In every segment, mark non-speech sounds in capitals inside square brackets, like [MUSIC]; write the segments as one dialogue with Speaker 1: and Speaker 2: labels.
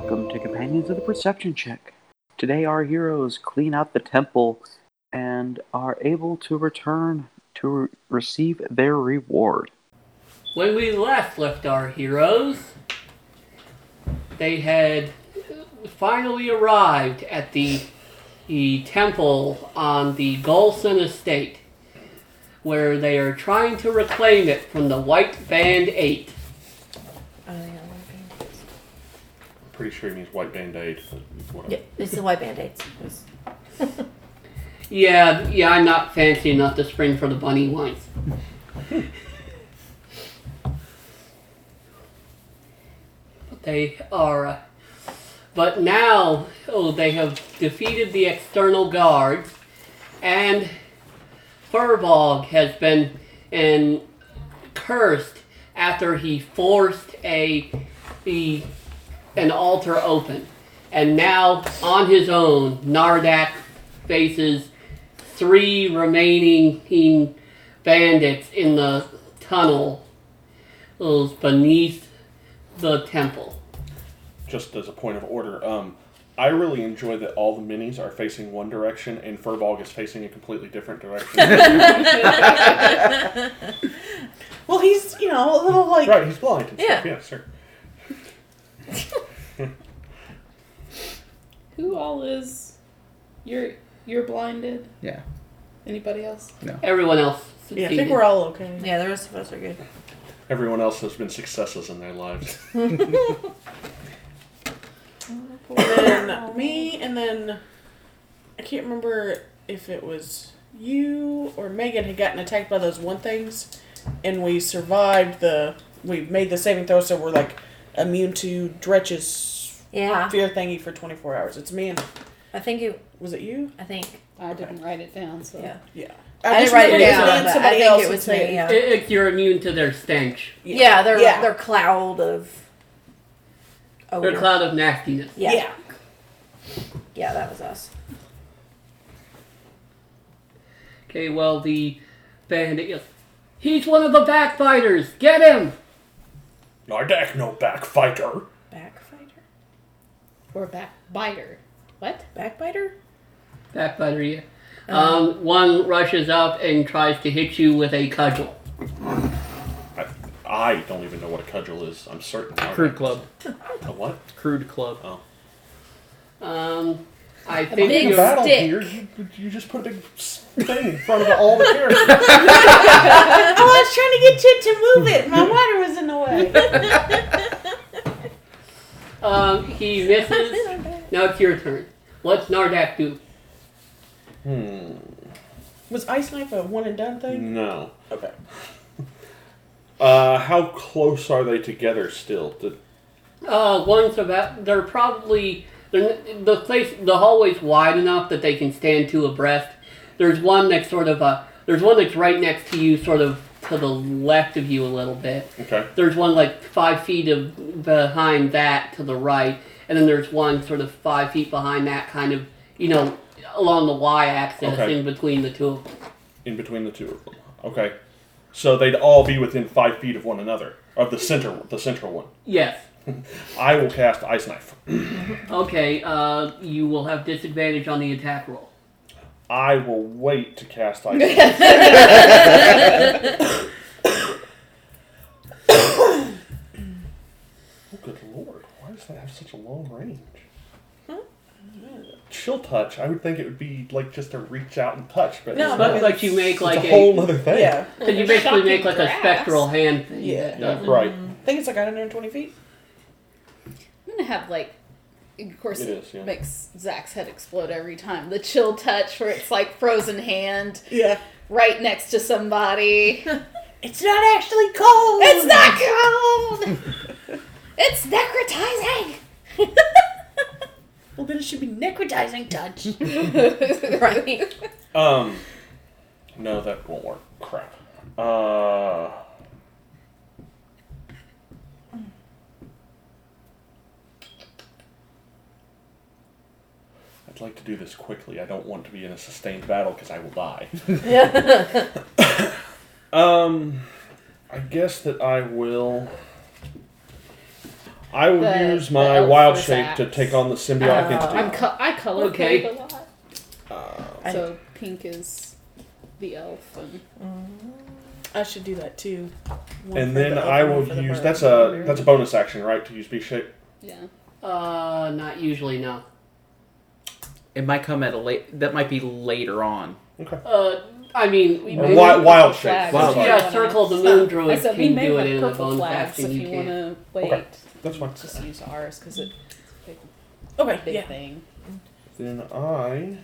Speaker 1: Companions of the Perception Check. Today, our heroes clean out the temple and are able to return to re- receive their reward.
Speaker 2: When we last left our heroes, they had finally arrived at the, the temple on the Golson estate, where they are trying to reclaim it from the White Band 8.
Speaker 3: Oh, yeah, white band-aids.
Speaker 4: Pretty sure he means white band aid. but whatever.
Speaker 3: Yeah, it's the white band aids.
Speaker 2: Yeah, yeah, I'm not fancy enough to spring for the bunny ones. But they are. Uh, but now, oh, they have defeated the external guards, and Furbog has been and cursed after he forced a, a an altar open. And now, on his own, Nardak faces three remaining bandits in the tunnel those beneath the temple.
Speaker 4: Just as a point of order, um, I really enjoy that all the minis are facing one direction and Furbog is facing a completely different direction.
Speaker 5: Well, he's you know a little like
Speaker 4: right, he's blind. And stuff.
Speaker 3: Yeah.
Speaker 4: yeah, sure.
Speaker 6: Who all is you're you're blinded?
Speaker 7: Yeah.
Speaker 6: Anybody else?
Speaker 2: Everyone else
Speaker 5: yeah.
Speaker 2: succeeded.
Speaker 5: I think we're all okay.
Speaker 3: [LAUGHS] yeah, the rest of us are good.
Speaker 4: Everyone else has been successes in their lives. [LAUGHS]
Speaker 5: And
Speaker 3: Oh.
Speaker 5: then me, and then I can't remember if it was you or Megan had gotten attacked by those one things, and we survived the. We made the saving throw, so we're like immune to Dretch's
Speaker 3: [LAUGHS] Yeah,
Speaker 5: fear thingy for 24 hours. It's me and
Speaker 3: I think you.
Speaker 5: was it you?
Speaker 3: I think.
Speaker 6: I didn't write it down, so
Speaker 3: Yeah.
Speaker 5: Yeah,
Speaker 3: I didn't
Speaker 5: just
Speaker 3: write it
Speaker 5: remember was
Speaker 3: down,
Speaker 5: me and
Speaker 3: but I
Speaker 5: somebody
Speaker 3: think
Speaker 5: else
Speaker 3: it
Speaker 5: had
Speaker 3: was me,
Speaker 5: said-
Speaker 3: yeah.
Speaker 2: I- If you're immune to their stench,
Speaker 5: Yeah.
Speaker 3: Yeah, their
Speaker 5: Yeah.
Speaker 3: their cloud of. Oh,
Speaker 2: their cloud of nastiness.
Speaker 3: yeah. yeah,
Speaker 5: yeah.
Speaker 3: yeah, that was us.
Speaker 2: Okay, well, the bandit yells, He's one of the backbiters! Get him!
Speaker 4: Nardak, no backfighter.
Speaker 3: Backfighter,
Speaker 6: or back biter. What?
Speaker 3: backbiter.
Speaker 2: Backbiter, yeah.
Speaker 5: Uh-huh.
Speaker 2: Um, one rushes up and tries to hit you with a cudgel.
Speaker 4: I, I don't even know what a cudgel is. I'm certain. Nardak-
Speaker 7: Crude Club.
Speaker 4: [LAUGHS] A what?
Speaker 7: Crude Club.
Speaker 4: Oh.
Speaker 2: Um, I think
Speaker 6: big
Speaker 2: you're-
Speaker 4: Battle
Speaker 6: Stick.
Speaker 4: here. You, you just put a big thing in front of all the characters.
Speaker 5: Oh, I was trying to get you to move it. My water was in the way.
Speaker 2: um, he misses. now it's your turn. What's Nardak do?
Speaker 4: hmm.
Speaker 5: was Ice Knife a one and done thing?
Speaker 4: No.
Speaker 5: Okay.
Speaker 4: [LAUGHS] Uh, how close are they together still? Did-
Speaker 2: Uh, one's about. They're probably they're, n- the place. The hallway's wide enough that they can stand two abreast. There's one that's sort of a. There's one that's right next to you, sort of to the left of you a little bit.
Speaker 4: okay.
Speaker 2: There's one like five feet of behind that to the right, and then there's one sort of five feet behind that, kind of you know along the y-axis
Speaker 4: Okay.
Speaker 2: in between the two of them.
Speaker 4: In between the two of them. Okay. So they'd all be within five feet of one another. Of the center, the central one.
Speaker 2: Yes.
Speaker 4: I will cast Ice Knife.
Speaker 2: Okay. Uh, you will have disadvantage on the attack roll.
Speaker 4: I will wait to cast Ice Knife. oh, good lord. Why does that have such a long range? Chill touch. I would think it would be like just a reach out and touch, but
Speaker 5: No,
Speaker 4: it's
Speaker 5: but
Speaker 4: not.
Speaker 2: But like you make like
Speaker 4: it's a whole other thing.
Speaker 5: Yeah,
Speaker 2: Because you basically
Speaker 6: Shocking
Speaker 2: make like a
Speaker 6: grass.
Speaker 2: spectral hand thing.
Speaker 5: Yeah.
Speaker 2: that
Speaker 4: Yeah,
Speaker 2: does it.
Speaker 4: right.
Speaker 5: I think it's like 120 feet.
Speaker 6: I'm gonna have like of course
Speaker 4: It
Speaker 6: it,
Speaker 4: is, yeah.
Speaker 6: makes Zach's head explode every time. The chill touch where it's like frozen hand
Speaker 5: Yeah.
Speaker 6: right next
Speaker 5: [LAUGHS]
Speaker 6: to somebody.
Speaker 5: It's not actually cold.
Speaker 6: It's not cold! it's necrotizing!
Speaker 5: [LAUGHS] Well, then it should be necrotizing
Speaker 6: [LAUGHS]
Speaker 5: touch.
Speaker 3: [LAUGHS] [LAUGHS] Right.
Speaker 4: Um, no, that won't work. Crap. Uh, I'd like to do this quickly. I don't want to be in a sustained battle because I will die. [LAUGHS] um, I guess that I will. I will
Speaker 6: The-
Speaker 4: use
Speaker 6: the
Speaker 4: my
Speaker 6: elf
Speaker 4: wild
Speaker 6: was
Speaker 4: shape to
Speaker 6: axe.
Speaker 4: take on the symbiotic
Speaker 3: Oh.
Speaker 4: entity.
Speaker 6: I'm co- I color
Speaker 2: Okay.
Speaker 6: code a lot.
Speaker 5: Uh,
Speaker 3: I-
Speaker 6: So pink is the elf, and
Speaker 5: I should do that too. One
Speaker 4: and
Speaker 5: for
Speaker 4: then
Speaker 5: the
Speaker 4: I
Speaker 5: oven,
Speaker 4: will
Speaker 5: one for the
Speaker 4: use
Speaker 5: bird.
Speaker 4: that's a that's a bonus action, right? To use B shape.
Speaker 6: yeah.
Speaker 2: Uh, not usually, no.
Speaker 7: It might come at a late. That might be later on.
Speaker 2: Uh, I mean, we
Speaker 4: Or
Speaker 2: may-
Speaker 4: wild, wild shape.
Speaker 6: Flags.
Speaker 7: Wild shape.
Speaker 2: yeah, Circle of the Moon
Speaker 6: I
Speaker 2: Druid
Speaker 6: said we
Speaker 2: can
Speaker 6: may
Speaker 2: do
Speaker 6: have
Speaker 2: it in the
Speaker 6: purple
Speaker 2: bonus
Speaker 6: flags
Speaker 2: action.
Speaker 6: if you
Speaker 2: You
Speaker 6: want
Speaker 2: can.
Speaker 6: to wait.
Speaker 4: Okay. That's fine.
Speaker 6: Just use ours because it's a big,
Speaker 5: Okay, [LAUGHS]
Speaker 6: big
Speaker 5: yeah.
Speaker 6: thing.
Speaker 4: Then I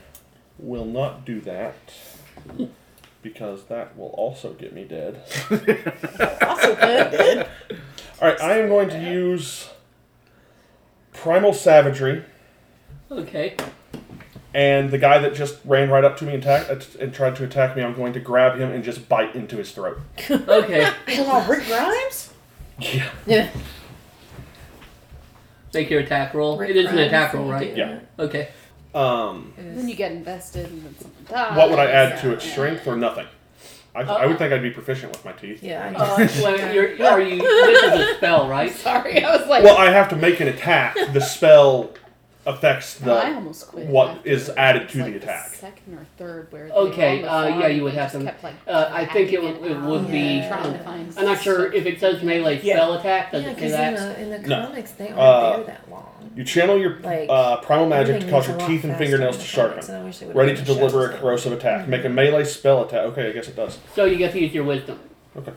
Speaker 4: will not do that because that will also get me dead. [LAUGHS]
Speaker 5: Also good, good.
Speaker 4: All right, I am going to use primal savagery,
Speaker 2: Okay.
Speaker 4: and the guy that just ran right up to me and, attack, uh, and tried to attack me, I'm going to grab him and just bite into his throat.
Speaker 2: Okay.
Speaker 5: Come on, Rick Grimes.
Speaker 4: Yeah.
Speaker 2: Make your attack roll.
Speaker 3: Rick
Speaker 2: it is an
Speaker 3: Grimes.
Speaker 2: attack roll, right?
Speaker 4: Yeah.
Speaker 2: Okay.
Speaker 4: Um,
Speaker 6: Then you get invested, and then someone dies.
Speaker 4: what would I add to its strength or nothing? I, I would think I'd be proficient with my teeth.
Speaker 3: Yeah. I
Speaker 2: Uh, well, you're, are you? This is a spell, right?
Speaker 6: [LAUGHS] Sorry, I was like,
Speaker 4: Well, I have to make an attack. The spell affects
Speaker 6: oh, I
Speaker 4: the.
Speaker 6: almost quit.
Speaker 4: what
Speaker 6: after
Speaker 4: is
Speaker 6: it.
Speaker 4: added
Speaker 6: It's
Speaker 4: to the
Speaker 6: like
Speaker 4: attack.
Speaker 6: second or third, where they were
Speaker 2: Okay,
Speaker 6: on the
Speaker 2: uh,
Speaker 6: farm
Speaker 2: yeah,
Speaker 6: and
Speaker 2: you would
Speaker 6: they
Speaker 2: have
Speaker 6: just
Speaker 2: to-
Speaker 6: kept, like,
Speaker 2: uh, I think it
Speaker 6: hacking
Speaker 2: would- it would
Speaker 6: out
Speaker 2: be-
Speaker 6: and Trying to find
Speaker 2: I'm not sure if it says melee
Speaker 5: Yeah.
Speaker 2: spell attack. Does
Speaker 8: Yeah,
Speaker 2: it say
Speaker 8: because
Speaker 2: that?
Speaker 8: in the, in the
Speaker 4: No.
Speaker 8: comics they aren't
Speaker 4: Uh,
Speaker 8: there that long.
Speaker 4: You channel your
Speaker 8: Like,
Speaker 4: uh, primal magic to
Speaker 8: Everything
Speaker 4: cause your
Speaker 8: moves a lot
Speaker 4: teeth and
Speaker 8: faster
Speaker 4: fingernails to
Speaker 8: in the
Speaker 4: sharpen.
Speaker 8: comics, and I wish they would've
Speaker 4: Ready
Speaker 8: done
Speaker 4: to
Speaker 8: the
Speaker 4: deliver a
Speaker 8: shadows.
Speaker 4: corrosive attack. Make a melee spell attack. Okay, I guess it does.
Speaker 2: So you get to use your wisdom.
Speaker 4: Okay.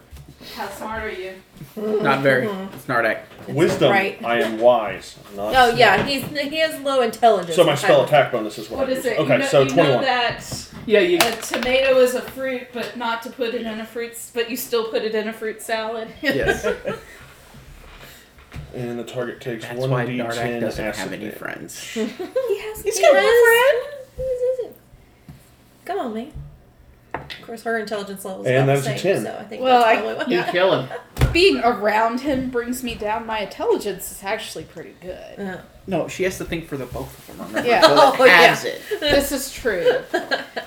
Speaker 9: How smart are you?
Speaker 7: Not very. Snardak.
Speaker 4: Wisdom.
Speaker 3: right.
Speaker 4: I am wise. Not
Speaker 3: Oh yeah, he's he has low intelligence.
Speaker 4: So my spell
Speaker 3: I-
Speaker 4: attack bonus is what,
Speaker 9: What
Speaker 4: I
Speaker 9: is
Speaker 4: use.
Speaker 9: it?
Speaker 4: Okay,
Speaker 9: you know,
Speaker 4: so
Speaker 9: you know
Speaker 4: twenty-one.
Speaker 9: that
Speaker 2: Yeah, you.
Speaker 9: a tomato is a fruit, but not to put it in a fruit, s- but you still put it in a fruit salad.
Speaker 7: Yes.
Speaker 4: and the target takes
Speaker 7: That's
Speaker 4: one
Speaker 7: why
Speaker 4: d
Speaker 7: Nardak
Speaker 4: ten
Speaker 7: doesn't
Speaker 4: acid
Speaker 7: have any
Speaker 4: damage.
Speaker 5: [LAUGHS]
Speaker 7: friends.
Speaker 3: He has.
Speaker 5: He's
Speaker 3: he
Speaker 5: got a
Speaker 3: has-
Speaker 5: boyfriend?
Speaker 3: Whose is it? Come on, man. Of course, her intelligence level is
Speaker 4: And
Speaker 3: about the
Speaker 4: that's a
Speaker 3: same,
Speaker 4: 10.
Speaker 3: So I think
Speaker 6: Well,
Speaker 3: that's
Speaker 6: I-
Speaker 3: probably what
Speaker 2: You kill him.
Speaker 6: [LAUGHS] being around him brings me down. My intelligence is actually pretty good.
Speaker 3: Yeah.
Speaker 7: No, she has to think for the both of them.
Speaker 6: [LAUGHS]
Speaker 7: Remember?
Speaker 6: Yeah.
Speaker 7: So that
Speaker 3: Oh,
Speaker 7: adds it.
Speaker 6: this is true.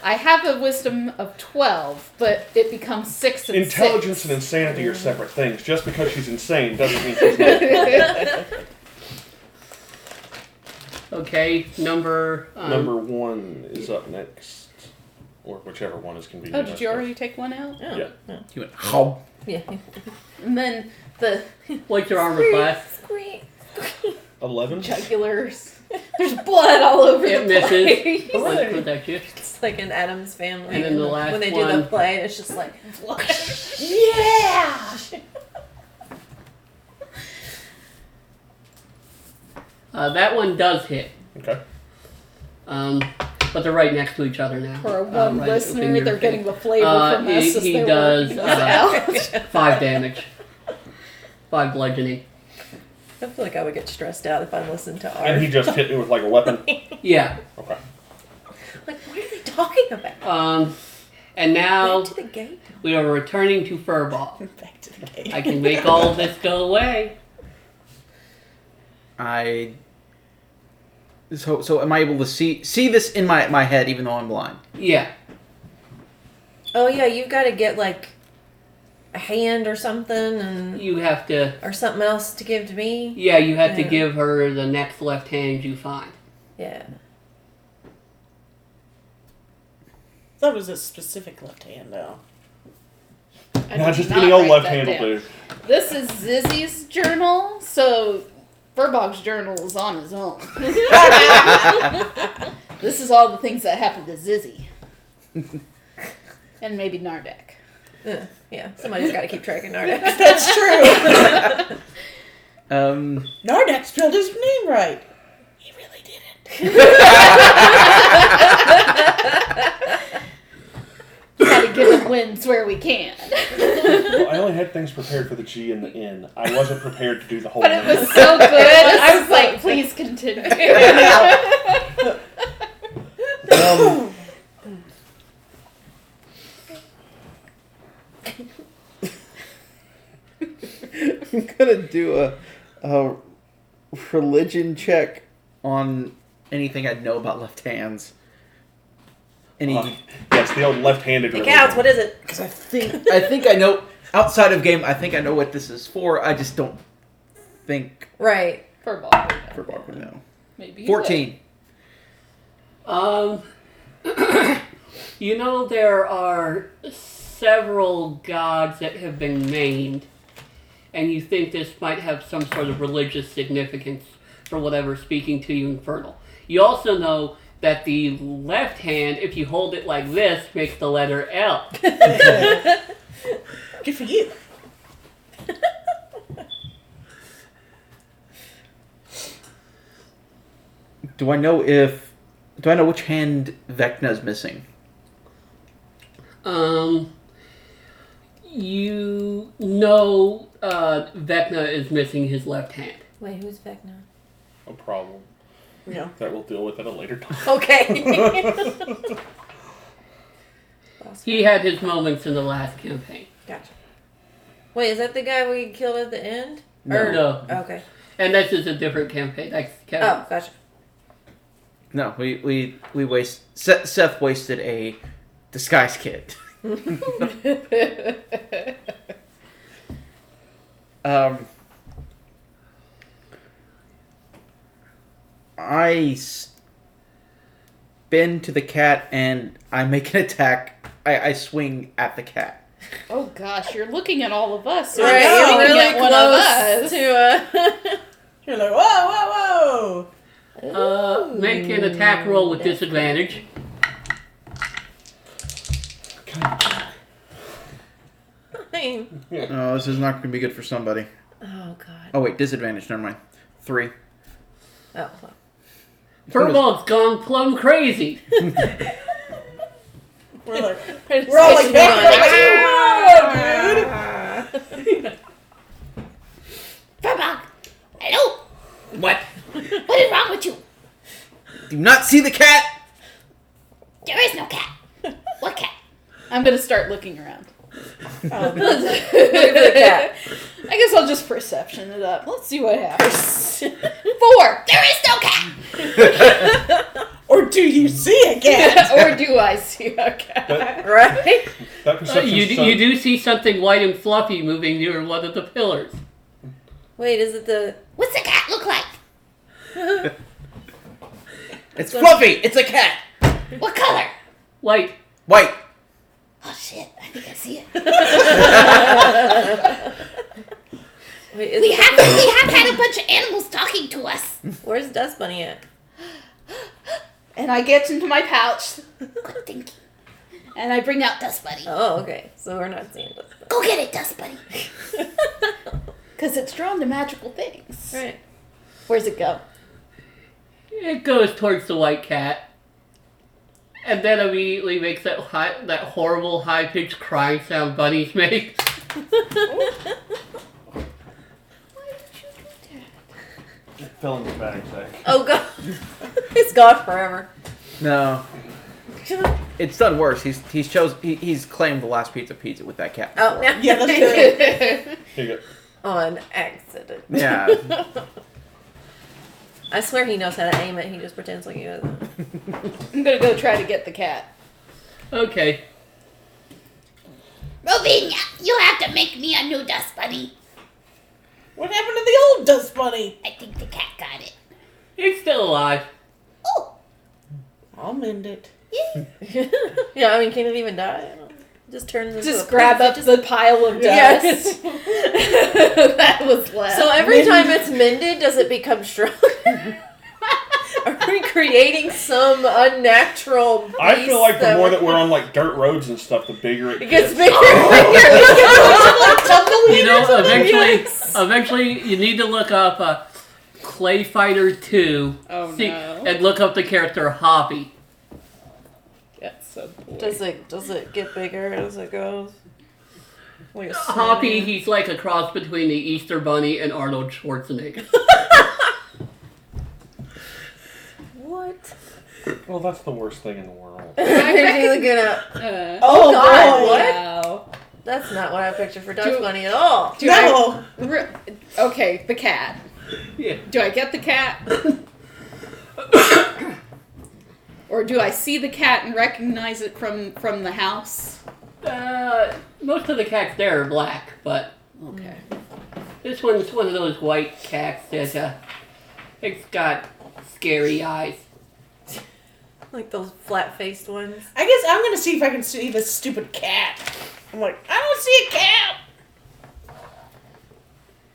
Speaker 6: I have a wisdom of twelve, but it becomes six and
Speaker 4: Intelligence and
Speaker 6: six.
Speaker 4: insanity are separate things. Just because she's insane doesn't mean she's
Speaker 8: [LAUGHS]
Speaker 6: [LAUGHS]
Speaker 4: not.
Speaker 2: Okay, number. Um,
Speaker 4: Number one is up next, or whichever one is convenient.
Speaker 6: Oh,
Speaker 4: I
Speaker 6: did you
Speaker 4: suppose.
Speaker 6: already take one
Speaker 3: [LAUGHS]
Speaker 6: out?
Speaker 4: Yeah.
Speaker 7: He went, "Hob."
Speaker 3: Yeah.
Speaker 6: And then the
Speaker 2: What's your armor class?
Speaker 3: Squeak.
Speaker 4: Eleven.
Speaker 6: jugulars. There's blood all over
Speaker 2: It
Speaker 6: the
Speaker 2: misses.
Speaker 6: place.
Speaker 2: What was that you?
Speaker 3: It's like an Adams family.
Speaker 2: And then the last
Speaker 3: when they do the
Speaker 2: one.
Speaker 3: play, it's just like, yeah.
Speaker 2: Uh, that one does hit.
Speaker 4: Okay.
Speaker 2: Um, but they're right next to each other now.
Speaker 6: For
Speaker 2: Um,
Speaker 6: one
Speaker 2: right within
Speaker 6: listener,
Speaker 2: your
Speaker 6: they're
Speaker 2: face.
Speaker 6: getting the flavor
Speaker 2: Uh,
Speaker 6: from
Speaker 2: he-
Speaker 6: us as
Speaker 2: he
Speaker 6: they
Speaker 2: does, [LAUGHS]
Speaker 6: work
Speaker 2: uh,
Speaker 6: these [LAUGHS] out.
Speaker 2: Five damage. Five bludgeoning.
Speaker 3: [LAUGHS] I feel like I would get stressed out if I listened to
Speaker 4: And
Speaker 3: art.
Speaker 4: he just hit me with like a
Speaker 8: [LAUGHS]
Speaker 4: weapon.
Speaker 2: Yeah.
Speaker 4: Okay.
Speaker 3: like, what are they talking about?
Speaker 2: Um, and now
Speaker 3: Back to the gate.
Speaker 2: we are returning to Furball.
Speaker 3: Back to the gate.
Speaker 2: I can make all of this go away.
Speaker 7: I. So so am I able to see see this in my my head even though I'm blind?
Speaker 2: Yeah.
Speaker 3: Oh yeah, you've got to get like a hand or something, and
Speaker 2: You have to.
Speaker 3: or something else to give to me.
Speaker 2: Yeah, you have to
Speaker 3: Yeah.
Speaker 2: give her the next left hand you find.
Speaker 3: Yeah.
Speaker 5: [LAUGHS] That was a specific left hand, though. [LAUGHS]
Speaker 6: I
Speaker 4: Not
Speaker 6: did
Speaker 4: just
Speaker 6: not
Speaker 4: any old
Speaker 6: write
Speaker 4: left
Speaker 6: that
Speaker 4: handle
Speaker 2: [LAUGHS]
Speaker 6: down.
Speaker 4: dude.
Speaker 6: This is Zizzy's journal, so Furbog's journal is on his own. this is all the things that happened to Zizzy. and maybe Nardak.
Speaker 3: Ugh, yeah. Somebody's got to keep track
Speaker 2: [LAUGHS]
Speaker 3: of [LAUGHS] Nardex.
Speaker 5: That's true. [LAUGHS]
Speaker 7: Um, [LAUGHS]
Speaker 5: Nardak spelled his name right. He really didn't.
Speaker 6: [LAUGHS] Gotta give him wins where we can.
Speaker 4: Well, I only had things prepared for the G and the N. I wasn't prepared to do the whole.
Speaker 6: But it
Speaker 4: name.
Speaker 2: [LAUGHS]
Speaker 6: was so good. I was like, please continue.
Speaker 4: Um,
Speaker 7: I'm gonna do a, a religion check on anything I know about left hands. Any,
Speaker 4: uh, yes, the old left-handed.
Speaker 3: Hey,
Speaker 4: religion.
Speaker 3: cows, what is it?
Speaker 7: because I think I think I know outside of game. I think I know what this is for. I just don't think
Speaker 3: Right.
Speaker 6: Furball.
Speaker 7: Furbog would know.
Speaker 9: Maybe. you would.
Speaker 7: Fourteen.
Speaker 2: Um, [COUGHS] you know, there are several gods that have been named, and you think this might have some sort of religious significance for whatever's speaking to you, Infernal. You also know that the left hand, if you hold it like this, makes the letter L.
Speaker 5: Good for you.
Speaker 7: Do I know if? Do I know which hand Vecna's missing?
Speaker 2: Um, you know uh, Vecna is missing his left hand.
Speaker 3: Wait, who's Vecna?
Speaker 4: A problem
Speaker 5: No.
Speaker 4: that we'll deal with at a later time.
Speaker 3: Okay.
Speaker 2: [LAUGHS]
Speaker 3: [LAUGHS]
Speaker 2: He had his moments in the last campaign.
Speaker 5: Gotcha.
Speaker 3: Wait, is that the guy we killed at the end? Or-
Speaker 2: No.
Speaker 3: Okay.
Speaker 2: And that's just a different campaign. That's Kevin.
Speaker 3: Oh, gotcha.
Speaker 7: No, we we we waste. Seth, Seth wasted a disguise kit. [LAUGHS]
Speaker 6: [LAUGHS]
Speaker 7: um, I spin to the cat and I make an attack. I, I swing at the cat.
Speaker 6: Oh gosh, you're looking at all of us. So
Speaker 3: Right,
Speaker 6: you're
Speaker 5: know.
Speaker 3: you're
Speaker 6: looking
Speaker 3: really
Speaker 6: at
Speaker 3: close
Speaker 6: one of us.
Speaker 3: to uh [LAUGHS]
Speaker 5: You're like, whoa, whoa, whoa.
Speaker 2: Uh, make an attack roll with disadvantage.
Speaker 3: name.
Speaker 7: Oh, this is not going to be good for somebody.
Speaker 3: Oh god.
Speaker 7: Oh wait, disadvantage. Never mind. Three.
Speaker 3: Oh. well.
Speaker 2: Furbolg's gone plumb crazy.
Speaker 5: We're like,
Speaker 3: We're all like,
Speaker 6: Furball. Hello.
Speaker 2: What?
Speaker 6: What is wrong with you?
Speaker 7: Do you not see the [LAUGHS] cat.
Speaker 6: There is no cat. What cat? I'm gonna start looking around.
Speaker 3: cat.
Speaker 6: [LAUGHS] I guess I'll just perception it up. Let's see what happens. Four. There is no cat.
Speaker 5: or do you see again?
Speaker 3: [LAUGHS]
Speaker 6: or do [LAUGHS] I see a cat?
Speaker 2: [LAUGHS]
Speaker 4: That,
Speaker 3: right?
Speaker 4: that
Speaker 2: Uh,
Speaker 4: perception
Speaker 2: you,
Speaker 4: so-
Speaker 2: do- you do see something white and fluffy moving near one of the pillars.
Speaker 3: Wait, is it the
Speaker 6: What's the cat look like?
Speaker 7: It's Fluffy. It's a cat.
Speaker 6: What color?
Speaker 2: White.
Speaker 7: Wait.
Speaker 6: Oh shit! I think I see it.
Speaker 3: [LAUGHS] wait, is
Speaker 6: We
Speaker 3: it
Speaker 6: have we have had a bunch of animals talking to us.
Speaker 3: where's Dust Bunny at?
Speaker 6: And I get into my pouch. Good thinking. And I bring out Dust Buddy.
Speaker 3: Oh, okay. So we're not seeing Dust Bunny.
Speaker 6: Go get it, Dust Buddy. Because it's drawn to magical things.
Speaker 3: [LAUGHS] right.
Speaker 6: Where's it go?
Speaker 2: It goes towards the white cat. And then immediately makes that high, that horrible high pitched crying sound bunnies [LAUGHS] make.
Speaker 6: Why did you do that?
Speaker 4: Fell in the bag, Zach.
Speaker 3: Oh
Speaker 6: [LAUGHS]
Speaker 3: god. it's gone forever.
Speaker 7: No. It's done worse. He's he's chose he, he's claimed the last pizza pizza with that cat.
Speaker 6: [LAUGHS]
Speaker 3: Oh, now
Speaker 5: Yeah, that's good.
Speaker 4: Here you go.
Speaker 3: [LAUGHS] on accident.
Speaker 7: Yeah.
Speaker 3: [LAUGHS] I swear he knows how to aim it. He just pretends like he doesn't.
Speaker 6: I'm gonna go try to get the cat.
Speaker 2: Okay.
Speaker 9: Rovina, you'll have to make me a new dust bunny.
Speaker 5: What happened to the old dust bunny?
Speaker 9: I think the cat got it.
Speaker 2: It's still alive.
Speaker 9: Oh,
Speaker 5: I'll mend it.
Speaker 3: [LAUGHS] yeah, I mean, can it even die? I don't know. Just turns into
Speaker 6: Just
Speaker 3: a
Speaker 6: grab up the pile of dust. [LAUGHS] that was left.
Speaker 3: So every time it's mended, does it become stronger?
Speaker 6: [LAUGHS]
Speaker 3: [LAUGHS] Are we creating some unnatural?
Speaker 4: I
Speaker 3: beast
Speaker 4: feel like the more
Speaker 3: would-
Speaker 4: that we're
Speaker 6: [LAUGHS]
Speaker 4: on like dirt roads and stuff, the bigger it
Speaker 3: it gets
Speaker 4: gets.
Speaker 3: bigger, and bigger. [LAUGHS]
Speaker 2: you know, eventually, eventually, you need to look up uh, Clay Fighter Two.
Speaker 6: Oh,
Speaker 2: see-
Speaker 6: no.
Speaker 2: And look up the character Hoppy.
Speaker 6: That's so cool.
Speaker 3: Does it does it get bigger as it goes? Like a
Speaker 2: Hoppy, he's like a cross between the Easter Bunny and Arnold
Speaker 6: [LAUGHS]
Speaker 2: Schwarzenegger.
Speaker 3: [LAUGHS] What?
Speaker 4: Well, that's the worst thing in the
Speaker 6: [LAUGHS]
Speaker 4: world.
Speaker 3: Here's you looking up.
Speaker 6: Uh,
Speaker 5: Oh,
Speaker 3: God,
Speaker 5: boy.
Speaker 3: what?
Speaker 6: Wow.
Speaker 3: That's not what I pictured for
Speaker 6: Do-
Speaker 3: Dust Bunny at all.
Speaker 6: Do
Speaker 5: No.
Speaker 6: I, re- okay, the cat.
Speaker 2: Yeah.
Speaker 6: Do I get the cat? or do I see the cat and recognize it from from the house? Mm.
Speaker 2: Uh, most of the cats there are black, but
Speaker 6: Okay.
Speaker 2: This one's one of those white cats that uh, it's got scary eyes.
Speaker 3: Like those flat faced ones.
Speaker 5: I guess I'm gonna see if I can see this stupid cat. I'm like, I don't see a cat.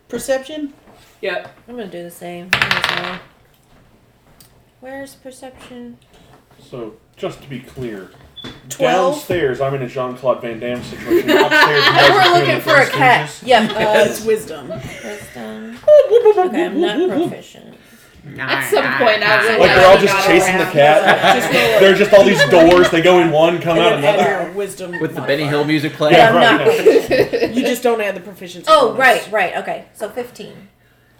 Speaker 5: Perception.
Speaker 2: Yep.
Speaker 3: I'm gonna do the same. Might as well. Where's perception?
Speaker 4: So, just to be clear,
Speaker 5: Twelve.
Speaker 4: downstairs I'm in a Jean Claude Van Damme
Speaker 6: [LAUGHS]
Speaker 4: situation. Upstairs, you guys are
Speaker 3: we're
Speaker 4: doing
Speaker 3: looking
Speaker 4: the
Speaker 3: for a
Speaker 4: Three
Speaker 3: cat.
Speaker 4: Stooges.
Speaker 3: Yep.
Speaker 5: Uh, it's [LAUGHS] wisdom.
Speaker 3: Wisdom. Okay, I'm
Speaker 5: [LAUGHS]
Speaker 3: not proficient.
Speaker 6: At some point, I realized
Speaker 4: Like they're all
Speaker 6: I
Speaker 4: just
Speaker 6: got
Speaker 4: chasing the
Speaker 6: around.
Speaker 4: cat. [LAUGHS]
Speaker 5: Just go
Speaker 4: There are just all
Speaker 5: [LAUGHS]
Speaker 4: these doors. They go in one, come out
Speaker 5: and then
Speaker 4: another.
Speaker 5: add your wisdom
Speaker 7: With the
Speaker 5: modifier.
Speaker 7: Benny Hill music playing.
Speaker 4: Yeah,
Speaker 3: I'm
Speaker 4: right.
Speaker 3: not-
Speaker 4: yeah.
Speaker 5: You just don't add the proficiency.
Speaker 3: Oh,
Speaker 5: bonus.
Speaker 3: right, right. Okay, so 15.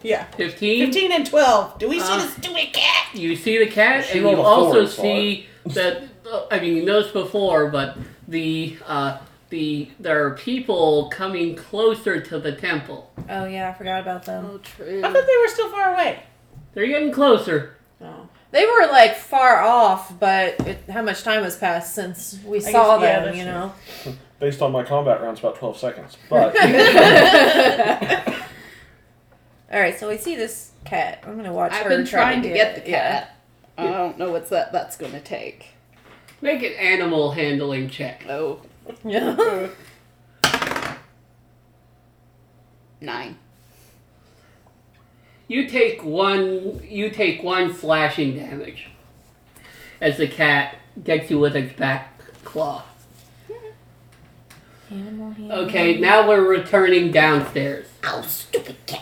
Speaker 5: Yeah.
Speaker 2: 15.
Speaker 5: 15 and 12. Do we see
Speaker 2: Uh,
Speaker 5: this stupid cat?
Speaker 2: You see the cat,
Speaker 4: Should
Speaker 2: and
Speaker 4: be
Speaker 2: you
Speaker 4: before
Speaker 2: also
Speaker 4: we saw
Speaker 2: see that. I mean, you noticed before, but the uh, the there are people coming closer to the temple.
Speaker 3: Oh, yeah, I forgot about them.
Speaker 9: Oh, true.
Speaker 5: I thought they were still far away.
Speaker 2: They're getting closer.
Speaker 5: Oh.
Speaker 3: They were like far off, but it, how much time has passed since we
Speaker 5: guess-
Speaker 3: saw
Speaker 5: yeah,
Speaker 3: them,
Speaker 5: that's
Speaker 3: you
Speaker 5: true.
Speaker 3: know?
Speaker 4: Based on my combat rounds, about 12 [LAUGHS] seconds. But
Speaker 5: [LAUGHS]
Speaker 3: [LAUGHS] Alright, so we see this cat. I'm gonna watch
Speaker 6: I've
Speaker 3: her.
Speaker 6: been
Speaker 3: try
Speaker 6: trying to get the
Speaker 3: it. Yeah.
Speaker 6: cat. I don't know what's that. That's gonna take.
Speaker 2: Make an animal handling check.
Speaker 6: Oh,
Speaker 3: Yeah. [LAUGHS]
Speaker 6: nine.
Speaker 2: You take one. You take one slashing damage as the cat gets you with its back claw.
Speaker 3: Animal handling.
Speaker 2: Okay, now we're returning downstairs.
Speaker 6: Ow, Oh, stupid
Speaker 3: [LAUGHS]
Speaker 6: cat!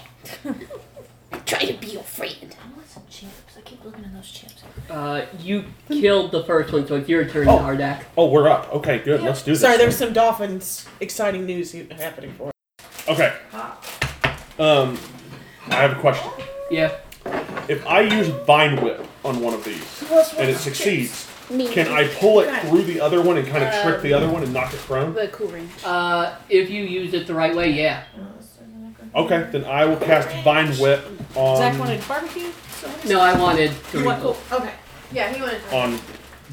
Speaker 6: I try to be your friend.
Speaker 3: I want some chips. I keep looking at those chips.
Speaker 2: Uh, you killed the first one, so it's your turn,
Speaker 4: Oh.
Speaker 2: Nardak.
Speaker 4: oh, we're up. Okay, good. Let's do this.
Speaker 5: Sorry, there was some dolphins exciting news he- happening for us.
Speaker 4: Okay. Um, I have a question.
Speaker 2: Yeah.
Speaker 4: If I use Vine Whip on one of these and it succeeds, can I pull it through the other one and kind of trick the other one and knock it prone?
Speaker 9: The cool ring.
Speaker 2: Uh, if you use it the right way, yeah.
Speaker 4: Okay, then I will cast Vine Whip
Speaker 5: Zach
Speaker 4: on
Speaker 5: wanted barbecue? So what is
Speaker 2: No, I wanted three.
Speaker 5: You want- oh, okay.
Speaker 9: Yeah, he wanted.
Speaker 4: on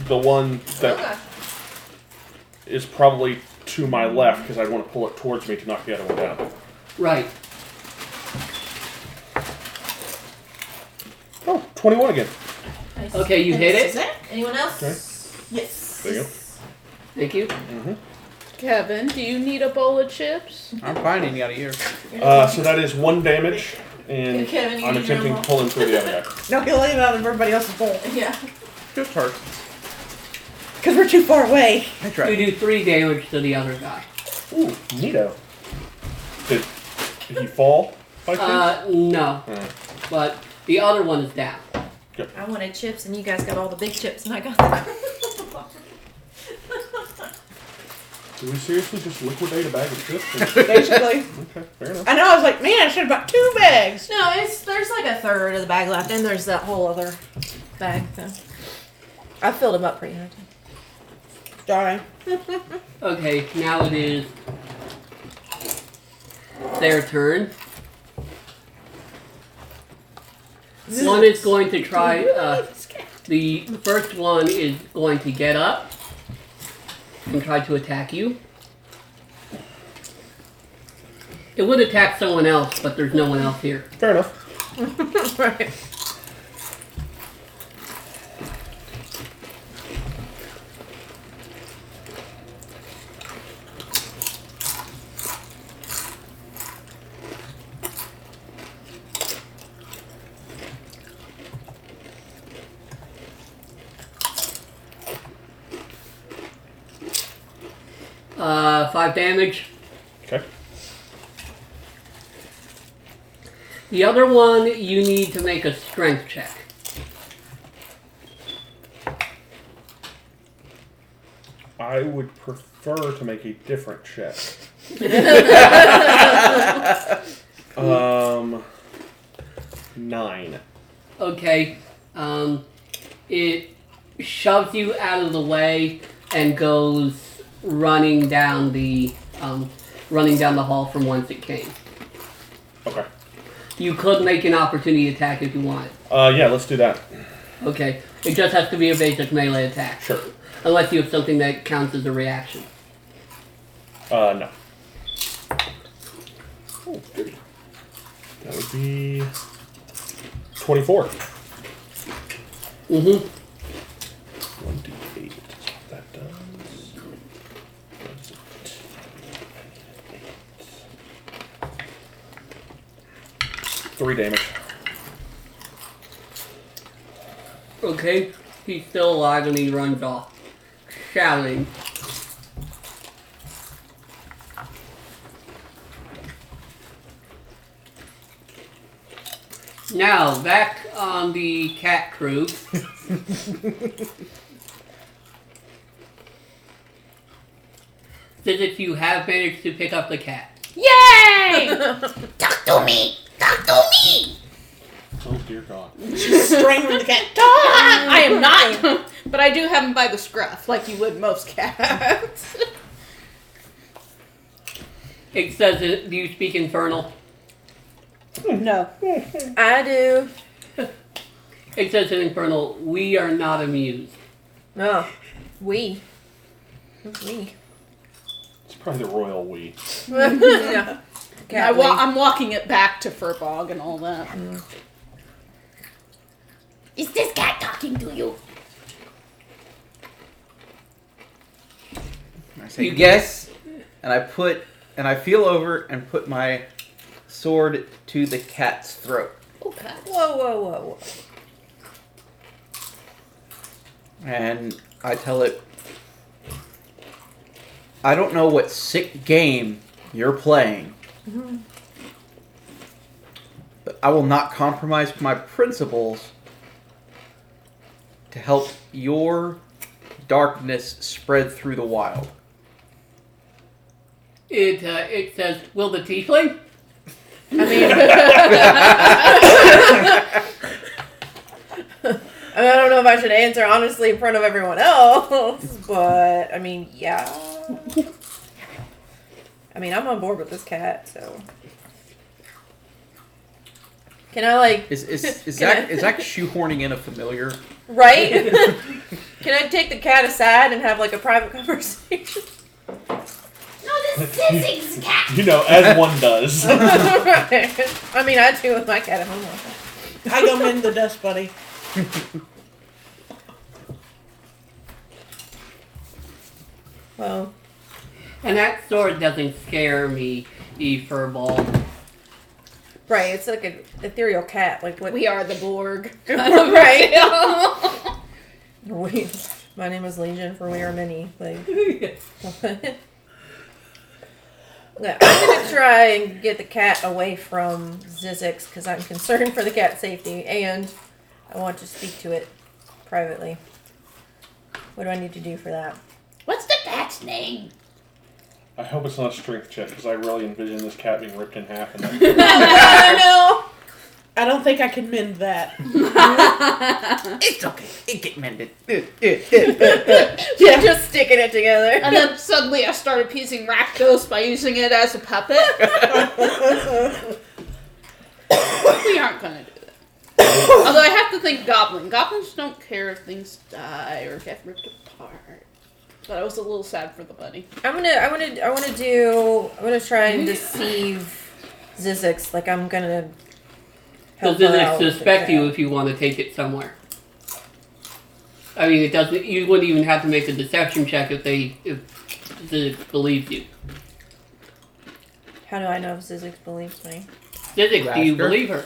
Speaker 4: the one that is probably to my left because I want to pull it towards me to knock the other one down.
Speaker 2: Right.
Speaker 4: Oh, 21 again.
Speaker 2: Okay, you hit it.
Speaker 5: Zach?
Speaker 3: Anyone else?
Speaker 4: Okay.
Speaker 5: Yes.
Speaker 4: There you go.
Speaker 2: Thank you.
Speaker 9: Kevin, do you need a bowl of chips?
Speaker 7: I'm fine in out of here.
Speaker 4: Uh, so that is one damage, and
Speaker 3: Kevin, you
Speaker 4: I'm
Speaker 3: need
Speaker 4: attempting to
Speaker 3: normal.
Speaker 4: pull him through the other guy.
Speaker 5: No, he'll lay it out of everybody else's bowl.
Speaker 9: Yeah.
Speaker 7: Just hurt.
Speaker 5: Because we're too far away.
Speaker 7: I
Speaker 2: You
Speaker 7: tried.
Speaker 2: do three damage to the other guy.
Speaker 4: Ooh, neato. Did, did he fall? By chance?
Speaker 2: Uh, no.
Speaker 4: Mm.
Speaker 2: But the other one is down.
Speaker 3: I wanted chips, and you guys got all the big chips, and I got them. [LAUGHS] Uh,
Speaker 4: Did we seriously just liquidate a bag of
Speaker 3: [LAUGHS]
Speaker 4: chips?
Speaker 5: [LAUGHS] Basically.
Speaker 4: okay, fair enough.
Speaker 5: I know, I was like, man, I should have bought two bags.
Speaker 3: no, it's there's like a third of the bag left, and there's that whole other bag. So. I filled them up pretty hard.
Speaker 5: Sorry.
Speaker 2: Okay, now it is their turn. One is going to try. Uh, the first one is going to get up and try to attack you. It would attack someone else, but there's no one else here.
Speaker 4: Fair enough.
Speaker 3: right.
Speaker 2: Uh, five damage.
Speaker 4: Okay.
Speaker 2: The other one, you need to make a strength check.
Speaker 4: I would prefer to make a different check.
Speaker 3: [LAUGHS]
Speaker 4: um, nine.
Speaker 2: Okay. Um, it shoves you out of the way and goes running down the um, running down the hall from whence it came.
Speaker 4: Okay.
Speaker 2: You could make an opportunity attack if you wanted.
Speaker 4: Uh, yeah, let's do that.
Speaker 2: Okay. It just has to be a basic melee attack.
Speaker 4: Sure.
Speaker 2: Unless you have something that counts as a reaction.
Speaker 4: Uh, no. Oh, goody. That would be 24.
Speaker 2: Mm-hmm.
Speaker 4: 1d8. That does. Three damage.
Speaker 2: Okay. He's still alive and he runs off, shouting. Now back on the cat crew. Physics, you have managed to pick up the cat.
Speaker 4: [LAUGHS]
Speaker 6: Yay! [LAUGHS] Talk to me! Talk to me!
Speaker 4: Oh dear God.
Speaker 5: Strangling the cat.
Speaker 6: Ah, I am not! [LAUGHS] but I do have him by the scruff, like you would most cats.
Speaker 2: It says, that you speak infernal?
Speaker 6: no.
Speaker 3: I do.
Speaker 2: It says in infernal, we are not amused.
Speaker 3: No. We. We. [LAUGHS]
Speaker 4: It's probably the royal we.
Speaker 3: yeah.
Speaker 6: I
Speaker 3: Cat
Speaker 6: wa- I'm walking it back to Furbog and all that. Is this cat talking to you?
Speaker 7: I say yes, and I put and I feel over and put my sword to the cat's throat.
Speaker 6: Oh god.
Speaker 3: whoa, whoa, whoa, whoa.
Speaker 7: and I tell it, I don't know what sick game you're playing, but I will not compromise my principles to help your darkness spread through the wild.
Speaker 2: It uh, it says, will the tiefling?
Speaker 3: I mean, [LAUGHS] I mean, I don't know if I should answer honestly in front of everyone else, but I mean, yeah. I mean, I'm on board with this cat, so. Can I like
Speaker 7: Is is is
Speaker 3: Can I-
Speaker 7: that is that shoehorning in a familiar?
Speaker 3: right? Can I take the cat aside and have like a private [LAUGHS] conversation?
Speaker 6: No, this is a cat!
Speaker 4: You know, [LAUGHS] as one does.
Speaker 3: I mean, I do with my cat at home. all the time.
Speaker 5: I go in the dust, buddy.
Speaker 3: Well,
Speaker 2: And that sword doesn't scare me, E furball.
Speaker 3: right, it's like an ethereal cat. Like what?
Speaker 6: We are the Borg.
Speaker 3: right.
Speaker 6: Right.
Speaker 3: We, my name is Legion for We Are Many. Like, okay, I'm gonna try and get the cat away from Zizix because I'm concerned for the cat's safety, and I want to speak to it privately. What do I need to do for that?
Speaker 6: What's the cat's name?
Speaker 4: I hope it's not a strength check because I really envision this cat being ripped in half. And then-
Speaker 3: I
Speaker 5: I don't think I can mend that.
Speaker 7: It's okay. It get mended. Eh, eh, eh,
Speaker 3: know.
Speaker 7: eh.
Speaker 3: We're [LAUGHS] just sticking it together.
Speaker 6: And then suddenly I started piecing Rakdos by using it as a puppet. we aren't gonna do that. Although I have to think Goblin. Goblins don't care if things die or get ripped apart. But I was a little sad for the bunny.
Speaker 3: I'm gonna, I'm gonna, I want to do. I'm gonna try and deceive Zizix. Like I'm gonna.
Speaker 2: So
Speaker 3: her
Speaker 2: doesn't
Speaker 3: out with the
Speaker 2: suspect
Speaker 3: cat.
Speaker 2: you if you want to take it somewhere. I mean, it doesn't. You wouldn't even have to make a deception check if they if they believed you.
Speaker 3: How do I know if Zizix believes me? [LAUGHS]
Speaker 2: Zizix, do you
Speaker 7: Rasker?
Speaker 2: believe her?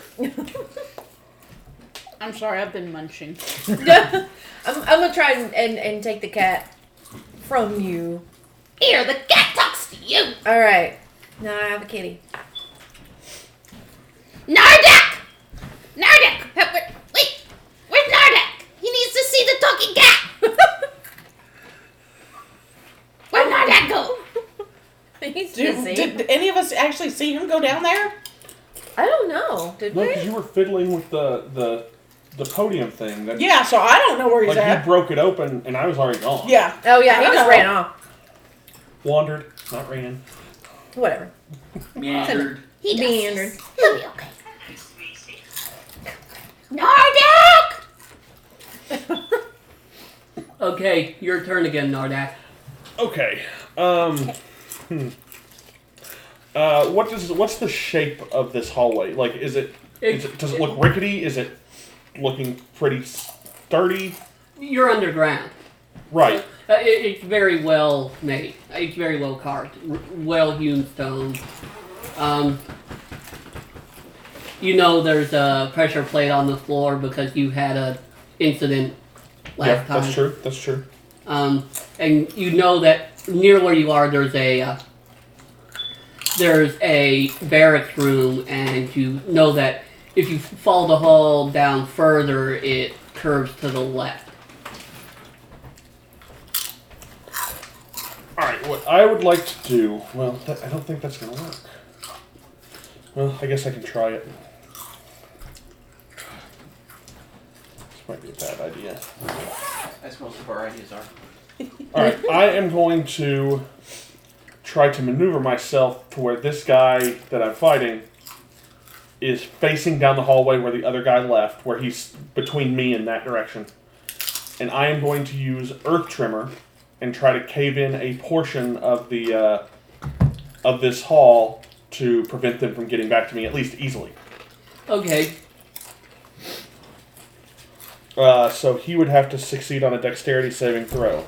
Speaker 6: I'm sorry, I've been munching.
Speaker 3: I'm, I'm gonna try and, and, and take the cat from you.
Speaker 6: Here, the cat talks to you!
Speaker 3: All right. Now I have a kitty. [LAUGHS]
Speaker 6: Nardak! Nardak! Help her- Wait! Where's Nardak? He needs to see the talking cat! Where'd Nardak go?
Speaker 3: He's
Speaker 5: Do,
Speaker 3: busy.
Speaker 5: [LAUGHS] did any of us actually see him go down there?
Speaker 3: I don't know. Did
Speaker 4: no,
Speaker 3: we?
Speaker 4: 'cause you were fiddling with the the, the podium thing. That,
Speaker 5: Yeah, so I don't know where he's
Speaker 4: Like you
Speaker 5: at.
Speaker 4: broke it open and I was already gone.
Speaker 5: Yeah.
Speaker 3: Oh yeah,
Speaker 5: I
Speaker 3: he just
Speaker 5: know.
Speaker 3: ran off.
Speaker 4: Wandered, not ran.
Speaker 3: Whatever.
Speaker 2: Meandered.
Speaker 6: He does
Speaker 3: Meandered.
Speaker 6: this. He'll be okay. Nardak!
Speaker 2: Okay, your turn again, Nardak.
Speaker 4: Okay. Um. hmm. Uh, what does what's the shape of this hallway? Like, is it, is it does it look rickety? Is it looking pretty sturdy?
Speaker 2: You're underground.
Speaker 4: Right.
Speaker 2: Uh, it, it's very well made. It's very well carved, r- well hewn stone. Um, you know, there's a pressure plate on the floor because you had a incident last
Speaker 4: yeah,
Speaker 2: time.
Speaker 4: that's true. That's true.
Speaker 2: Um, and you know that near where you are, there's a uh, there's a barracks room, and you know that if you follow the hall down further, it curves to the left.
Speaker 4: All right. What I would like to do. Well, that, I don't think that's gonna work. Well, I guess I can try it. This might be a bad idea.
Speaker 7: That's most of our ideas are.
Speaker 4: All right, I am going to try to maneuver myself to where this guy that I'm fighting is facing down the hallway where the other guy left, where he's between me and that direction. And I am going to use Earth Trimmer and try to cave in a portion of the uh, of this hall to prevent them from getting back to me, at least easily.
Speaker 2: Okay,
Speaker 4: Uh, so he would have to succeed on a Dexterity saving throw.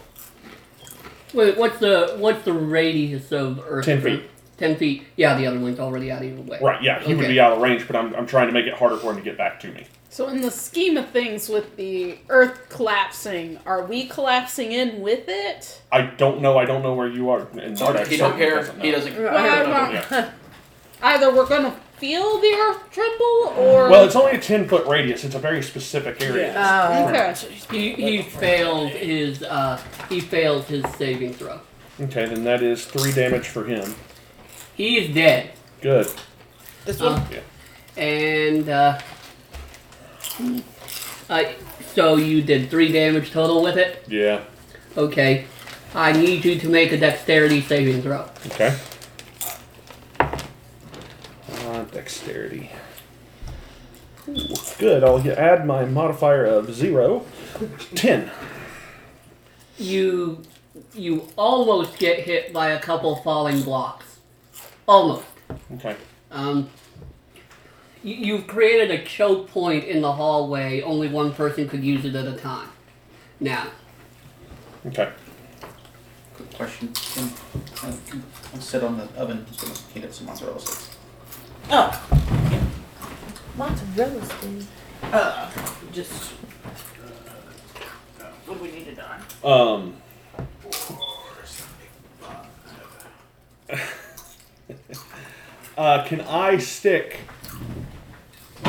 Speaker 2: wait, what's the what's the radius of Earth?
Speaker 4: Ten
Speaker 2: curve?
Speaker 4: feet.
Speaker 2: Ten feet. Yeah, the other one's already out of your way.
Speaker 4: Right, yeah, he would
Speaker 2: Okay.
Speaker 4: be out of range, but I'm, I'm trying to make it harder for him to get back to me.
Speaker 6: So, in the scheme of things, with the Earth collapsing, are we collapsing in with it?
Speaker 4: I don't know. I don't know where you are. And Nardak
Speaker 7: he don't
Speaker 4: certainly
Speaker 7: care.
Speaker 4: doesn't know.
Speaker 7: He doesn't.
Speaker 3: Well,
Speaker 6: Well,
Speaker 7: care.
Speaker 6: I don't- Either we're gonna feel the Earth tremble, or
Speaker 4: Well, it's only a ten foot radius. It's a very specific area.
Speaker 3: Oh.
Speaker 6: okay.
Speaker 2: He he failed his uh he failed his saving throw.
Speaker 4: Okay, then that is three damage for him.
Speaker 2: He is dead.
Speaker 4: Good.
Speaker 5: This
Speaker 2: Uh,
Speaker 5: one.
Speaker 2: and uh, I, so you did three damage total with it.
Speaker 4: Yeah.
Speaker 2: Okay, I need you to make a dexterity saving throw.
Speaker 4: Okay. Uh, dexterity. Ooh, good. I'll y- add my modifier of zero. Ten.
Speaker 2: You you almost get hit by a couple falling blocks, almost.
Speaker 4: Okay.
Speaker 2: Um, you, you've created a choke point in the hallway. Only one person could use it at a time. Now,
Speaker 4: Okay.
Speaker 7: Quick question. Can, uh, I'll sit on the oven. So I can get some mozzarella sticks.
Speaker 5: Oh,
Speaker 3: Mozzarella sticks.
Speaker 5: uh, just what we need to done.
Speaker 4: Um. uh, can I stick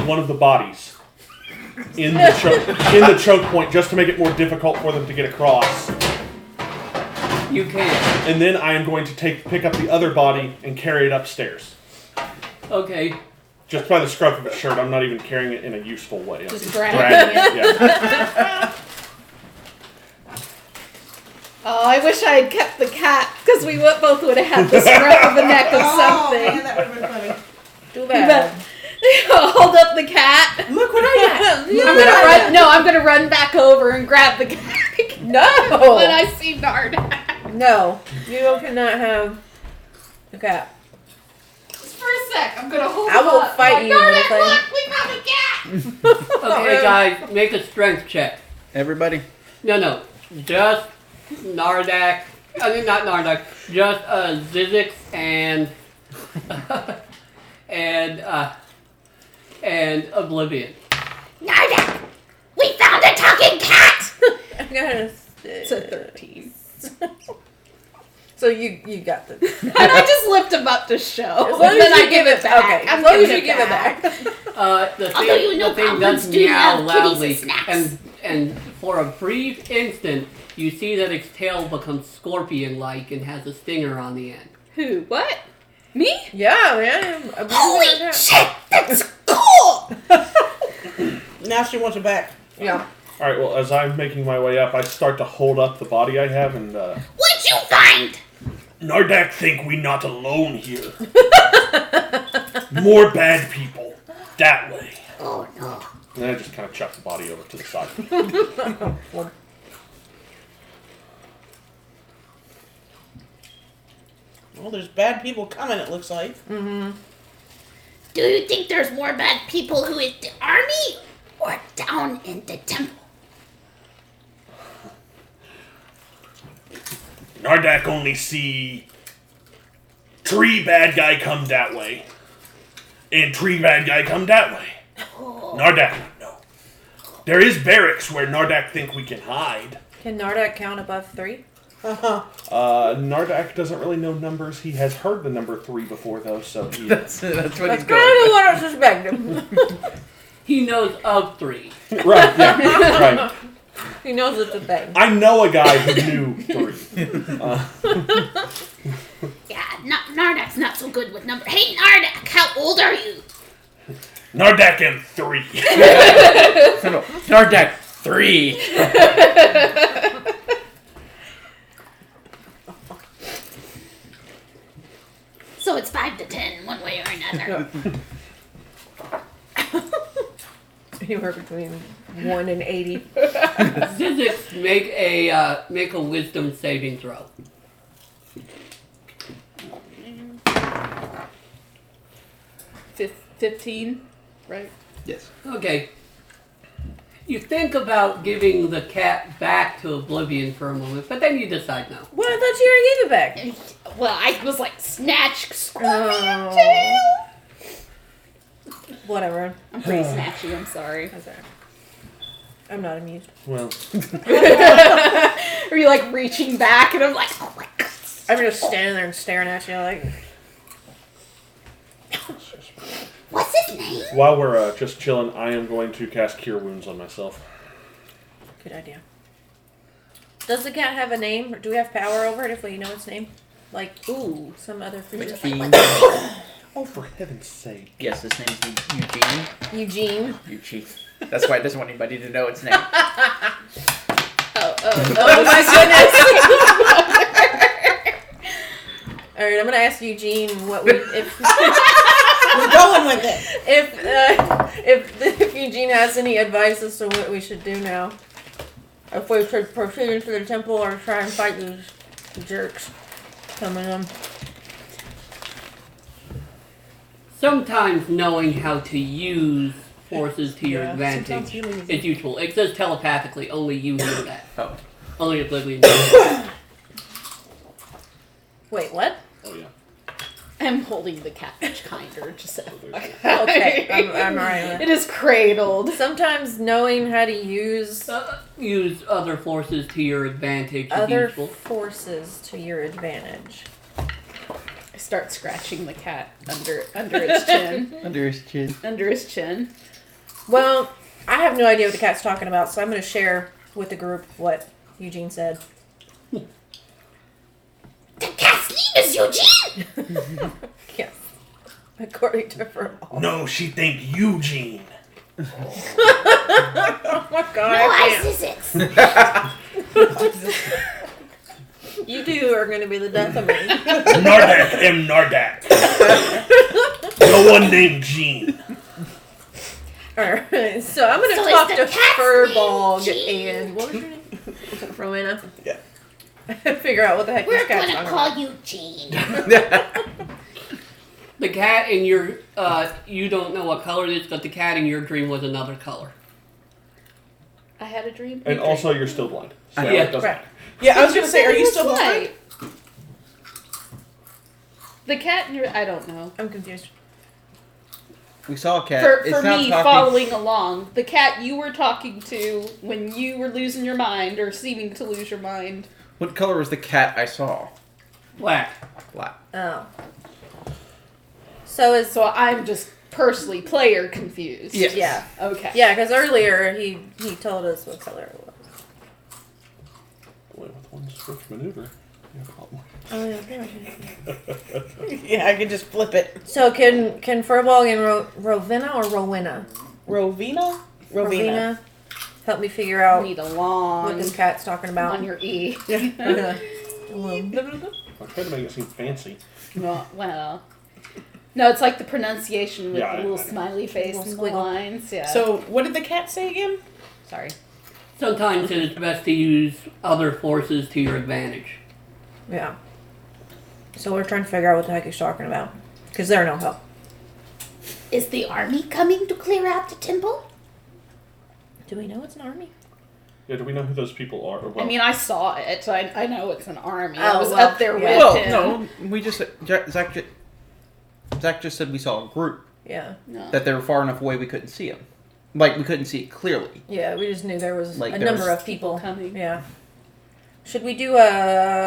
Speaker 4: one of the bodies in
Speaker 6: [LAUGHS]
Speaker 4: the choke in the choke point just to make it more difficult for them to get across?
Speaker 2: you can.
Speaker 4: And then I am going to take pick up the other body and carry it upstairs.
Speaker 2: Okay,
Speaker 4: Just by the scruff of its shirt, I'm not even carrying it in a useful way. I'm
Speaker 6: Just dragging
Speaker 4: dragging it. Yeah.
Speaker 6: Oh, I wish I had kept the cat because we would, both would have had the scruff of the neck of something.
Speaker 5: Oh, that would have been funny.
Speaker 3: Too
Speaker 6: But-
Speaker 3: bad.
Speaker 6: [LAUGHS] Hold up the cat.
Speaker 5: Look what
Speaker 6: [LAUGHS]
Speaker 5: I
Speaker 6: I'm gonna run. No, I'm gonna run back over and grab the cat.
Speaker 3: No.
Speaker 6: when I see Nardak.
Speaker 3: No. You cannot have the cat.
Speaker 6: Just [LAUGHS] for a sec, I'm gonna hold.
Speaker 3: I will
Speaker 6: up.
Speaker 3: fight
Speaker 6: Like,
Speaker 3: you,
Speaker 6: Nardak,
Speaker 3: little [LAUGHS]
Speaker 6: look, we found a cat.
Speaker 2: okay, guys, make a strength check.
Speaker 7: Everybody.
Speaker 2: No, no. Just Nardak. I mean, not Nardak. Just uh, Zizix and. [LAUGHS] and. Uh, and Oblivion.
Speaker 6: Nardak, we found a talking cat.
Speaker 3: I got a
Speaker 6: It's a thirteen.
Speaker 3: [LAUGHS] So you you
Speaker 6: [LAUGHS]
Speaker 3: got the. [LAUGHS]
Speaker 6: and [LAUGHS] I just lift him up to show.
Speaker 3: As long
Speaker 6: and
Speaker 3: as
Speaker 6: then
Speaker 3: you
Speaker 6: I give it back.
Speaker 3: Okay.
Speaker 6: I'm
Speaker 3: As long as
Speaker 6: giving
Speaker 3: you
Speaker 6: it
Speaker 3: give it back.
Speaker 6: [LAUGHS]
Speaker 2: Uh, the
Speaker 6: Although
Speaker 2: thing,
Speaker 6: you know
Speaker 2: the thing
Speaker 6: goblins
Speaker 2: does
Speaker 6: do
Speaker 2: meow
Speaker 6: love kitties
Speaker 2: loudly,
Speaker 6: as snacks.
Speaker 2: and and for a brief instant, you see that its tail becomes scorpion-like and has a stinger on the end.
Speaker 6: Who? What? Me?
Speaker 3: [LAUGHS] Yeah, man. I'm- I'm really not-
Speaker 6: shit, that's cool!
Speaker 5: Now she wants it back.
Speaker 3: Yeah.
Speaker 4: All right. Well, as I'm making my way up, I start to hold up the body I have and. Uh,
Speaker 6: What'd you find?
Speaker 4: Nardak think we not alone here. More bad people that way.
Speaker 6: Oh no.
Speaker 4: And then I just kind of chuck the body over to the side.
Speaker 5: Well, there's bad people coming, it looks [LAUGHS] like.
Speaker 8: Do you think there's more bad people who is the army or down in the temple?
Speaker 4: [LAUGHS] Nardak only see three bad guy come that way, and three bad guy come that way. Nardak, no. There is barracks where Nardak think we can hide.
Speaker 3: Can Nardak count above three?
Speaker 4: Uh, Nardak doesn't really know numbers. He has heard the number three before, though, so [LAUGHS] he,
Speaker 7: That's that's what
Speaker 3: That's kind of
Speaker 7: he's going.
Speaker 3: what [LAUGHS] I suspected.
Speaker 2: He knows of three.
Speaker 4: right, yeah, [LAUGHS] right.
Speaker 3: he knows it's a thing.
Speaker 4: I know a guy who knew three.
Speaker 8: Yeah, not, Nardak's not so good with numbers. Hey, Nardak, how old are you?
Speaker 4: Nardak and three.
Speaker 7: with. No, Nardak three.
Speaker 8: So it's five to ten, one way or
Speaker 3: [LAUGHS]
Speaker 8: another.
Speaker 3: Anywhere between one and eighty.
Speaker 2: Zizix, make a uh, make a wisdom saving throw.
Speaker 6: Fif- Fifteen, right?
Speaker 7: Yes.
Speaker 2: Okay. You think about giving the cat back to Oblivion for a moment, but then you decide no.
Speaker 3: Well, I thought you already gave it back.
Speaker 6: Well, I was like snatch, squirmy,
Speaker 3: Oh. Whatever.
Speaker 6: I'm pretty snatchy. I'm sorry.
Speaker 3: That's all right. I'm not amused.
Speaker 4: well,
Speaker 6: Are you like reaching back, and I'm like, oh my god.
Speaker 3: I'm just standing there and staring at you like,
Speaker 8: What's his name?
Speaker 4: while we're uh, just chilling, I am going to cast Cure Wounds on myself.
Speaker 3: good idea. Does the cat have a name? Or do we have power over it if we know its name? Like, ooh, some other creature.
Speaker 7: Eugene.
Speaker 4: Oh, for heaven's sake.
Speaker 7: Yes, his name's Eugene.
Speaker 3: Eugene.
Speaker 7: [LAUGHS] Eugene. That's why he doesn't want anybody to know its name.
Speaker 6: Oh, oh,
Speaker 3: Oh my goodness! [LAUGHS] All right, I'm gonna ask Eugene what we if [LAUGHS]
Speaker 5: We're going with it.
Speaker 3: if uh, if, if Eugene has any advice as to what we should do now. If we should proceed into the temple or try and fight these jerks coming on.
Speaker 2: Sometimes knowing how to use forces to your
Speaker 5: Yeah, sometimes
Speaker 2: advantage
Speaker 5: healing is-
Speaker 2: is useful. It says telepathically, only you know that.
Speaker 7: Oh.
Speaker 2: Only [COUGHS] Oblivion knows that.
Speaker 3: Wait, what?
Speaker 4: Oh, yeah.
Speaker 6: I'm holding the catfish kinder, just so.
Speaker 3: [LAUGHS] Okay, I'm, I'm alright with
Speaker 6: It is cradled.
Speaker 3: it. Sometimes knowing how to use
Speaker 2: Uh, use other forces to your advantage
Speaker 3: other
Speaker 2: is useful.
Speaker 3: forces to your advantage.
Speaker 6: I start scratching the cat under under [LAUGHS] its chin,
Speaker 7: Under his chin. [LAUGHS]
Speaker 6: under his chin.
Speaker 3: Well, I have no idea what the cat's talking about, so I'm going to share with the group what Eugene said.
Speaker 8: The cat's name is Eugene!
Speaker 3: Yes. According to her. Oh
Speaker 4: No, she think Eugene.
Speaker 3: my god.
Speaker 8: Oh,
Speaker 3: I
Speaker 8: I
Speaker 3: can't.
Speaker 8: see it.
Speaker 3: You two are going to be the death of me.
Speaker 4: Nardak M. Nardak. no one named Gene.
Speaker 3: Alright, so I'm going to
Speaker 8: So
Speaker 3: talk
Speaker 8: is the
Speaker 3: to
Speaker 8: cat's
Speaker 3: Furbog
Speaker 8: name Eugene?
Speaker 3: and. What was your name? Rowena.
Speaker 4: Yeah.
Speaker 3: [LAUGHS] Figure out what the heck
Speaker 8: We're
Speaker 3: this cat's
Speaker 8: gonna
Speaker 3: talking about.
Speaker 8: call you Gene.
Speaker 2: The cat in your uh, you don't know what color it is, but the cat in your dream was another color.
Speaker 6: I had a dream.
Speaker 4: And also, you're still blind. So
Speaker 2: Yeah.
Speaker 4: it doesn't
Speaker 2: Right.
Speaker 5: Yeah, I was gonna say, are you still blind?
Speaker 6: The cat in your I don't know.
Speaker 3: I'm confused.
Speaker 7: We saw a cat.
Speaker 6: For,
Speaker 7: it's
Speaker 6: for
Speaker 7: not
Speaker 6: me,
Speaker 7: talking.
Speaker 6: following along, the cat you were talking to when you were losing your mind or seeming to lose your mind.
Speaker 7: What color was the cat I saw?
Speaker 2: Black.
Speaker 7: Black.
Speaker 3: Oh. So is.
Speaker 6: So I'm just personally player confused.
Speaker 7: Yes.
Speaker 3: Yeah.
Speaker 6: Okay.
Speaker 3: Yeah, because earlier he, he told us what color it was.
Speaker 4: Boy, with one switch maneuver, you have a lot more. [LAUGHS]
Speaker 3: Oh, yeah.
Speaker 5: Yeah, I could just flip it.
Speaker 3: So can can Furball and Ro- Rovina or Rowena?
Speaker 5: Rovina? Rovina.
Speaker 3: Rovina, help me figure
Speaker 6: You
Speaker 3: out
Speaker 6: need a long
Speaker 3: what this cat's talking about. [LAUGHS]
Speaker 6: on your E.
Speaker 3: Yeah. Well,
Speaker 4: I tried to make it seem fancy.
Speaker 6: Well, well. No, it's like the pronunciation with
Speaker 4: Yeah, I-
Speaker 6: the little
Speaker 4: I know.
Speaker 6: smiley face
Speaker 3: Little
Speaker 6: and the
Speaker 3: squiggle.
Speaker 6: lines. Yeah.
Speaker 5: [LAUGHS] So, what did the cat say again?
Speaker 6: sorry.
Speaker 2: Sometimes it is best to use other forces to your advantage.
Speaker 3: yeah. So we're trying to figure out what the heck he's talking about. Because they're no help.
Speaker 8: Is the army coming to clear out the temple?
Speaker 3: Do we know it's an army?
Speaker 4: Yeah, do we know who those people are? Or
Speaker 6: I
Speaker 4: well,
Speaker 6: mean, I saw it. so I, I know it's an army. I
Speaker 3: Oh,
Speaker 6: was
Speaker 3: well,
Speaker 6: up there
Speaker 3: yeah.
Speaker 6: with
Speaker 7: Well,
Speaker 6: him.
Speaker 7: no, we just Ja- Zach. Just, Zach just said we saw a group
Speaker 3: Yeah.
Speaker 6: No.
Speaker 7: that they were far enough away we couldn't see them, like we couldn't see it clearly.
Speaker 3: Yeah, we just knew there was
Speaker 7: Like
Speaker 3: a
Speaker 7: there
Speaker 3: number
Speaker 7: was-
Speaker 3: of people.
Speaker 6: coming.
Speaker 3: Yeah. Should we do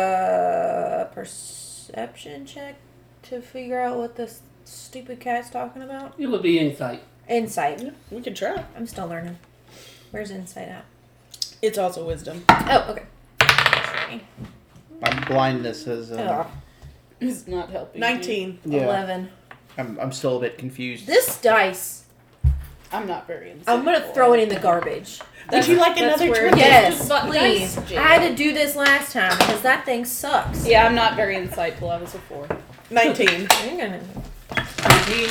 Speaker 3: a perception check to figure out what this stupid cat's talking about?
Speaker 2: It would be insight.
Speaker 3: Insight.
Speaker 5: We can try.
Speaker 3: I'm still learning. Where's insight at?
Speaker 5: It's also wisdom.
Speaker 3: Oh, okay. Sorry.
Speaker 7: My blindness is. Uh,
Speaker 3: Ugh,
Speaker 6: It's not helping. me.
Speaker 5: 19.
Speaker 7: yeah,
Speaker 3: Oh, Eleven.
Speaker 7: I'm, I'm still a bit confused.
Speaker 3: This dice,
Speaker 6: I'm not very insightful.
Speaker 3: I'm gonna throw it in the garbage.
Speaker 5: Would you like
Speaker 6: that's
Speaker 5: another
Speaker 6: where-
Speaker 5: drink?
Speaker 3: Yes,
Speaker 6: But
Speaker 3: please.
Speaker 6: dice, Jake.
Speaker 3: I had to do this last time because that thing sucks.
Speaker 6: Yeah, I'm not very insightful. I was a four.
Speaker 5: 19.
Speaker 3: You're gonna.
Speaker 2: Eugene,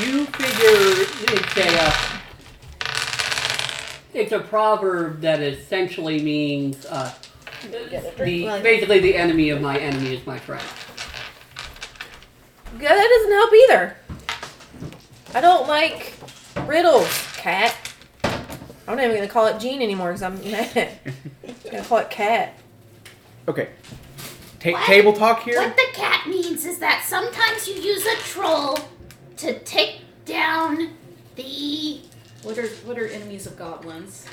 Speaker 2: you figure it's a uh, it's a proverb that essentially means uh, the basically the enemy of my enemy is my friend.
Speaker 3: Yeah, that doesn't help either. I don't like riddles, cat. I'm not even gonna call it Gene anymore because I'm [LAUGHS] mad. I'm gonna call it cat.
Speaker 7: Okay, Ta-
Speaker 8: What?
Speaker 7: table talk here.
Speaker 8: What the cat means is that sometimes you use a troll to take down the
Speaker 6: What are what are enemies of goblins?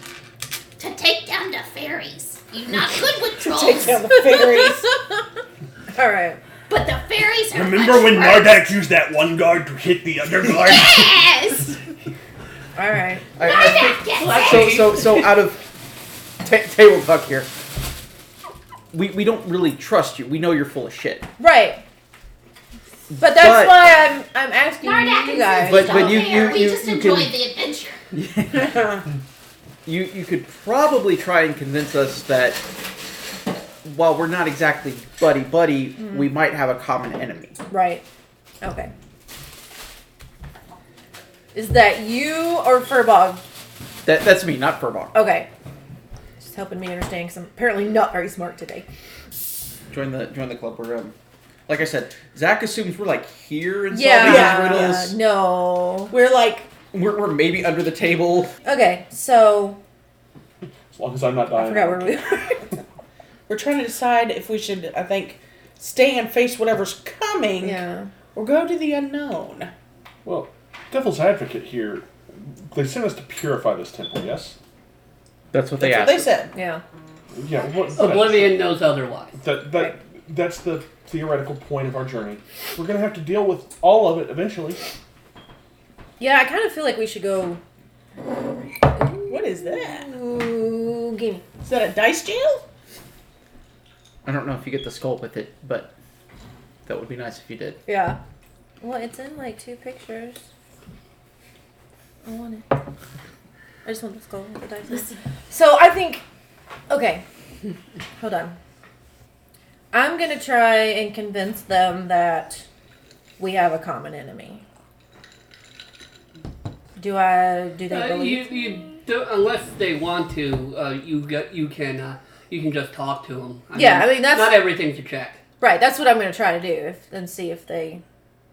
Speaker 8: to take down the fairies. You're not good with trolls,
Speaker 5: Take down the fairies.
Speaker 3: All right.
Speaker 8: but the fairies are.
Speaker 4: Remember
Speaker 8: much
Speaker 4: when
Speaker 8: worse.
Speaker 4: Nardak used that one guard to hit the other guard?
Speaker 8: Yes,
Speaker 3: All right.
Speaker 7: I- I think-
Speaker 8: Nardak gets it.
Speaker 7: so so so out of ta- table talk here. We, we don't really trust you. We know you're full of shit.
Speaker 3: Right. But that's
Speaker 7: But-
Speaker 3: why I'm I'm asking
Speaker 8: Nardak
Speaker 3: you
Speaker 8: and
Speaker 3: guys.
Speaker 7: But-
Speaker 8: Zizi
Speaker 7: but
Speaker 8: don't
Speaker 7: you-
Speaker 8: care.
Speaker 7: you-
Speaker 8: we
Speaker 7: you-
Speaker 8: just
Speaker 7: you
Speaker 8: enjoy
Speaker 7: can-
Speaker 8: the adventure.
Speaker 7: you you could probably try and convince us that while we're not exactly buddy buddy,
Speaker 3: Mm-hmm.
Speaker 7: we might have a common enemy.
Speaker 3: Right. Okay. Is that you or Furbog?
Speaker 7: That that's me, not Furbog.
Speaker 3: Okay. Just helping me understand because I'm apparently not very smart today.
Speaker 7: Join the join the club. We're um, like I said, Zach assumes we're like here and solving
Speaker 3: Yeah.
Speaker 7: these riddles.
Speaker 3: yeah, no.
Speaker 5: We're like,
Speaker 7: We're, we're maybe under the table.
Speaker 3: Okay, so
Speaker 4: as long as I'm not
Speaker 3: I
Speaker 4: dying.
Speaker 3: forgot where we were.
Speaker 5: we're trying to decide if we should, I think, stay and face whatever's coming
Speaker 3: yeah.
Speaker 5: or go to the unknown.
Speaker 4: Well, devil's advocate here. They sent us to purify this temple, yes?
Speaker 7: That's what
Speaker 5: That's what they said.
Speaker 3: Yeah.
Speaker 4: Yeah. What,
Speaker 3: Oh,
Speaker 4: what-
Speaker 2: Oblivion knows otherwise.
Speaker 4: That, that, that's the theoretical point of our journey. We're going to have to deal with all of it eventually.
Speaker 3: Yeah, I kind of feel like we should go.
Speaker 5: What is that?
Speaker 3: Ooh, gimme.
Speaker 5: Is that a dice jail?
Speaker 7: I don't know if you get the skull with it, but that would be nice if you did.
Speaker 3: Yeah. Well, it's in like two pictures. I want it. I just want the skull with the dice. in it. So I think. Okay. [LAUGHS] Hold on. I'm gonna try and convince them that we have a common enemy. Do I? Do they
Speaker 2: Uh, you,
Speaker 3: believe?
Speaker 2: you do, unless they want to, uh, you get you can uh, you can just talk to them.
Speaker 3: Yeah, I mean, that's-
Speaker 2: not everything's a check.
Speaker 3: Right, that's what I'm going to try to do if, and see if they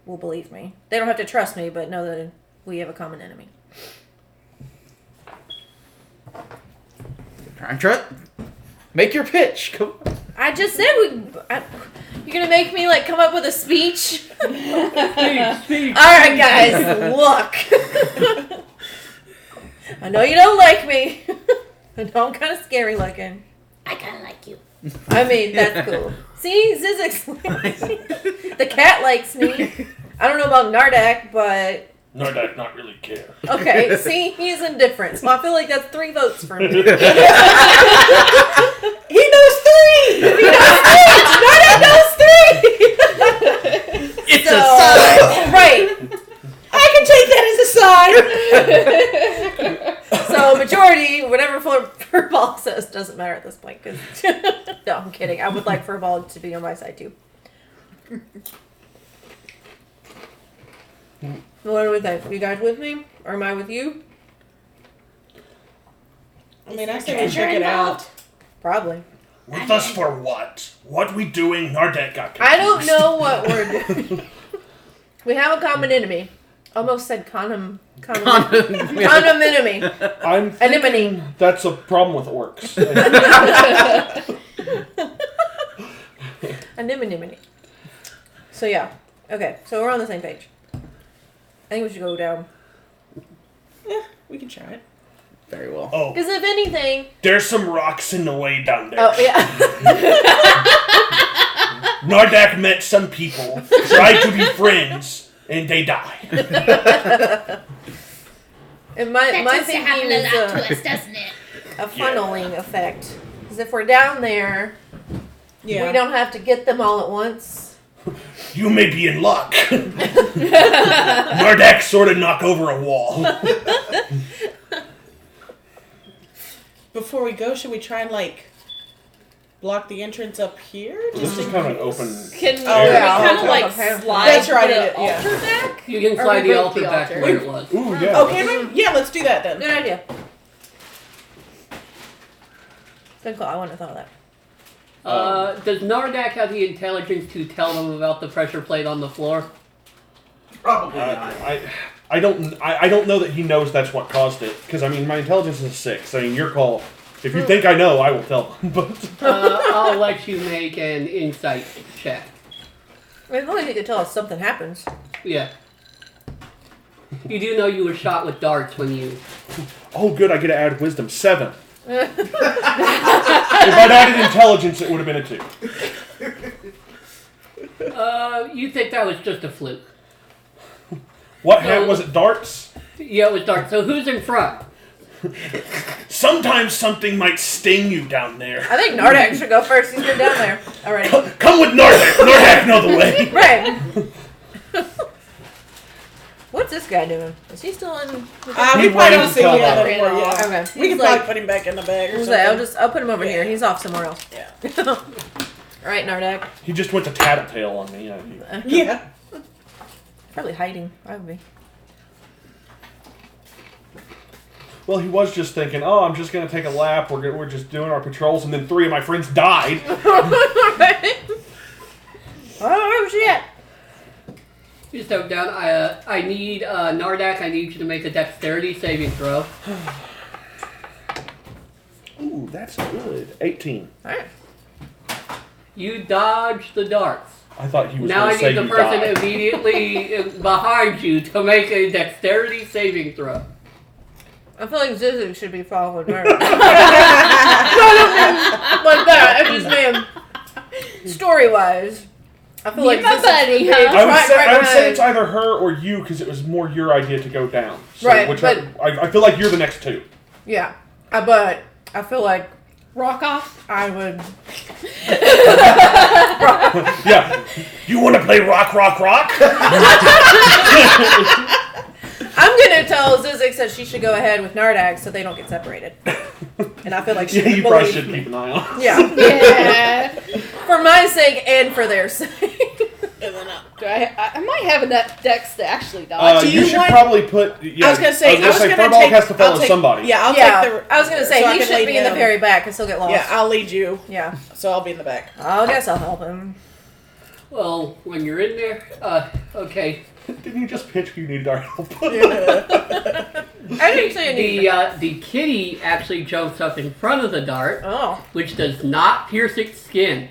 Speaker 3: will believe me. They don't have to trust me, but know that we have a common enemy.
Speaker 7: Try and try. Make your pitch. Come on.
Speaker 3: I just said we. I, you're going to make me, like, come up with a speech?
Speaker 2: [LAUGHS]
Speaker 3: All right, guys, look. I know you don't like me. [LAUGHS] I know I'm kind of scary looking.
Speaker 8: I kind of like you.
Speaker 3: I mean, that's
Speaker 7: [LAUGHS]
Speaker 3: cool. [LAUGHS] See, Zizek's [LAUGHS] the cat likes me. I don't know about Nardak, but
Speaker 4: Nardak not really
Speaker 3: [LAUGHS]
Speaker 4: care.
Speaker 7: [LAUGHS]
Speaker 3: okay. See, he's indifferent. So I feel like that's three votes for
Speaker 4: [LAUGHS]
Speaker 3: me. [LAUGHS] He knows three. He knows three. Narda knows three.
Speaker 7: It's
Speaker 3: So- right.
Speaker 5: I can take that as a sign.
Speaker 3: So majority, whatever Fur- Furball says, doesn't matter at this point. 'cause- [LAUGHS] no, I'm kidding. I would like Furball to be on my side too. What do we think? You guys with me, or am I with you?
Speaker 5: I mean, I
Speaker 8: Is
Speaker 5: say
Speaker 8: there
Speaker 5: we
Speaker 8: treasure
Speaker 5: check it out.
Speaker 8: involved?
Speaker 3: Probably.
Speaker 4: With us for what? What we doing? Our dad got
Speaker 3: I don't [LAUGHS]
Speaker 4: confused.
Speaker 3: know what we're doing. we have a common enemy. Almost said condom. Condom. [LAUGHS] condom enemy.
Speaker 4: I'm
Speaker 3: Anemone. [LAUGHS]
Speaker 4: That's a problem with orcs.
Speaker 3: Anemone. anemone. So yeah. Okay. So we're on the same page. I think we should go down.
Speaker 5: We can try it.
Speaker 7: Very well.
Speaker 4: [LAUGHS] oh,
Speaker 3: Because if anything.
Speaker 4: there's some rocks in the way down there.
Speaker 3: Oh [LAUGHS] yeah.
Speaker 4: Nardak met some people, tried to be friends, and they died.
Speaker 3: And my
Speaker 8: That
Speaker 3: my
Speaker 8: does happen
Speaker 3: thinking
Speaker 8: a
Speaker 3: is
Speaker 8: lot
Speaker 3: a,
Speaker 8: to us, doesn't it?
Speaker 3: a funneling effect. Because if we're down there,
Speaker 5: Yeah.
Speaker 3: we don't have to get them all at once.
Speaker 4: You may be in luck. [LAUGHS] Nardak sort of knock over a wall.
Speaker 5: Before we go, should we try and like block the entrance up here?
Speaker 4: [LAUGHS] This
Speaker 5: Just
Speaker 4: is
Speaker 5: in
Speaker 4: kind of an
Speaker 5: case?
Speaker 4: open.
Speaker 6: Can
Speaker 5: Oh,
Speaker 6: we
Speaker 5: yeah.
Speaker 6: kind of
Speaker 3: Okay.
Speaker 6: like
Speaker 3: Okay.
Speaker 6: slide
Speaker 5: That's right,
Speaker 6: the
Speaker 5: it- yeah.
Speaker 6: altar back?
Speaker 2: You can
Speaker 6: Or
Speaker 2: slide
Speaker 6: we
Speaker 2: the
Speaker 6: break
Speaker 2: altar
Speaker 6: the
Speaker 2: back
Speaker 6: altar.
Speaker 2: where
Speaker 3: [LAUGHS]
Speaker 2: it was.
Speaker 4: Ooh, yeah.
Speaker 5: Oh, can we?
Speaker 3: Mm-hmm.
Speaker 5: Yeah, let's do that then.
Speaker 3: Good idea. Good call. I wouldn't have thought of that.
Speaker 2: Uh, does Nardak have the intelligence to tell them about the pressure plate on the
Speaker 3: [LAUGHS]
Speaker 2: floor?
Speaker 7: Probably
Speaker 4: Uh, I, I don't I, I don't know that he knows that's what caused it because I mean my intelligence is six. I mean your call. If you think I know, I will tell them. [LAUGHS] But
Speaker 2: Uh, I'll let you make an insight check.
Speaker 3: I mean, as long as you can tell us something happens.
Speaker 2: Yeah. You do know you were shot with darts when you.
Speaker 4: oh, good, I get to add wisdom [LAUGHS] seven. if I'd added intelligence, it would have been a two.
Speaker 2: Uh, you think that was just a fluke?
Speaker 4: What hand was it? Darts.
Speaker 2: Yeah, it was darts. So who's in front?
Speaker 4: Sometimes something might sting you down there.
Speaker 3: I think Nardak should go first. He's been down there already.
Speaker 4: Come with Nardak. Nardak know the way.
Speaker 3: Right. What's this guy doing? Is he still in?
Speaker 5: Uh,
Speaker 4: He
Speaker 5: we probably
Speaker 4: waited
Speaker 5: don't see
Speaker 4: until
Speaker 5: him
Speaker 4: that
Speaker 5: anymore. Yeah.
Speaker 3: Okay.
Speaker 5: We can
Speaker 3: He's like,
Speaker 5: probably put him back in the bag or
Speaker 3: he's
Speaker 5: something.
Speaker 3: like, I'll just I'll put him over here.
Speaker 5: Yeah.
Speaker 3: He's off somewhere else.
Speaker 5: Yeah.
Speaker 3: All right, Nardak.
Speaker 4: He just went to tattletale on me. Yeah, he-
Speaker 5: yeah.
Speaker 3: Probably hiding. Probably.
Speaker 4: Well, he was just thinking, oh, I'm just gonna take a lap. We're gonna, we're just doing our patrols, and then three of my friends died.
Speaker 3: oh shit!
Speaker 2: You step down. I uh, I need uh, Nardak. I need you to make a dexterity saving throw.
Speaker 4: [LAUGHS] Ooh, that's good. 18.
Speaker 3: All right.
Speaker 2: You dodge the darts.
Speaker 4: I thought he was
Speaker 2: Now
Speaker 4: going
Speaker 2: I
Speaker 4: to say
Speaker 2: need the
Speaker 4: you
Speaker 2: person
Speaker 4: died.
Speaker 2: immediately
Speaker 4: [LAUGHS]
Speaker 2: behind you to make a dexterity saving throw.
Speaker 3: I feel like Zizek should be following [LAUGHS] her. no, no, no, like that. I just mean story wise. I feel like
Speaker 6: my
Speaker 3: Zizek
Speaker 6: buddy,
Speaker 3: should be
Speaker 6: huh?
Speaker 4: I would,
Speaker 3: right
Speaker 4: say, I would
Speaker 3: behind-
Speaker 4: say it's either her or you because it was more your idea to go down. So,
Speaker 3: Right,
Speaker 4: Which I, I, I feel like you're the next two. [LAUGHS]
Speaker 3: yeah. I but I feel like
Speaker 6: Rock off?
Speaker 3: I would.
Speaker 4: Yeah. you want to play rock, rock,
Speaker 5: [LAUGHS]
Speaker 4: rock?
Speaker 3: I'm gonna tell Zizek that she should go ahead with Nardak so they don't get [LAUGHS] separated. And I feel like she
Speaker 4: yeah, you
Speaker 3: would
Speaker 4: probably
Speaker 3: believe-
Speaker 4: should keep an eye on.
Speaker 3: Yeah, [LAUGHS]
Speaker 6: Yeah.
Speaker 3: for my sake and for their [LAUGHS] sake.
Speaker 5: And then up.
Speaker 6: Do I, I, I might have enough decks to actually
Speaker 4: Uh,
Speaker 6: dodge.
Speaker 5: do
Speaker 4: you,
Speaker 5: you
Speaker 4: should
Speaker 5: want-
Speaker 4: probably put. Yeah,
Speaker 5: I was gonna say. I was gonna,
Speaker 4: Furball
Speaker 5: take.
Speaker 4: has to follow
Speaker 5: I'll take-
Speaker 4: somebody.
Speaker 5: Yeah. I'll
Speaker 3: Oh, yeah,
Speaker 5: take the.
Speaker 3: I was gonna say
Speaker 5: so I
Speaker 3: he
Speaker 5: can
Speaker 3: should
Speaker 5: lead
Speaker 3: be in the
Speaker 5: him.
Speaker 3: very back and still get lost.
Speaker 5: Yeah, I'll lead you.
Speaker 3: yeah.
Speaker 5: So I'll be in the back.
Speaker 3: I guess I'll help him.
Speaker 2: Well, when you're in there, uh, okay.
Speaker 4: Didn't you just pitch you needed our [LAUGHS] help?
Speaker 3: I didn't say anything.
Speaker 2: The uh, the kitty actually jumps up in front of the dart,
Speaker 3: Oh,
Speaker 2: which does not pierce its skin.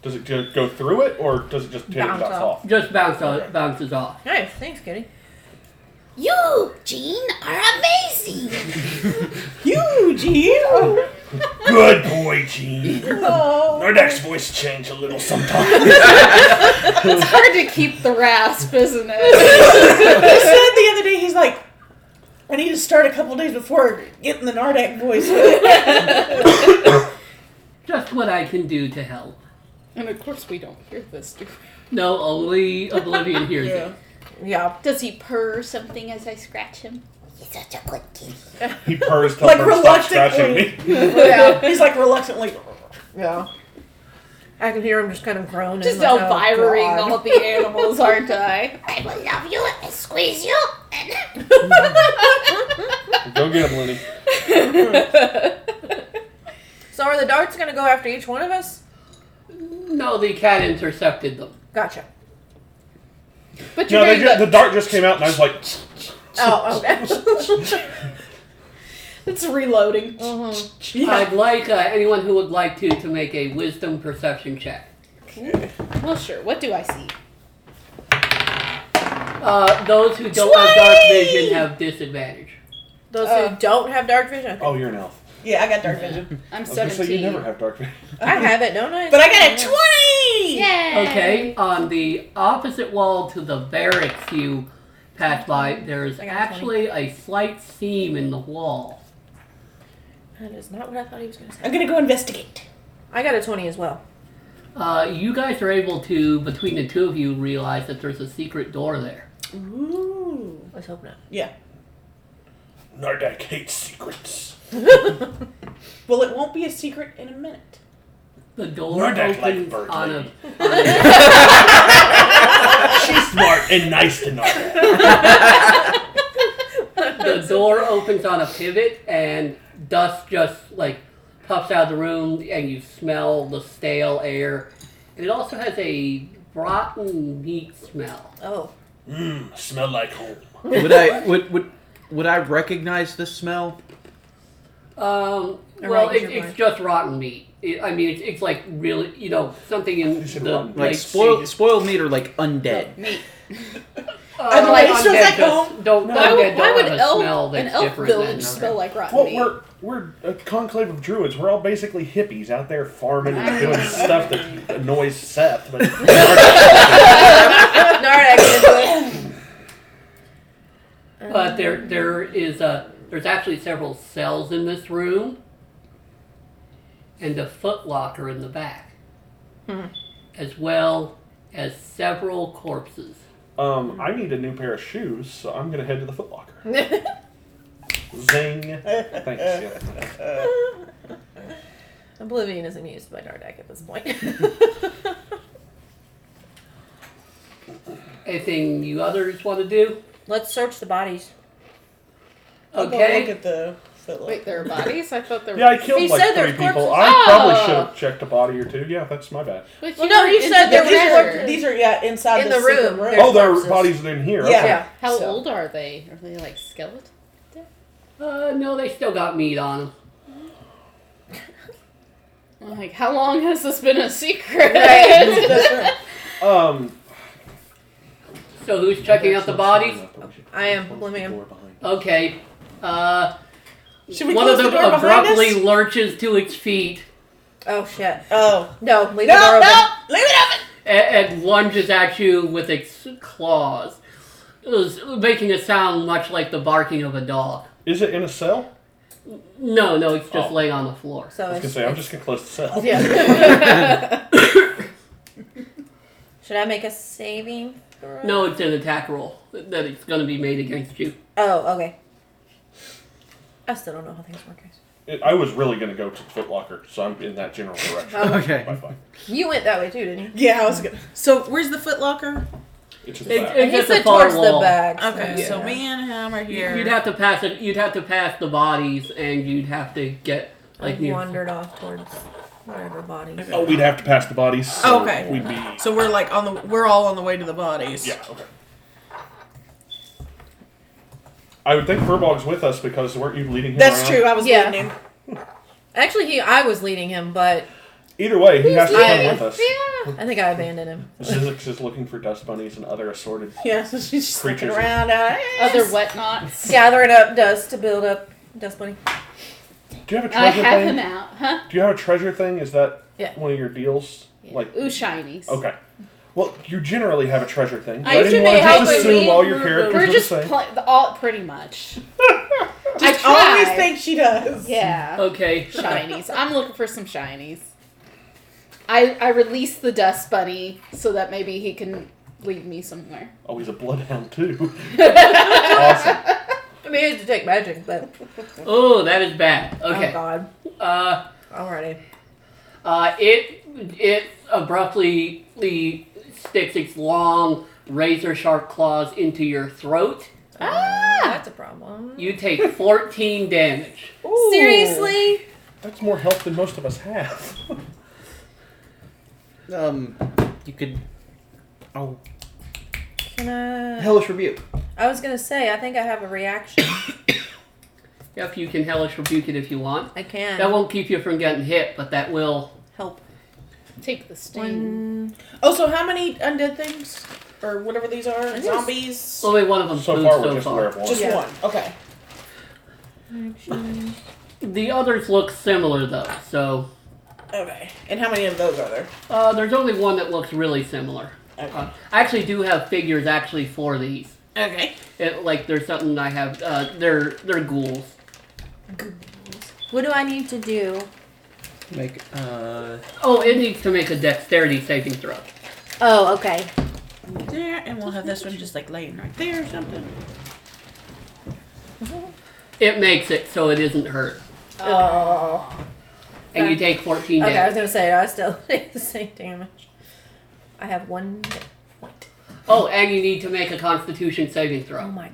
Speaker 4: does it ju- go through it or does it just hit and
Speaker 3: Bounce
Speaker 4: bounce
Speaker 3: off.
Speaker 4: off?
Speaker 2: Just bounce off, bounces off.
Speaker 3: nice. Thanks, Kitty.
Speaker 8: You, Gene, are amazing.
Speaker 5: Eugene. Oh.
Speaker 4: Good boy, Gene. Nardak's voice changed a little sometimes.
Speaker 6: It's hard to keep the rasp, isn't
Speaker 5: [LAUGHS] he
Speaker 6: it?
Speaker 5: said the other day, he's like, I need to start a couple days before getting the Nardak voice. [LAUGHS]
Speaker 2: Just what I can do to help.
Speaker 6: and of course, we don't hear this. Do we?
Speaker 2: No, only
Speaker 3: [LAUGHS]
Speaker 2: Oblivion hears
Speaker 5: yeah.
Speaker 2: it.
Speaker 3: Yeah.
Speaker 6: Does he purr something as I scratch him?
Speaker 8: You're such a good kid.
Speaker 4: he purrs till
Speaker 5: Like
Speaker 4: Herb stops scratching
Speaker 5: reluctantly.
Speaker 4: me.
Speaker 3: [LAUGHS] Yeah.
Speaker 5: He's like reluctantly.
Speaker 3: Yeah. I can hear him just kind of groaning.
Speaker 6: Just
Speaker 3: like, oh,
Speaker 6: Elvira-ing
Speaker 3: God.
Speaker 6: all the animals, aren't
Speaker 4: [LAUGHS]
Speaker 6: I?
Speaker 8: I will love you and squeeze you. And
Speaker 4: Go get him, Lenny.
Speaker 3: So are the darts gonna go after each one of us?
Speaker 2: No, the cat intercepted them.
Speaker 3: Gotcha.
Speaker 6: But you're
Speaker 4: No, they
Speaker 6: hearing
Speaker 4: ju- the
Speaker 6: the,
Speaker 4: dart just came out, and I was like, [LAUGHS]
Speaker 3: Oh, okay.
Speaker 5: It's
Speaker 4: [LAUGHS]
Speaker 5: reloading.
Speaker 4: Uh-huh.
Speaker 2: I'd like uh, anyone who would like to to make a wisdom perception check.
Speaker 6: well, sure. What do I see?
Speaker 2: Uh, those who don't have dark vision have disadvantage.
Speaker 3: Those
Speaker 5: Uh,
Speaker 3: who don't have dark vision.
Speaker 4: "Oh, you're an elf."
Speaker 5: Yeah, I got dark vision.
Speaker 6: I'm
Speaker 4: I was gonna say you
Speaker 6: seventeen.
Speaker 4: never have dark vision.
Speaker 3: [LAUGHS] I have it, don't I?
Speaker 5: But I got a 20!
Speaker 8: Yay!
Speaker 2: Okay, on the opposite wall to the barracks you pass by, there's
Speaker 3: I got
Speaker 2: actually a slight seam in the wall.
Speaker 3: That is not what I thought he was gonna say.
Speaker 5: I'm gonna go investigate.
Speaker 3: I got a twenty as well.
Speaker 2: Uh, you guys are able to, between the two of you, realize that there's a secret door there.
Speaker 5: Ooh.
Speaker 3: Let's hope not.
Speaker 5: Yeah.
Speaker 4: Nardak hates secrets. [LAUGHS]
Speaker 5: Well, it won't be a secret in a minute.
Speaker 2: The door
Speaker 4: Nordic like
Speaker 2: opens
Speaker 4: bird
Speaker 2: on a
Speaker 3: [LAUGHS]
Speaker 4: lady. She's smart and nice to Nardak.
Speaker 6: [LAUGHS]
Speaker 2: the door opens on a pivot and dust just like puffs out of the room and you smell the stale air. And it also has a rotten meat smell.
Speaker 3: Oh.
Speaker 4: Mmm, smell like home.
Speaker 7: would I would would would I recognize this smell?
Speaker 2: Um,
Speaker 3: Or
Speaker 2: well,
Speaker 3: rotten
Speaker 2: it,
Speaker 3: your
Speaker 2: it's
Speaker 3: mind.
Speaker 2: just rotten meat. It, I mean, it's, it's like really, you know, something in
Speaker 4: You said
Speaker 2: the
Speaker 4: rotten meat.
Speaker 7: Like
Speaker 2: like,
Speaker 7: spoiled spoiled meat or like undead?
Speaker 6: Me.
Speaker 2: Uh,
Speaker 5: Either way, it smells
Speaker 2: undead
Speaker 5: like
Speaker 2: just
Speaker 5: home.
Speaker 2: Don't
Speaker 6: Why
Speaker 2: undead
Speaker 6: would,
Speaker 2: don't
Speaker 6: why would
Speaker 2: have a smell
Speaker 6: elf, an
Speaker 2: that's
Speaker 6: elf
Speaker 2: different than
Speaker 6: village smell like rotten
Speaker 4: Well,
Speaker 6: meat?
Speaker 4: we're we're a conclave of druids. We're all basically hippies out there farming and doing stuff that annoys Seth.
Speaker 3: [LAUGHS]
Speaker 4: But [LAUGHS]
Speaker 3: Nardak did it.
Speaker 2: But there, there is a there's actually several cells in this room, and a foot locker in the back,
Speaker 5: Hmm.
Speaker 2: as well as several corpses.
Speaker 4: um, I need a new pair of shoes, so I'm gonna head to the Foot Locker. Zing! Thanks. Yeah.
Speaker 3: [LAUGHS] Oblivion is amused by Nardak at this point.
Speaker 2: Anything you others want to do?
Speaker 3: [LAUGHS] Let's search the bodies.
Speaker 5: I'll Oh, go
Speaker 2: Okay.
Speaker 5: Look at the footlock.
Speaker 6: Wait, there are bodies? I thought there were.
Speaker 4: yeah, I killed
Speaker 3: He
Speaker 4: like
Speaker 3: said
Speaker 4: three
Speaker 3: there's
Speaker 4: people.
Speaker 3: corpses.
Speaker 4: I probably
Speaker 6: Oh.
Speaker 4: should have checked a body or two. Yeah, that's my bad.
Speaker 6: But
Speaker 3: Well, no,
Speaker 6: were
Speaker 3: you
Speaker 6: in
Speaker 3: said
Speaker 6: the
Speaker 3: there
Speaker 5: Yeah,
Speaker 3: were
Speaker 5: these
Speaker 6: desert.
Speaker 5: are these are yeah inside
Speaker 3: In
Speaker 5: the,
Speaker 3: the room.
Speaker 5: secret
Speaker 3: There's
Speaker 4: oh, there are
Speaker 3: corpses.
Speaker 4: bodies in here.
Speaker 5: Yeah.
Speaker 4: Okay.
Speaker 3: Yeah.
Speaker 6: How
Speaker 5: So-
Speaker 6: old are they? Are they like skeleton?
Speaker 2: Uh, no, they still got meat on them.
Speaker 6: I'm Like, how long has this been
Speaker 4: [LAUGHS]
Speaker 6: a
Speaker 3: [LAUGHS]
Speaker 6: secret?
Speaker 3: Right.
Speaker 5: That's right.
Speaker 4: Um.
Speaker 2: So who's checking out the bodies?
Speaker 3: I am. Let me-
Speaker 2: Okay. Uh,
Speaker 5: Should we
Speaker 2: one
Speaker 5: close
Speaker 2: of them
Speaker 5: the door behind
Speaker 2: abruptly
Speaker 5: us?
Speaker 2: lurches to its feet
Speaker 3: Oh shit.
Speaker 5: Oh
Speaker 3: No, leave the door
Speaker 5: no
Speaker 3: open.
Speaker 5: no! Leave it open.
Speaker 2: and, and lunges at you with its claws, It was making a sound much like the barking of a dog.
Speaker 4: Is it in a cell?
Speaker 2: No, no, it's just
Speaker 4: Oh.
Speaker 2: laying on the floor.
Speaker 3: So
Speaker 4: I was gonna
Speaker 3: it's,
Speaker 4: say I'm just gonna close the cell.
Speaker 3: should I make a saving? throw?
Speaker 2: No, it's an attack roll that it's going to be made against you.
Speaker 3: Oh, okay. I still don't know how things work. guys.
Speaker 4: It, I was really gonna go to the Foot Locker, so I'm in that general direction.
Speaker 3: Oh.
Speaker 7: Okay.
Speaker 4: Bye-bye.
Speaker 3: You went that way too, didn't you?
Speaker 5: [LAUGHS] Yeah, I was good. So where's the footlocker?
Speaker 4: It's in the
Speaker 2: It,
Speaker 4: back.
Speaker 2: it's
Speaker 3: He
Speaker 2: just a
Speaker 3: said
Speaker 2: far
Speaker 3: towards
Speaker 2: wall.
Speaker 3: the back.
Speaker 5: Okay, so
Speaker 3: yeah.
Speaker 5: me and him are here.
Speaker 2: You'd have to pass it. You'd have to pass the bodies, and you'd have to get like
Speaker 3: Like
Speaker 2: near.
Speaker 3: wandered off towards whatever bodies.
Speaker 4: Oh, we'd have to pass the bodies. So
Speaker 5: Okay.
Speaker 4: We'd be.
Speaker 5: so we're like on the we're all on the way to the bodies.
Speaker 4: Yeah. Okay. I would think Furbog's with us because weren't you leading him?
Speaker 5: That's
Speaker 4: around?
Speaker 5: true. I was
Speaker 3: Yeah.
Speaker 5: leading him.
Speaker 3: Actually, he I was leading him, but
Speaker 4: Either way, he has to come
Speaker 3: leading?
Speaker 4: with us.
Speaker 3: I think I abandoned
Speaker 2: [LAUGHS]
Speaker 3: him.
Speaker 4: Zizix is looking for dust bunnies and other assorted.
Speaker 5: Yeah, [LAUGHS] so she's just looking
Speaker 4: Creatures.
Speaker 5: around. Uh,
Speaker 6: Other whatnots.
Speaker 3: Gathering up dust to build up dust bunny.
Speaker 4: Do you have a
Speaker 6: I
Speaker 4: treasure
Speaker 6: have
Speaker 4: thing?
Speaker 6: him out, huh?
Speaker 4: Do you have a treasure thing? Is that
Speaker 3: Yeah.
Speaker 4: one of your deals? Like
Speaker 6: Ooh, shinies.
Speaker 4: okay. Well, you generally have a treasure thing.
Speaker 6: I
Speaker 4: I, didn't
Speaker 6: should
Speaker 4: want
Speaker 6: be
Speaker 4: to just
Speaker 6: helping
Speaker 4: assume
Speaker 6: me.
Speaker 4: all your
Speaker 2: We're
Speaker 4: characters
Speaker 6: We're
Speaker 4: were the
Speaker 6: just
Speaker 4: same.
Speaker 6: pl- all pretty
Speaker 4: [LAUGHS]
Speaker 6: much. I
Speaker 5: I always
Speaker 6: tried.
Speaker 5: think she does.
Speaker 6: Yeah.
Speaker 2: Okay.
Speaker 6: Shinies. I'm looking for some shinies. I I release the dust bunny so that maybe he can lead me somewhere.
Speaker 4: Oh, he's a bloodhound too. [LAUGHS] awesome.
Speaker 3: I mean, he has to take magic, but
Speaker 2: Oh, that is bad.
Speaker 3: oh
Speaker 2: Okay.
Speaker 3: god,
Speaker 2: Uh.
Speaker 3: already.
Speaker 2: Uh, it it abruptly le- sticks its long razor sharp claws into your throat.
Speaker 3: Ah, that's a Um, problem.
Speaker 2: You take 14 damage.
Speaker 3: Seriously,
Speaker 4: That's more health than most of us
Speaker 2: [LAUGHS]
Speaker 4: have.
Speaker 7: Um, you could. Oh,
Speaker 3: Can I?
Speaker 7: hellish rebuke.
Speaker 3: I was gonna say, I think I have a reaction.
Speaker 2: Yep, you can hellish rebuke it if you want.
Speaker 3: I can
Speaker 2: That won't keep you from getting hit, but that will.
Speaker 3: help.
Speaker 6: [LAUGHS] Take the sting.
Speaker 3: One.
Speaker 5: Oh, so how many undead things or whatever these are?
Speaker 3: think
Speaker 5: Zombies.
Speaker 2: Only one of them
Speaker 4: So
Speaker 2: moved
Speaker 4: far, we're
Speaker 2: so
Speaker 4: just
Speaker 2: far.
Speaker 4: aware of one.
Speaker 5: Just
Speaker 3: Yeah.
Speaker 5: one. Okay.
Speaker 3: action.
Speaker 2: The others look similar though, so
Speaker 5: Okay. And how many of those are there?
Speaker 2: uh, there's only one that looks really similar. Uh, I actually do have figures actually for these.
Speaker 5: Okay.
Speaker 2: It, like there's something I have. Uh, they're they're ghouls.
Speaker 3: What do I need to do?
Speaker 7: Make uh.
Speaker 2: Oh, it needs to make a dexterity saving throw.
Speaker 3: Oh, okay.
Speaker 5: There, and we'll have this one just like laying right there or something.
Speaker 2: It makes it so it isn't hurt,
Speaker 3: Oh.
Speaker 2: and you take 14
Speaker 3: Okay, I
Speaker 2: damage.
Speaker 3: was gonna say I still [LAUGHS] take the same damage. I have one.
Speaker 2: Oh, and you need to make a Constitution saving
Speaker 3: Oh
Speaker 2: throw.
Speaker 3: my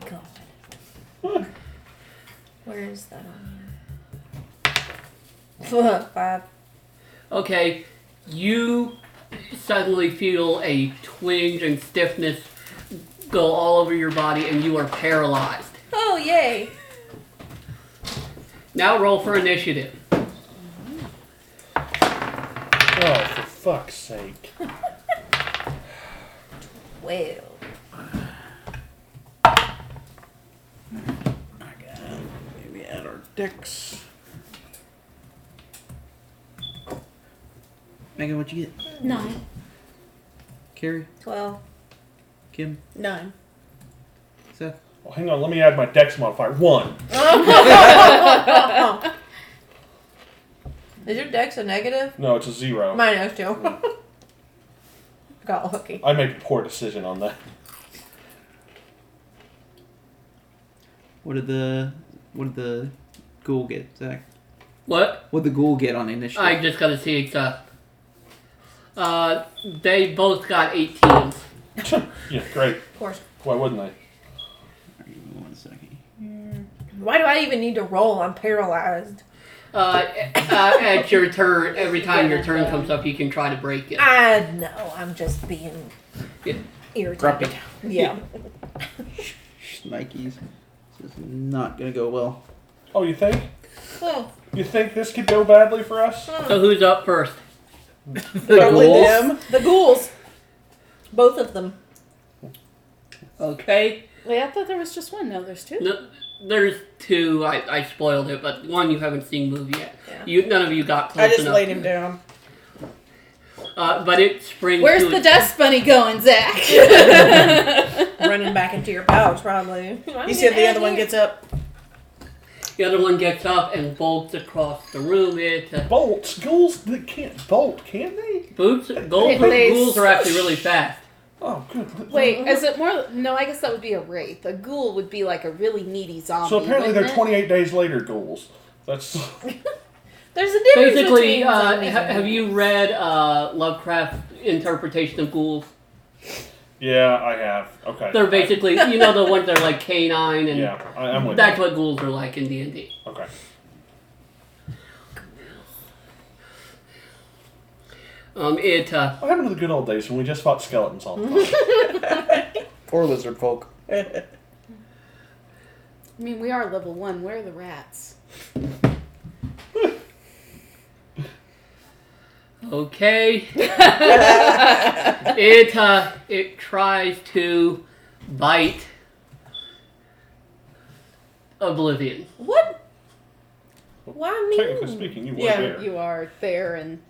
Speaker 3: god. [LAUGHS] Where is that on here? [LAUGHS] Five.
Speaker 2: Okay, you suddenly feel a twinge and stiffness go all over your body, and you are paralyzed.
Speaker 3: Oh yay!
Speaker 2: Now roll for initiative.
Speaker 4: Oh, for fuck's sake.
Speaker 3: Well.
Speaker 7: Maybe add our dicks. Megan, what'd you get?
Speaker 8: Nine.
Speaker 7: Carrie,
Speaker 3: Twelve.
Speaker 7: Kim,
Speaker 3: [LAUGHS]
Speaker 5: Nine.
Speaker 7: Seth.
Speaker 4: Well, hang on, let me add my dex modifier. One.
Speaker 3: Is your dex a negative?
Speaker 4: No, it's a zero.
Speaker 3: Mine is too. [LAUGHS] Got lucky.
Speaker 4: I made a poor decision on that. [LAUGHS]
Speaker 7: What did the what did the ghoul get, Zach?
Speaker 2: What?
Speaker 7: What did the ghoul get on initiative?
Speaker 2: I just gotta see it's uh, uh, they both got 18s.
Speaker 4: yeah, great.
Speaker 3: Of course.
Speaker 4: Why wouldn't I?
Speaker 7: Give me one second.
Speaker 3: Why do I even need to roll? I'm paralyzed.
Speaker 2: Uh, uh, at your turn, every time your turn comes up, you can try to break it.
Speaker 3: I know. Uh, I'm just being
Speaker 2: Yeah.
Speaker 3: irritated.
Speaker 7: Grumpy.
Speaker 3: Yeah.
Speaker 7: Schnikes. This is not gonna go well.
Speaker 4: Oh, you think?
Speaker 3: Well,
Speaker 4: You think this could go badly for us?
Speaker 3: hmm.
Speaker 2: So who's up first?
Speaker 7: [LAUGHS] The ghouls?
Speaker 3: the ghouls. Both of them.
Speaker 2: Okay.
Speaker 6: Wait, I thought there was just one. No, there's two.
Speaker 2: No, there's two. I, I spoiled it, but one you haven't seen move yet.
Speaker 3: Yeah.
Speaker 2: You none of you got close
Speaker 5: I just
Speaker 2: enough.
Speaker 5: laid him down.
Speaker 2: Uh, but it springs.
Speaker 6: Where's
Speaker 2: to
Speaker 6: the
Speaker 2: its-
Speaker 6: dust bunny going, Zach? [LAUGHS]
Speaker 3: Running back into your pouch, probably.
Speaker 5: You said the other one gets up.
Speaker 2: The other one gets up and bolts across the room. It uh,
Speaker 4: Bolts? Ghouls that can't bolt, can they?
Speaker 2: boots. Gold
Speaker 6: They-
Speaker 2: ghouls are actually really fast.
Speaker 4: Oh, good.
Speaker 6: Wait, is it more? No, I guess that would be a wraith. A ghoul would be like a really needy zombie.
Speaker 4: So apparently
Speaker 6: wouldn't
Speaker 4: they're
Speaker 6: it?
Speaker 4: 28 days later ghouls. That's.
Speaker 3: There's a difference
Speaker 2: Basically,
Speaker 3: between
Speaker 2: uh, ha-
Speaker 3: zombies and-
Speaker 2: have you read uh, Lovecraft interpretation of ghouls?
Speaker 4: Yeah, I have. Okay.
Speaker 2: They're basically, you know, the ones that are like canine, and
Speaker 4: Yeah, I, I'm with
Speaker 2: that's what ghouls are like in D and D.
Speaker 4: you. Okay.
Speaker 2: Um, it uh,
Speaker 4: What happened to the good old days when we just fought skeletons all the time?
Speaker 7: Or lizard folk.
Speaker 6: I mean, we are level one. Where are the rats?
Speaker 2: Okay. it uh, it tries to bite Oblivion.
Speaker 3: What? Why me?
Speaker 4: Technically speaking, you were
Speaker 5: Yeah,
Speaker 4: there.
Speaker 6: You are there, and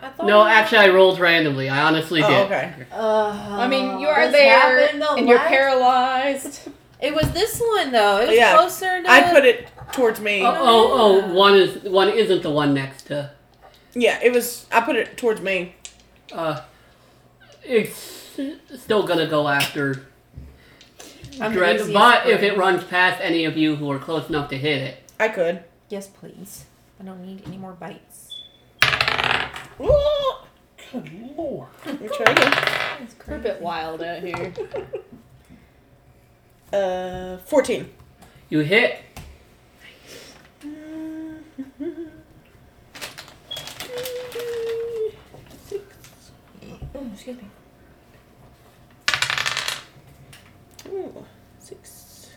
Speaker 3: I thought
Speaker 2: No,
Speaker 3: I-
Speaker 2: actually, I rolled randomly. I honestly did.
Speaker 5: Oh, okay.
Speaker 3: Uh,
Speaker 6: I mean, you are
Speaker 3: this
Speaker 6: there,
Speaker 3: happened
Speaker 6: and
Speaker 3: the
Speaker 6: you're
Speaker 3: last-
Speaker 6: paralyzed.
Speaker 3: It was this one though. It was
Speaker 5: Yeah.
Speaker 3: closer to.
Speaker 5: I put it towards me.
Speaker 2: Oh, oh, oh, one is one isn't the one next to.
Speaker 5: Yeah, it was. I put it towards me.
Speaker 2: Uh, it's still gonna go after
Speaker 3: I'm the
Speaker 2: Dread,
Speaker 3: easiest
Speaker 2: but if
Speaker 3: prey.
Speaker 2: it runs past any of you who are close enough to hit it,
Speaker 5: I could.
Speaker 3: Yes, please. I don't need any more bites.
Speaker 5: Ooh,
Speaker 4: Good lord.
Speaker 5: let me try again.
Speaker 3: That's
Speaker 6: We're a bit wild out here.
Speaker 5: [LAUGHS] Uh, fourteen.
Speaker 2: you hit.
Speaker 3: excuse me.
Speaker 5: Ooh, six.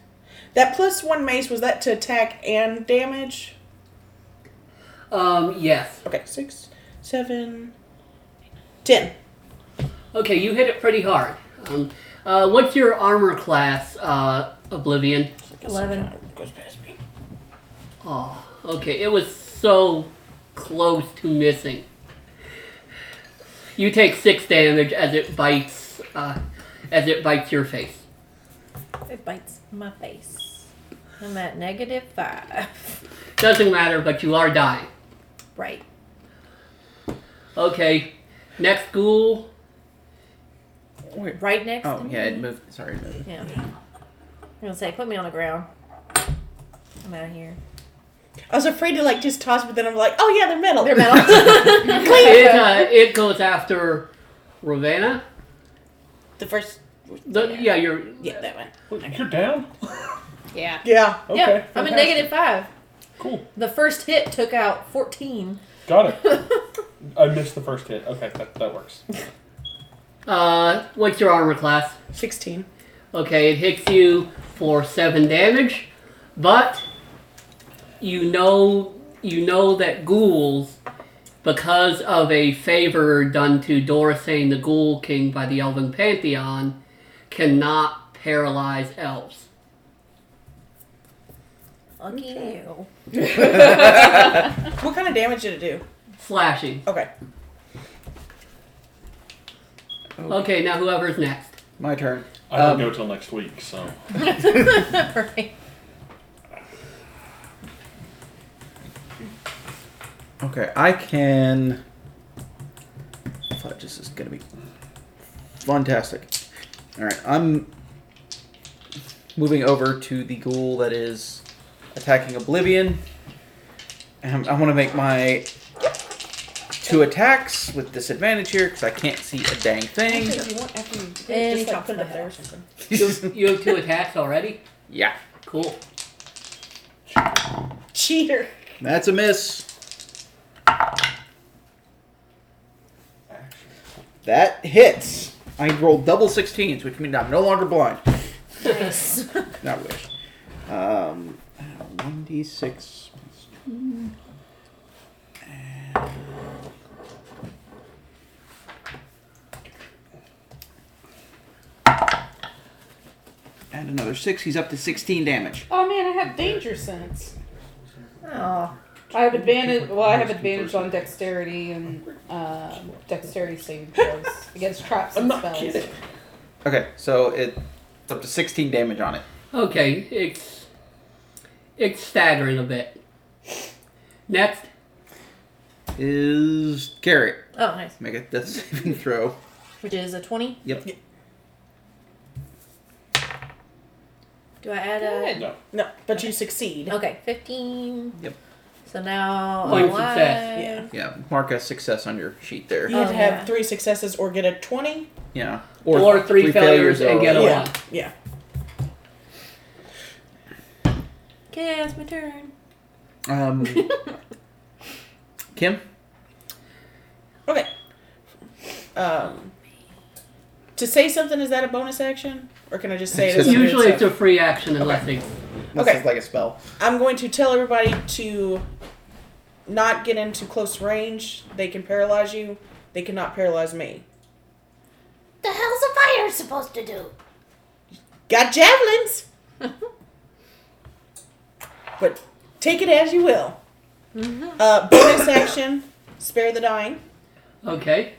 Speaker 5: That plus one mace was that to attack and damage?
Speaker 2: Um, yes.
Speaker 5: Okay, six, seven, ten.
Speaker 2: Okay, you hit it pretty hard. Um, uh, what's your armor class, uh, Oblivion?
Speaker 3: Eleven.
Speaker 5: Goes past me.
Speaker 2: Oh, okay. It was so close to missing. You take six damage as it bites, uh, as it bites your face.
Speaker 3: It bites my face. I'm at negative five.
Speaker 2: Doesn't matter, but you are dying.
Speaker 3: Right.
Speaker 2: Okay. Next ghoul.
Speaker 7: Wait.
Speaker 3: Right next to
Speaker 7: Oh
Speaker 3: me.
Speaker 7: yeah, it moved. Sorry, it moved.
Speaker 3: Yeah. I'm gonna say, put me on the ground. I'm out of here.
Speaker 5: I was afraid to like just toss, but then I'm like, oh yeah, they're metal.
Speaker 3: They're metal.
Speaker 2: [LAUGHS] It, uh, it goes after Ravenna.
Speaker 5: the first.
Speaker 2: The, yeah. you're.
Speaker 5: Yeah, that one.
Speaker 4: You're down?
Speaker 6: Yeah.
Speaker 5: Yeah.
Speaker 4: Okay.
Speaker 3: yeah, I'm a
Speaker 4: fantastic.
Speaker 3: negative five.
Speaker 4: Cool.
Speaker 3: The first hit took out 14.
Speaker 4: Got it. I missed the first hit. Okay, that, that works.
Speaker 2: Uh, what's your armor class?
Speaker 5: Sixteen.
Speaker 2: Okay, it hits you for seven damage, but you know you know that ghouls, because of a favor done to Dorisane the Ghoul King by the Elven Pantheon, cannot paralyze elves.
Speaker 3: Fuck you.
Speaker 5: What kind of damage did it do?
Speaker 2: Slashing.
Speaker 5: Okay.
Speaker 2: Okay, now whoever's next.
Speaker 7: My turn.
Speaker 4: I don't
Speaker 7: Um,
Speaker 4: go till next week, so.
Speaker 3: right.
Speaker 7: Okay, I can. I thought this is gonna be fantastic. All right, I'm moving over to the ghoul that is attacking Oblivion. And I want to make my two attacks with disadvantage here because I can't see a dang
Speaker 5: Actually,
Speaker 7: thing.
Speaker 5: if you want, after you do
Speaker 3: And
Speaker 5: it,
Speaker 3: he
Speaker 5: just like
Speaker 3: chops
Speaker 5: put it
Speaker 3: my
Speaker 5: up
Speaker 3: head
Speaker 5: there or
Speaker 3: off.
Speaker 5: something.
Speaker 2: You have two attacks already.
Speaker 7: [LAUGHS] yeah,
Speaker 2: Cool.
Speaker 5: Cheater.
Speaker 7: that's a miss. That hits. I rolled double 16s, which means I'm no longer blind.
Speaker 3: Nice.
Speaker 7: [LAUGHS] Not wish. Um, 1d6. And another six. He's up to 16 damage.
Speaker 6: Oh man, I have danger sense.
Speaker 3: oh,
Speaker 6: I have advantage. Well, I have advantage on dexterity and uh, dexterity saving [LAUGHS] throws against traps and spells. [LAUGHS]
Speaker 7: Okay, so it, it's up to 16 damage on it.
Speaker 2: Okay, it's it's staggering a bit. Next.
Speaker 7: Is Garrett.
Speaker 3: oh, nice.
Speaker 7: Make a death saving throw.
Speaker 3: Which is a 20.
Speaker 7: Yep.
Speaker 3: Do I add a.
Speaker 4: No.
Speaker 5: No, but you succeed.
Speaker 3: Okay, 15.
Speaker 7: Yep.
Speaker 3: So now.
Speaker 2: Point
Speaker 3: I'm
Speaker 2: success.
Speaker 5: Yeah.
Speaker 3: alive.
Speaker 7: Yeah, mark a success on your sheet there.
Speaker 5: You have to
Speaker 3: Oh,
Speaker 5: have
Speaker 3: yeah.
Speaker 5: three successes or get a twenty.
Speaker 7: Yeah.
Speaker 2: Or three failures and
Speaker 7: or-
Speaker 2: get a-
Speaker 5: yeah.
Speaker 2: one.
Speaker 5: Yeah.
Speaker 3: Okay, it's my turn.
Speaker 7: Um,
Speaker 2: [LAUGHS]
Speaker 7: Kim?
Speaker 5: Okay. Um. To say something is that a bonus action, or can I just say it? as a good
Speaker 2: Usually it's
Speaker 5: action?
Speaker 2: a free action unless they
Speaker 7: This
Speaker 5: Okay.
Speaker 7: is like
Speaker 2: [LAUGHS]
Speaker 7: a spell.
Speaker 5: I'm going to tell everybody to not get into close range. They can paralyze you. They cannot paralyze me.
Speaker 8: The hell's a fire supposed to do?
Speaker 5: Got javelins, [LAUGHS] but take it as you will. Uh, bonus action, spare the dying.
Speaker 2: Okay.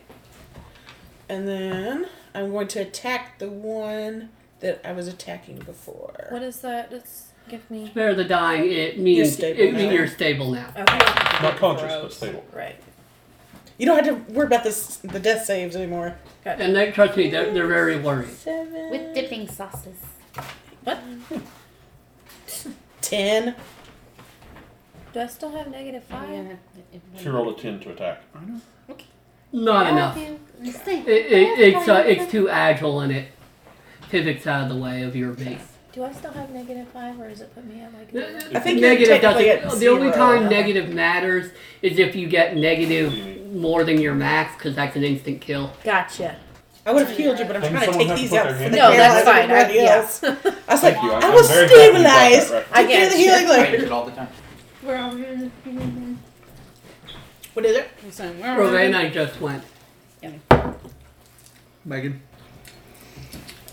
Speaker 5: And then I'm going to attack the one that I was attacking before.
Speaker 3: What is that? Just give me.
Speaker 2: Spare the dying. It means
Speaker 5: stable
Speaker 2: it means
Speaker 5: now.
Speaker 2: you're stable now.
Speaker 3: Okay.
Speaker 4: Not conscious, but stable.
Speaker 3: Right.
Speaker 5: You don't have to worry about this the death saves anymore.
Speaker 2: And they trust me, they're, they're very worried.
Speaker 5: Seven.
Speaker 8: With dipping sauces.
Speaker 3: What?
Speaker 5: Ten.
Speaker 3: Do I still have negative five?
Speaker 4: She rolled a 10 to attack.
Speaker 2: Not enough. It, it, it's uh, it's too agile and it pivots out of the way of your base.
Speaker 3: Do I still have negative five, or does it put me at like?
Speaker 5: I think you're
Speaker 2: Uh, negative
Speaker 5: technically at
Speaker 2: doesn't. The only
Speaker 5: zero.
Speaker 2: time negative matters is if you get negative more than your max because that's an instant kill.
Speaker 3: Gotcha.
Speaker 5: I would have healed you, but I'm
Speaker 4: Then
Speaker 5: trying to
Speaker 4: someone
Speaker 5: take
Speaker 4: has to
Speaker 5: these
Speaker 4: put
Speaker 5: out
Speaker 4: their
Speaker 5: for
Speaker 4: hand
Speaker 5: the
Speaker 4: up.
Speaker 3: No, that's
Speaker 5: paralyzed
Speaker 3: fine. I,
Speaker 5: everybody
Speaker 3: yeah.
Speaker 5: else. [LAUGHS] I was like,
Speaker 4: Thank you.
Speaker 5: I,
Speaker 4: I'm
Speaker 5: was
Speaker 4: very glad you brought that
Speaker 5: stabilized.
Speaker 4: reference.
Speaker 3: I
Speaker 5: I get
Speaker 3: guess.
Speaker 5: the healing
Speaker 3: Right.
Speaker 5: layer.
Speaker 7: I use it all the time.
Speaker 6: We're over here.
Speaker 5: What is it?
Speaker 6: I'm saying,
Speaker 5: Uh-huh.
Speaker 6: we're over
Speaker 2: Rowan,
Speaker 6: here.
Speaker 2: I just went.
Speaker 7: Megan,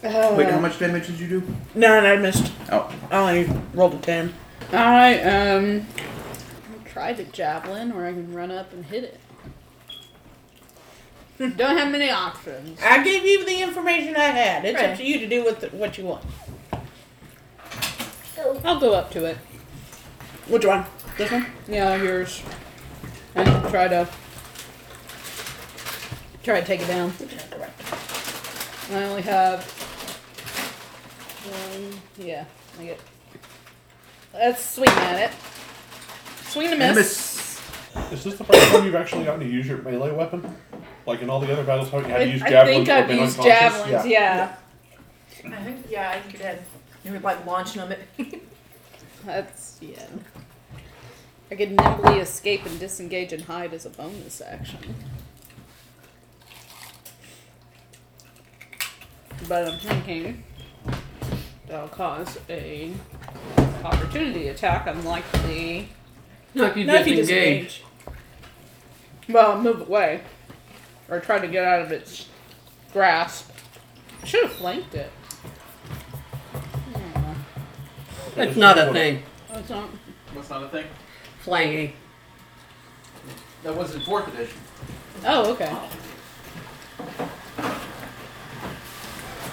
Speaker 5: Uh,
Speaker 7: wait, how much damage did you do?
Speaker 5: Nine. I missed.
Speaker 7: Oh,
Speaker 5: I only rolled a ten.
Speaker 6: I um I'll try the javelin or I can run up and hit it. [LAUGHS] Don't have many options.
Speaker 5: I gave you the information I had. It's
Speaker 6: Right.
Speaker 5: up to you to do with it what you want.
Speaker 6: I'll go up to it.
Speaker 5: Which one? This one.
Speaker 6: Yeah, yours. And try to try to take it down. I only have one. Yeah, I get. Let's swing at it. Swing and a miss.
Speaker 4: Is this the first time you've actually gotten to use your melee weapon? Like in all the other battles, how you have
Speaker 6: I,
Speaker 4: used
Speaker 6: I
Speaker 4: javelins
Speaker 6: think
Speaker 4: or
Speaker 6: I've
Speaker 4: been
Speaker 6: used
Speaker 4: unconscious?
Speaker 6: javelins. Yeah.
Speaker 3: I think, yeah, I think you did. You were like launching [LAUGHS] them at
Speaker 6: that's yeah. I could nimbly escape and disengage and hide as a bonus action. But I'm thinking that'll cause a opportunity attack, unlike the
Speaker 2: Not if you
Speaker 5: No, if you
Speaker 2: disengage.
Speaker 5: disengage.
Speaker 6: well move away or try to get out of its grasp. I should have flanked it. Yeah.
Speaker 2: That's not a thing.
Speaker 6: That's not.
Speaker 7: That's not a thing.
Speaker 2: Flanging.
Speaker 7: That was in fourth edition.
Speaker 6: Oh, okay.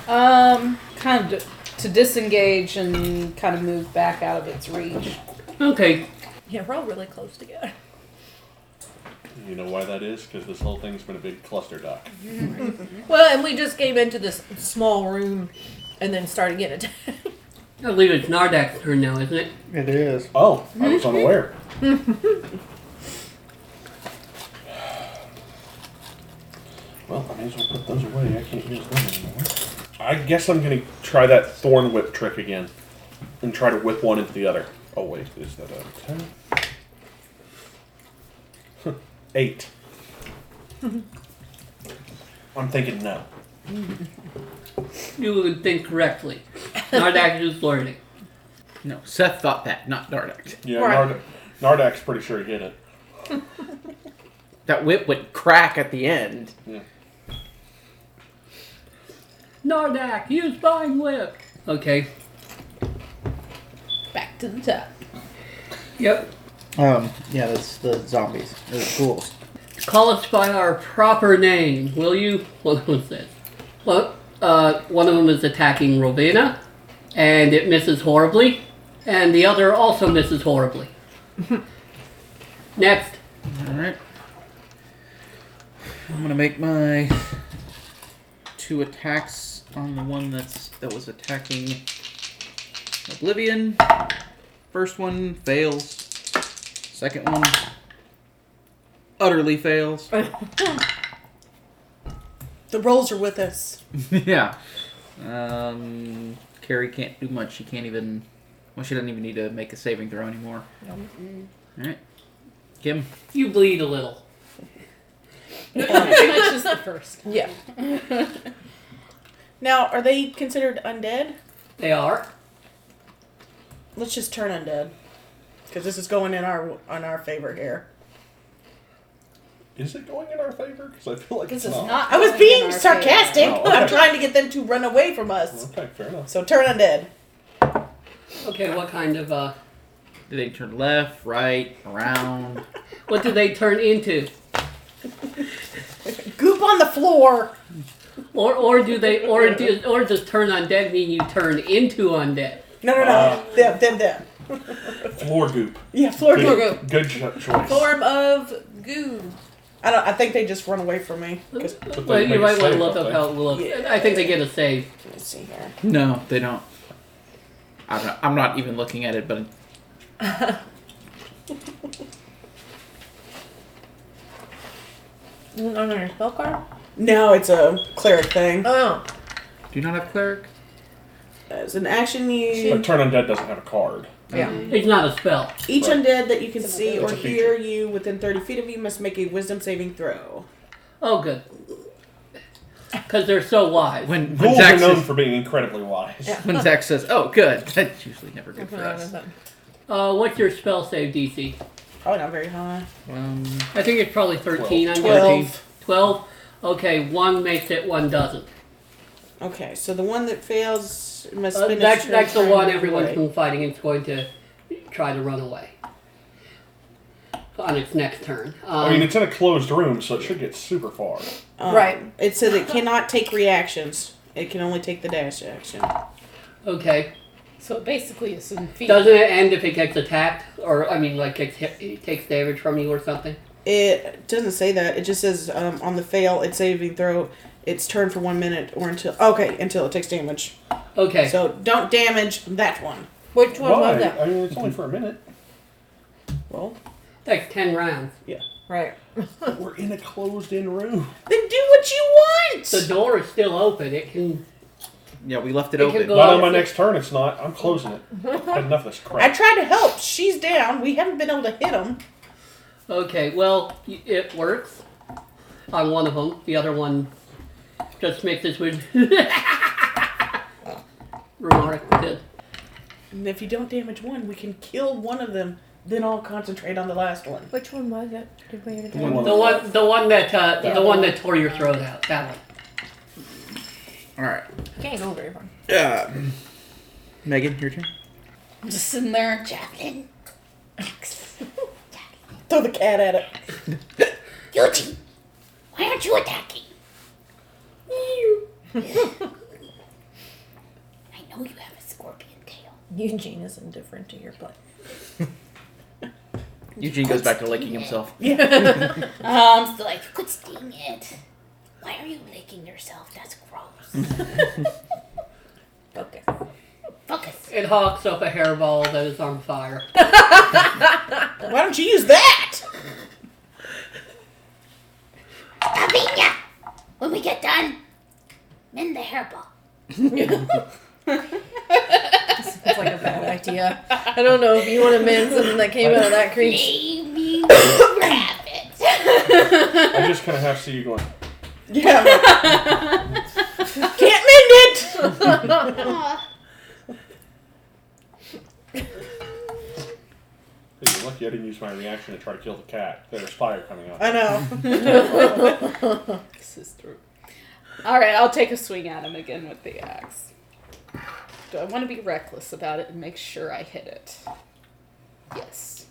Speaker 6: Um, kind of to disengage and kind of move back out of its reach.
Speaker 2: Okay,
Speaker 3: Yeah, we're all really close together.
Speaker 4: You know why that is? Because this whole thing's been a big cluster duck.
Speaker 3: Well, and we just came into this small room and then started getting attacked. [LAUGHS]
Speaker 2: I believe it's Nardak's turn now, isn't it?
Speaker 7: It is.
Speaker 4: Oh, I was [LAUGHS] unaware. well, I may as well put those away. I can't use them anymore. I guess I'm gonna try that thorn whip trick again, and try to whip one into the other. Oh wait, is that a ten? Huh, [LAUGHS] Eight. I'm thinking no.
Speaker 2: You would think correctly.
Speaker 6: [LAUGHS]
Speaker 2: Nardak is flirting.
Speaker 7: No, Seth thought that, not Dardak.
Speaker 4: Yeah,
Speaker 3: Right.
Speaker 4: Nard- Nardak's pretty sure he hit it.
Speaker 7: That whip would crack at the end.
Speaker 2: Nardak, use Vine Whip! Okay,
Speaker 6: Back to the top.
Speaker 2: yep.
Speaker 7: Um, yeah, that's the zombies, the ghouls.
Speaker 2: Call us by our proper name, will you? [LAUGHS] What was this? Well, uh, one of them is attacking Rovena, and it misses horribly, and the other also misses
Speaker 6: [LAUGHS]
Speaker 2: horribly. Next,
Speaker 7: All right. I'm gonna make my two attacks on the one that's that was attacking Oblivion. First one fails. Second one utterly fails.
Speaker 5: The rolls are with us.
Speaker 7: yeah. Um, Carrie can't do much. She can't even. Well, she doesn't even need to make a saving throw anymore. All right, Kim.
Speaker 2: you bleed a little.
Speaker 6: [LAUGHS] Pretty much just the first.
Speaker 3: yeah.
Speaker 5: Now, are they considered undead?
Speaker 2: They are.
Speaker 5: Let's just turn undead, because this is going in our on our favor here.
Speaker 4: Is it going in our favor? Because I feel like
Speaker 6: This
Speaker 4: it's
Speaker 6: is
Speaker 4: not.
Speaker 6: not.
Speaker 5: I was
Speaker 6: going in
Speaker 5: being
Speaker 6: our favor.
Speaker 5: sarcastic.
Speaker 4: Oh, okay.
Speaker 5: I'm trying to get them to run away from us.
Speaker 4: Okay, fair enough.
Speaker 5: So turn undead.
Speaker 2: Okay, what kind of, uh,
Speaker 7: Do they turn left, right, around?
Speaker 2: what do they turn into?
Speaker 5: Goop on the floor.
Speaker 2: Or, or do they, or do, or does turn undead mean you turn into undead?
Speaker 5: No, no, no.
Speaker 4: Ah.
Speaker 5: them, them, them.
Speaker 4: Floor goop.
Speaker 5: Yeah, floor
Speaker 4: Good,
Speaker 5: goop.
Speaker 3: goop.
Speaker 4: Good cho- choice.
Speaker 3: Form of goo.
Speaker 5: I don't. I think they just run away from me. 'Cause-
Speaker 2: Well, you
Speaker 4: make a
Speaker 2: might want to
Speaker 4: save,
Speaker 2: look
Speaker 4: don't
Speaker 2: up
Speaker 4: they?
Speaker 2: how it looks. I think they get a save.
Speaker 5: Let's see here.
Speaker 7: No, they don't. I'm not, I'm not even looking at it, but
Speaker 3: [LAUGHS] Isn't it on your spell card?
Speaker 5: No, it's a cleric thing.
Speaker 3: Oh.
Speaker 7: do you not have cleric?
Speaker 5: It's an action you.
Speaker 4: But Turn Undead doesn't have a card.
Speaker 3: Yeah.
Speaker 2: It's not a spell.
Speaker 5: Each
Speaker 4: Right.
Speaker 5: undead that you can see or
Speaker 4: It's a feature.
Speaker 5: hear you within 30 feet of you must make a wisdom saving throw.
Speaker 2: Oh, good. because they're so wise.
Speaker 7: When, when,
Speaker 4: Ghouls are
Speaker 7: Zach
Speaker 4: known
Speaker 7: says,
Speaker 4: for being incredibly wise.
Speaker 3: Yeah.
Speaker 7: when Zach says, oh, good, [LAUGHS] that's usually never good for us.
Speaker 2: Uh, what's your spell save DC?
Speaker 5: Probably Oh, not very high.
Speaker 7: Um,
Speaker 2: I think it's probably thirteen. I'm
Speaker 5: Twelve.
Speaker 2: guessing twelve. Okay, one makes it, one doesn't.
Speaker 5: Okay, so the one that fails must
Speaker 2: Uh,
Speaker 5: spend
Speaker 2: that's
Speaker 5: its
Speaker 2: that's the
Speaker 5: turn
Speaker 2: one
Speaker 5: trying to
Speaker 2: everyone's
Speaker 5: avoid.
Speaker 2: been fighting. It's going to try to run away on its next turn. Um,
Speaker 4: I mean, it's in a closed room, so it should get super far.
Speaker 5: Um,
Speaker 3: Right.
Speaker 5: It says it cannot take reactions. It can only take the dash action.
Speaker 2: okay.
Speaker 6: So it basically is in feet.
Speaker 2: Doesn't it end if it gets attacked, or I mean, like gets hit, it takes damage from you or something?
Speaker 5: It doesn't say that. It just says um, on the fail, it's saving throw. It's turn for one minute or until okay until it takes damage.
Speaker 2: Okay.
Speaker 5: So don't damage that one.
Speaker 3: Which one
Speaker 4: Why?
Speaker 3: was that?
Speaker 4: I mean, it's only for a minute.
Speaker 5: Well,
Speaker 2: That's ten rounds.
Speaker 3: Right.
Speaker 4: We're in a closed-in room.
Speaker 5: then do what you want.
Speaker 2: The door is still open. It can.
Speaker 7: yeah, we left it
Speaker 2: It can
Speaker 7: open.
Speaker 2: go-
Speaker 4: Not on my next turn. It's not. I'm closing it. Had enough of this
Speaker 5: I
Speaker 4: crap.
Speaker 5: tried to help. She's down. We haven't been able to hit them.
Speaker 2: Okay. Well, y- it works on one of them. The other one just makes this weird. [LAUGHS] Remark did.
Speaker 5: And if you don't damage one, we can kill one of them. Then I'll concentrate on the last one.
Speaker 3: Which one was it? Did we get
Speaker 4: One-
Speaker 2: The one, the one that, uh,
Speaker 3: Yeah.
Speaker 2: the one that tore your throat out. That one.
Speaker 7: All right.
Speaker 3: Can't go very far.
Speaker 7: Um, Megan, your turn.
Speaker 6: I'm just sitting there.
Speaker 8: Javelin.
Speaker 5: Throw the cat at it.
Speaker 8: Eugene, why aren't you attacking? I know you have a scorpion tail.
Speaker 3: Eugene is indifferent to your play.
Speaker 7: Eugene goes back to licking himself.
Speaker 8: Um, so like, quit sting it. Why are you licking yourself? That's gross.
Speaker 3: Okay.
Speaker 8: Focus.
Speaker 2: It hawks up a hairball that is on fire. [LAUGHS]
Speaker 5: Why don't you use that? [LAUGHS]
Speaker 8: Lavinia, when we get done, mend the hairball.
Speaker 3: It's like a [LAUGHS] bad idea. I don't know if you want to mend something that came out of that [LAUGHS] creature.
Speaker 8: Maybe [COUGHS] grab it.
Speaker 4: I just kind of have to see you going.
Speaker 5: Yeah. Can't mend it.
Speaker 8: Aw,
Speaker 4: Hey, you're lucky I didn't use my reaction to try to kill the cat. There's fire coming out.
Speaker 5: I know.
Speaker 6: This is through. All right, I'll take a swing at him again with the axe. Do I want to be reckless about it and make sure I hit it? Yes.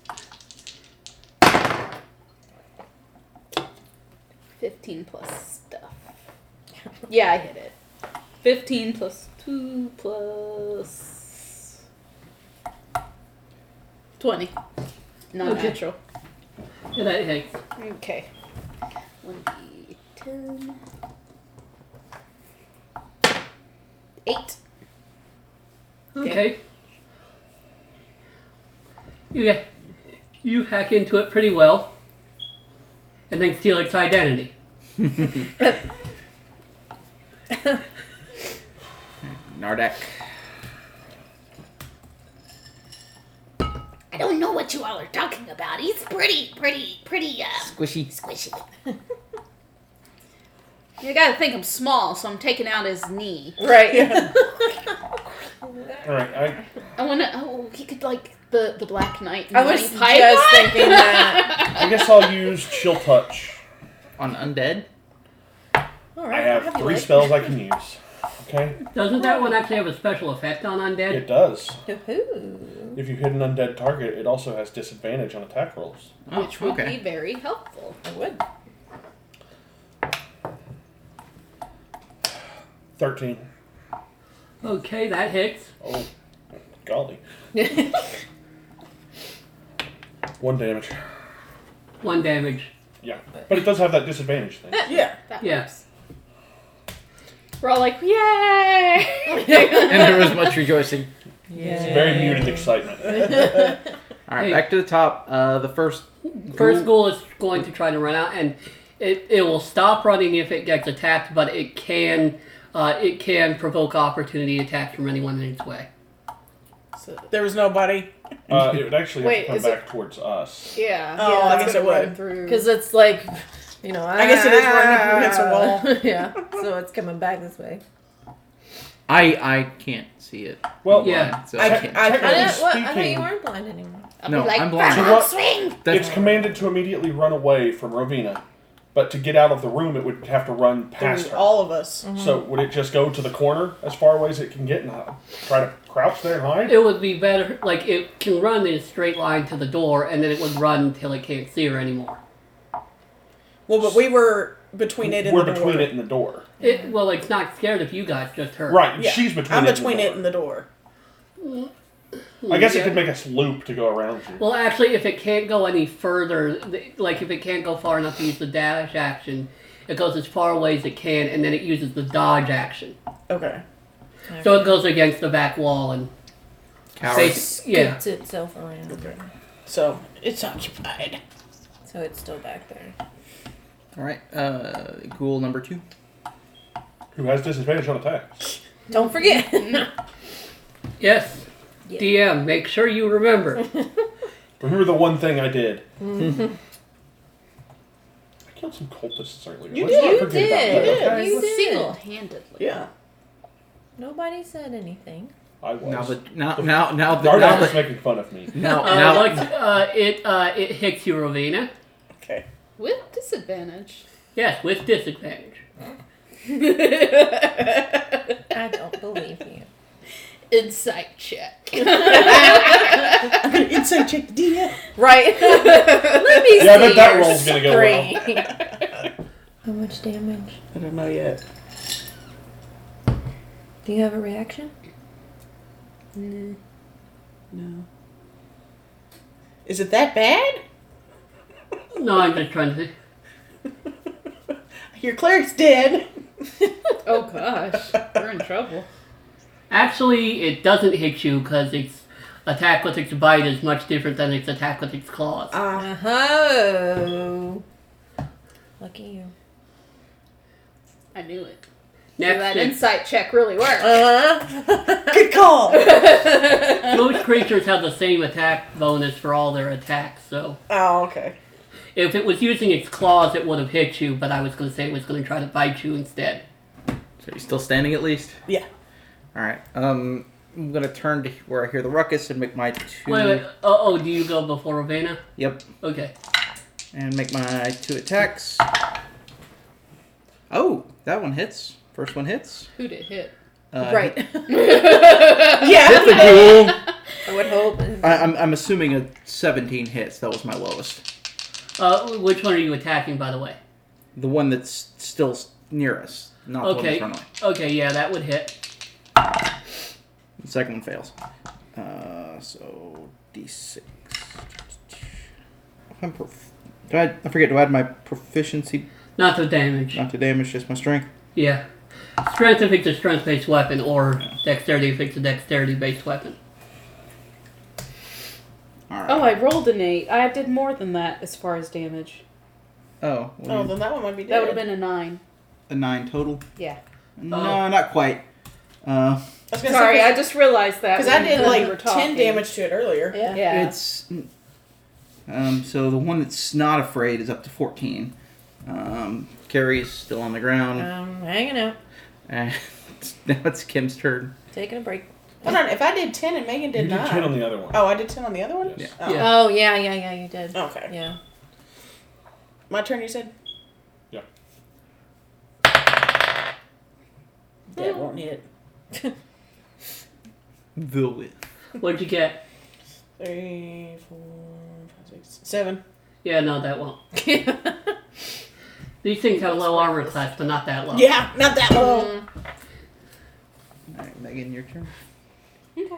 Speaker 6: 15 plus stuff. Yeah, I hit it. 15 plus 2 plus 20. Not
Speaker 2: Okay.
Speaker 6: natural.
Speaker 2: And that hits.
Speaker 6: Okay. One d ten. Eight.
Speaker 2: Okay. You, you hack into it pretty well, and then steal its identity.
Speaker 7: Nardak.
Speaker 8: I don't know what you all are talking about. He's pretty, pretty, pretty, uh,
Speaker 7: Squishy.
Speaker 8: squishy.
Speaker 6: You gotta think I'm small, so I'm taking out his knee.
Speaker 3: Right.
Speaker 4: All right, I,
Speaker 6: I wanna. Oh, he could like the the Black Knight.
Speaker 3: I was
Speaker 6: Monty Python?
Speaker 3: just thinking that.
Speaker 4: I guess I'll use chill touch.
Speaker 7: On undead?
Speaker 3: All
Speaker 4: I
Speaker 3: right.
Speaker 4: have three spells I can use. Okay,
Speaker 2: Doesn't that one actually have a special effect on undead?
Speaker 4: it does.
Speaker 3: Woohoo.
Speaker 4: If you hit an undead target, it also has disadvantage on attack rolls.
Speaker 7: Oh,
Speaker 6: which would
Speaker 7: okay.
Speaker 6: be very helpful.
Speaker 3: I would.
Speaker 4: Thirteen.
Speaker 2: Okay, that hits.
Speaker 4: Oh, golly. One damage.
Speaker 2: One damage.
Speaker 4: Yeah, but it does have that disadvantage thing.
Speaker 5: Yeah.
Speaker 6: That
Speaker 2: Yeah.
Speaker 6: works. We're all like,
Speaker 8: [LAUGHS]
Speaker 6: yay!
Speaker 7: [LAUGHS] And there was much rejoicing.
Speaker 3: Yeah.
Speaker 4: Very muted excitement.
Speaker 5: [LAUGHS]
Speaker 7: All right,
Speaker 2: Hey.
Speaker 7: back to the top. Uh, the first.
Speaker 2: First ghoul is going to try to run out, and it, it will stop running if it gets attacked, but it can uh, it can provoke opportunity attacks from anyone in its way.
Speaker 6: so,
Speaker 5: There was nobody.
Speaker 4: Uh, it would actually have
Speaker 6: Wait,
Speaker 4: to come
Speaker 6: is it-
Speaker 4: back towards us.
Speaker 6: yeah.
Speaker 5: Oh,
Speaker 6: yeah,
Speaker 5: I
Speaker 6: it's
Speaker 5: guess
Speaker 6: gonna
Speaker 5: it would.
Speaker 6: run through.
Speaker 3: Because it's like, you know.
Speaker 5: I guess it is running up against a wall.
Speaker 3: ah. [LAUGHS] yeah, so it's coming back this way.
Speaker 7: I I can't see it.
Speaker 4: Well,
Speaker 2: Yeah.
Speaker 7: So
Speaker 4: I,
Speaker 7: I
Speaker 4: I,
Speaker 7: can't.
Speaker 3: I
Speaker 4: technically
Speaker 3: didn't. What, I thought you
Speaker 4: speaking,
Speaker 3: weren't blind anymore.
Speaker 6: I'll
Speaker 7: No,
Speaker 6: be like,
Speaker 7: I'm blind.
Speaker 6: "Fuck,
Speaker 4: So what-
Speaker 6: swing!
Speaker 4: it's commanded to immediately run away from Rovina, but to get out of the room, it would have to run past
Speaker 5: Through
Speaker 4: her.
Speaker 5: all of us.
Speaker 4: So would it just go to the corner as far away as it can get and uh, try to crouch there and hide?
Speaker 2: It would be better, like, it can run in a straight line to the door, and then it would run until it can't see her anymore.
Speaker 5: Well, but we were between it and
Speaker 4: We're
Speaker 5: the
Speaker 4: between
Speaker 5: door.
Speaker 4: it and the door.
Speaker 2: It, well, it's not scared of you guys, just her.
Speaker 4: Right,
Speaker 5: Yeah.
Speaker 4: she's between
Speaker 5: I'm
Speaker 4: it and
Speaker 5: between
Speaker 4: the
Speaker 5: it and the door.
Speaker 4: door. I guess it
Speaker 2: Yeah.
Speaker 4: could make us loop to go around you.
Speaker 2: Well, actually, if it can't go any further, th- like if it can't go far enough to use the dash action, it goes as far away as it can, and then it uses the dodge action.
Speaker 5: Okay.
Speaker 2: So it goes against the back wall and
Speaker 7: Cowards.
Speaker 2: yeah.
Speaker 3: Scoots itself around.
Speaker 5: So it's occupied.
Speaker 3: So it's still back there.
Speaker 7: All right. Uh, ghoul number two.
Speaker 4: Who has disadvantage on attacks?
Speaker 3: Don't [LAUGHS] forget.
Speaker 2: Yes.
Speaker 3: Yeah.
Speaker 2: DM, make sure you remember.
Speaker 4: Remember the one thing I did.
Speaker 5: Mm-hmm.
Speaker 4: [LAUGHS] I killed some cultists earlier.
Speaker 5: You
Speaker 4: Let's not
Speaker 5: did.
Speaker 3: You
Speaker 4: forget about that,
Speaker 3: did.
Speaker 4: okay?
Speaker 3: You did.
Speaker 6: Single-handedly.
Speaker 5: Yeah.
Speaker 3: Nobody said anything.
Speaker 4: I was.
Speaker 7: Now the now now now the now
Speaker 4: Dardock was
Speaker 7: the,
Speaker 4: making fun of me.
Speaker 2: [LAUGHS]
Speaker 7: now,
Speaker 2: Uh,
Speaker 7: now
Speaker 2: like, uh, it uh, it hits you, Ravina.
Speaker 5: Okay. [LAUGHS]
Speaker 6: With disadvantage.
Speaker 2: Yes, with disadvantage.
Speaker 3: I don't believe you.
Speaker 6: Insight check.
Speaker 5: Inside check DM.
Speaker 3: Right. [LAUGHS] Let [LAUGHS] me
Speaker 4: Yeah, I
Speaker 3: see
Speaker 4: bet that
Speaker 3: your
Speaker 4: roll's gonna go well.
Speaker 3: screen. [LAUGHS] How much damage?
Speaker 5: I don't know yet.
Speaker 3: Do you have a reaction?
Speaker 5: No. Is it that bad?
Speaker 2: No, I'm just trying to see.
Speaker 5: Your cleric's dead.
Speaker 6: Oh gosh, we're in trouble.
Speaker 2: Actually, it doesn't hit you because its attack with its bite is much different than its attack with its claws.
Speaker 5: Ah.
Speaker 3: Oh. Lucky you.
Speaker 6: I knew it.
Speaker 2: Next,
Speaker 6: that
Speaker 2: it's-
Speaker 6: insight check really worked.
Speaker 2: [LAUGHS]
Speaker 3: Uh-huh.
Speaker 5: Good call.
Speaker 2: Most creatures have the same attack bonus for all their attacks, so
Speaker 5: oh, okay.
Speaker 2: if it was using its claws, it would have hit you. But I was going to say it was going to try to bite you instead.
Speaker 7: so you still standing at least.
Speaker 5: Yeah.
Speaker 7: All right. Um, I'm gonna turn to where I hear the ruckus and make my two.
Speaker 2: Wait, wait. Oh, oh, do you go before Ravena?
Speaker 7: Yep.
Speaker 2: Okay.
Speaker 7: And make my two attacks. Oh, that one hits. First one hits.
Speaker 6: Who did hit?
Speaker 7: Uh,
Speaker 3: right.
Speaker 7: Hit
Speaker 5: Yeah.
Speaker 7: the ghoul.
Speaker 3: I would hope.
Speaker 7: I, I'm I'm assuming a 17 hits. That was my lowest.
Speaker 2: Uh, which one are you attacking, by the way?
Speaker 7: The one that's still s- near us, not
Speaker 2: Okay.
Speaker 7: the one that's runaway.
Speaker 2: Okay, yeah, that would hit.
Speaker 7: The second one fails. Uh, so d6. I'm prof- do I, I forget. Do I add my proficiency
Speaker 2: Not the damage.
Speaker 7: not to damage, just my strength?
Speaker 2: Yeah. Strength if it's a strength based weapon, or dexterity if it's a dexterity based weapon.
Speaker 7: All right.
Speaker 6: Oh, I rolled an eight. I did more than that as far as damage.
Speaker 7: Oh,
Speaker 4: Mm.
Speaker 7: well,
Speaker 5: Oh, then that one might be
Speaker 6: That
Speaker 5: dead.
Speaker 6: would have been a nine.
Speaker 7: a nine total.
Speaker 6: Yeah.
Speaker 7: No, not quite. Uh,
Speaker 5: I was gonna
Speaker 6: Sorry, I
Speaker 5: say,
Speaker 6: just realized that
Speaker 5: because I did
Speaker 6: when we were
Speaker 5: like ten
Speaker 6: talking.
Speaker 5: damage to it earlier.
Speaker 3: Yeah.
Speaker 6: Yeah. [LAUGHS]
Speaker 7: It's um, so the one that's not afraid is up to fourteen. Um, Carrie's still on the ground,
Speaker 3: Um, hanging out,
Speaker 7: and [LAUGHS] now it's Kim's turn.
Speaker 3: taking a break.
Speaker 5: Hold on. If I did ten and Megan
Speaker 4: You
Speaker 5: did
Speaker 4: did
Speaker 5: nine.
Speaker 4: 10 on the other one.
Speaker 5: oh, I did ten on the other one.
Speaker 4: Yes.
Speaker 5: Oh.
Speaker 2: Yeah.
Speaker 3: Oh yeah, yeah, yeah. You did.
Speaker 5: Okay.
Speaker 3: Yeah.
Speaker 5: My turn. You said.
Speaker 4: Yeah.
Speaker 5: That won't hit.
Speaker 7: The win.
Speaker 2: What'd you get?
Speaker 5: Three, four, five, six, seven.
Speaker 2: Yeah, no, that won't. These things have low armor class, but not that low.
Speaker 5: Yeah, not that low.
Speaker 7: All right, Megan, your turn.
Speaker 6: Okay.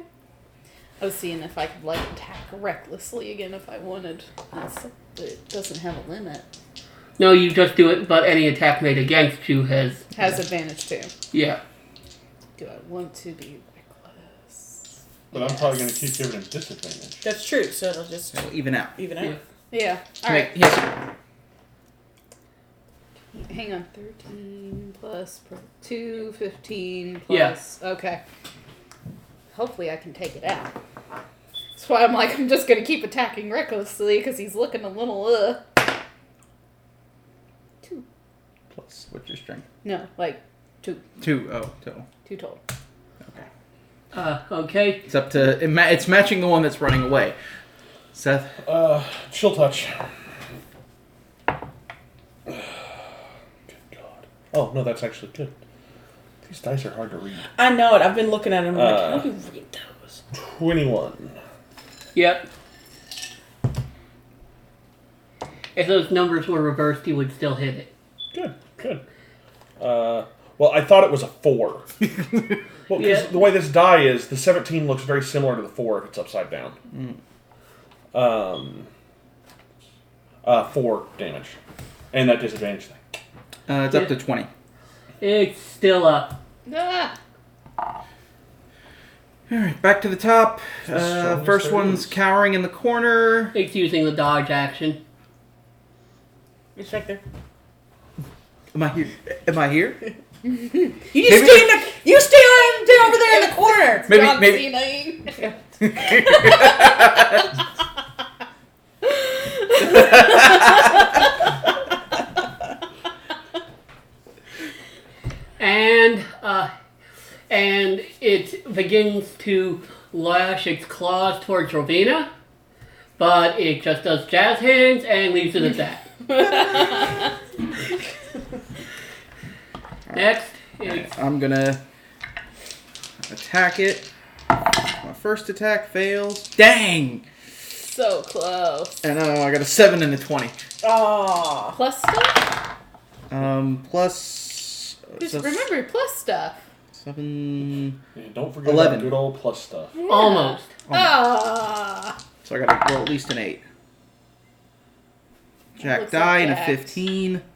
Speaker 6: I was seeing if I could like attack recklessly again if I wanted. That's, it doesn't have a limit.
Speaker 2: No, you just do it, but any attack made against you has.
Speaker 6: Has advantage too.
Speaker 2: Yeah.
Speaker 6: Do I want to be reckless?
Speaker 4: But I'm probably going to keep giving him disadvantage.
Speaker 5: That's true. So it'll just
Speaker 7: So even out.
Speaker 5: even out.
Speaker 2: Yeah.
Speaker 6: Yeah. All right.
Speaker 7: Yes.
Speaker 6: Hang on. 13 plus pro- 2, 15
Speaker 2: Yeah.
Speaker 6: plus. Okay. Hopefully I can take it out. That's why I'm like, I'm just going to keep attacking recklessly because he's looking a little, uh.
Speaker 7: plus what's your strength?
Speaker 6: No, like two,
Speaker 7: Two. Oh, total.
Speaker 6: two total.
Speaker 7: Okay.
Speaker 2: Uh, okay.
Speaker 7: It's up to it ma- it's matching the one that's running away. Seth,
Speaker 4: Uh, chill touch. [SIGHS] Good God. Oh no, that's actually good. These dice are hard to read.
Speaker 5: I know it. I've been looking at him like,
Speaker 4: Uh.
Speaker 5: how do you read those?
Speaker 4: Twenty-one.
Speaker 2: Yep. If those numbers were reversed, you would still hit it.
Speaker 4: Good. Good. Uh, well, I thought it was a four. [LAUGHS] Well, 'cause
Speaker 2: Yeah.
Speaker 4: the way this die is, the seventeen looks very similar to the four if it's upside down. Um. Uh, four damage, and that disadvantage thing.
Speaker 7: uh, it's up to twenty.
Speaker 2: It's still up.
Speaker 6: Ah!
Speaker 7: All right, back to the top.
Speaker 4: This is
Speaker 7: Uh,
Speaker 4: strongest
Speaker 7: first
Speaker 4: there
Speaker 7: one's
Speaker 4: is.
Speaker 7: cowering in the corner.
Speaker 2: It's using the dodge action.
Speaker 5: It's right there.
Speaker 7: Am I here? Am I here?
Speaker 5: [LAUGHS] You just
Speaker 7: Maybe
Speaker 5: stay in the, you stay on down over there in the corner.
Speaker 7: [LAUGHS] Maybe,
Speaker 6: John
Speaker 7: maybe.
Speaker 6: Cena-ing.
Speaker 2: And, uh, and it begins to lash its claws towards Rovina, but it just does jazz hands and leaves it at that.
Speaker 3: [LAUGHS]
Speaker 2: Next, it's
Speaker 7: [LAUGHS] I'm gonna attack it. My first attack fails. Dang!
Speaker 6: [LAUGHS] so close.
Speaker 7: And oh, I got a seven and a twenty.
Speaker 5: Aw.
Speaker 6: Plus stuff?
Speaker 7: Um, plus uh,
Speaker 6: Just
Speaker 7: so
Speaker 6: remember, plus stuff.
Speaker 7: seven.
Speaker 4: And don't forget
Speaker 7: Eleven.
Speaker 4: that good old plus stuff.
Speaker 6: Yeah.
Speaker 2: almost.
Speaker 6: Ah.
Speaker 7: So I gotta roll at least an eight. Jack
Speaker 6: looks
Speaker 7: die
Speaker 6: like
Speaker 7: and a
Speaker 6: Jack.
Speaker 7: fifteen. [LAUGHS]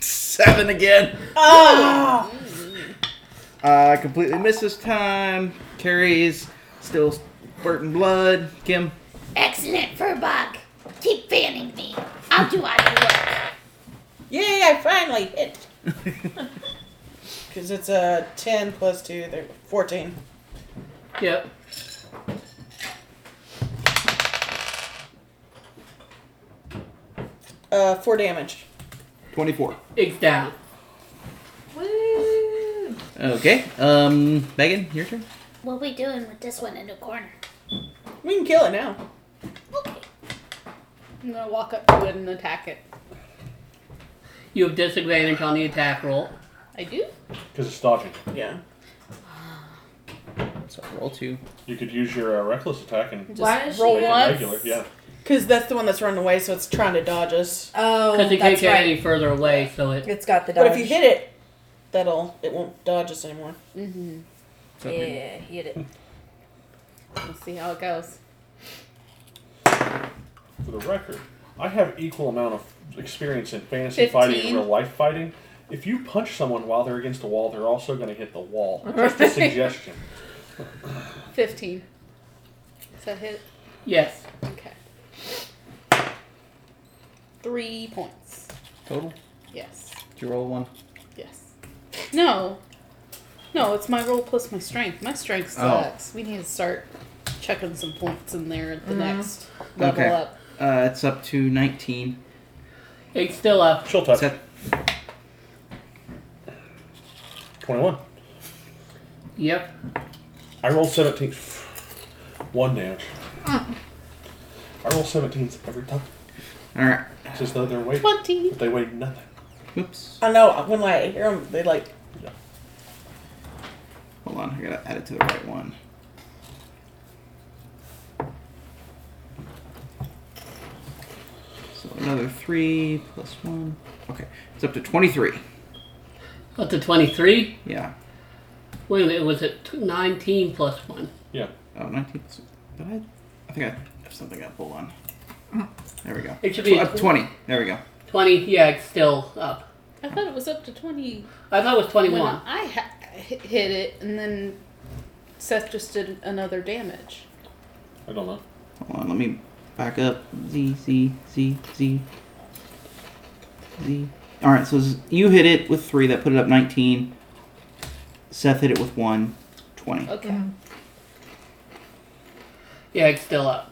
Speaker 7: Seven again.
Speaker 5: Ah.
Speaker 7: Uh, completely missed this time. Carries still spurting blood. Kim.
Speaker 8: Excellent, Furbog. Keep fanning me. I'll do all your work.
Speaker 5: Yay, I finally hit. [LAUGHS] Because it's a 10 plus 2, they're 14.
Speaker 2: Yep.
Speaker 5: Uh, 4 damage.
Speaker 7: Twenty-four.
Speaker 2: It's down.
Speaker 5: Woo!
Speaker 7: Okay. Um, Megan, your turn.
Speaker 8: What we doing with this one in the corner?
Speaker 5: We can kill it now.
Speaker 8: Okay.
Speaker 6: I'm gonna walk up to it and attack it.
Speaker 2: You have disadvantage on the attack roll.
Speaker 6: I do?
Speaker 4: Because it's dodging.
Speaker 5: Yeah.
Speaker 7: So roll two.
Speaker 4: You could use your uh, reckless attack and
Speaker 9: Why is she
Speaker 6: roll
Speaker 4: make it
Speaker 6: once.
Speaker 4: regular. Yeah.
Speaker 5: Because that's the one that's running away, so it's trying to dodge us.
Speaker 3: Oh,
Speaker 2: Because it can't
Speaker 3: that's
Speaker 2: get
Speaker 3: right.
Speaker 2: any further away, so it.
Speaker 3: It's got the dodge.
Speaker 5: But if you hit it, that'll, it won't dodge us anymore.
Speaker 6: Mm-hmm.
Speaker 7: So
Speaker 3: yeah, hit it.
Speaker 6: We'll see how it goes.
Speaker 4: For the record, I have equal amount of experience in fantasy fighting
Speaker 6: 15.
Speaker 4: and real life fighting. If you punch someone while they're against a wall, they're also going to hit the wall. Just a suggestion.
Speaker 6: 15. Is that hit?
Speaker 2: Yes.
Speaker 6: Okay. Three points.
Speaker 7: Total.
Speaker 6: Yes.
Speaker 7: Did you roll one?
Speaker 6: Yes. No. No, it's my roll plus my strength. My strength
Speaker 7: Oh.
Speaker 6: sucks. We need to start checking some points in there at the next level
Speaker 7: Okay.
Speaker 6: up.
Speaker 7: Uh, it's up to nineteen.
Speaker 2: It's still up.
Speaker 4: Chill touch.
Speaker 7: Seth.
Speaker 4: 21.
Speaker 2: Yep.
Speaker 4: I roll 17. One damage. I roll 17s every time.
Speaker 7: All right.
Speaker 4: It's as though they're waiting.
Speaker 6: 20.
Speaker 4: But they weigh nothing.
Speaker 7: Oops.
Speaker 5: I know, when I hear them, they like,
Speaker 7: Hold on. I gotta add it to the right one. So another three plus one. Okay, it's up to twenty-three.
Speaker 2: Up to 23.
Speaker 7: Yeah.
Speaker 2: Wait a minute, was it t- 19 plus 1?
Speaker 4: Yeah.
Speaker 7: Oh, 19. Did I? I think I have something up. Hold on. There we go.
Speaker 2: It should be-
Speaker 7: up to 20. There we go.
Speaker 2: 20, yeah, it's still up.
Speaker 6: I thought it was up to 20
Speaker 2: I thought it was
Speaker 6: when
Speaker 2: 21.
Speaker 6: I ha- hit hit it, and then Seth just did another damage.
Speaker 4: I don't know.
Speaker 7: Hold on. Let me back up. Z, Z, Z, Z. Z. All right. So z- you hit it with three. That put it up 19. Seth hit it with one. 20.
Speaker 6: Okay.
Speaker 2: Yeah, it's still up.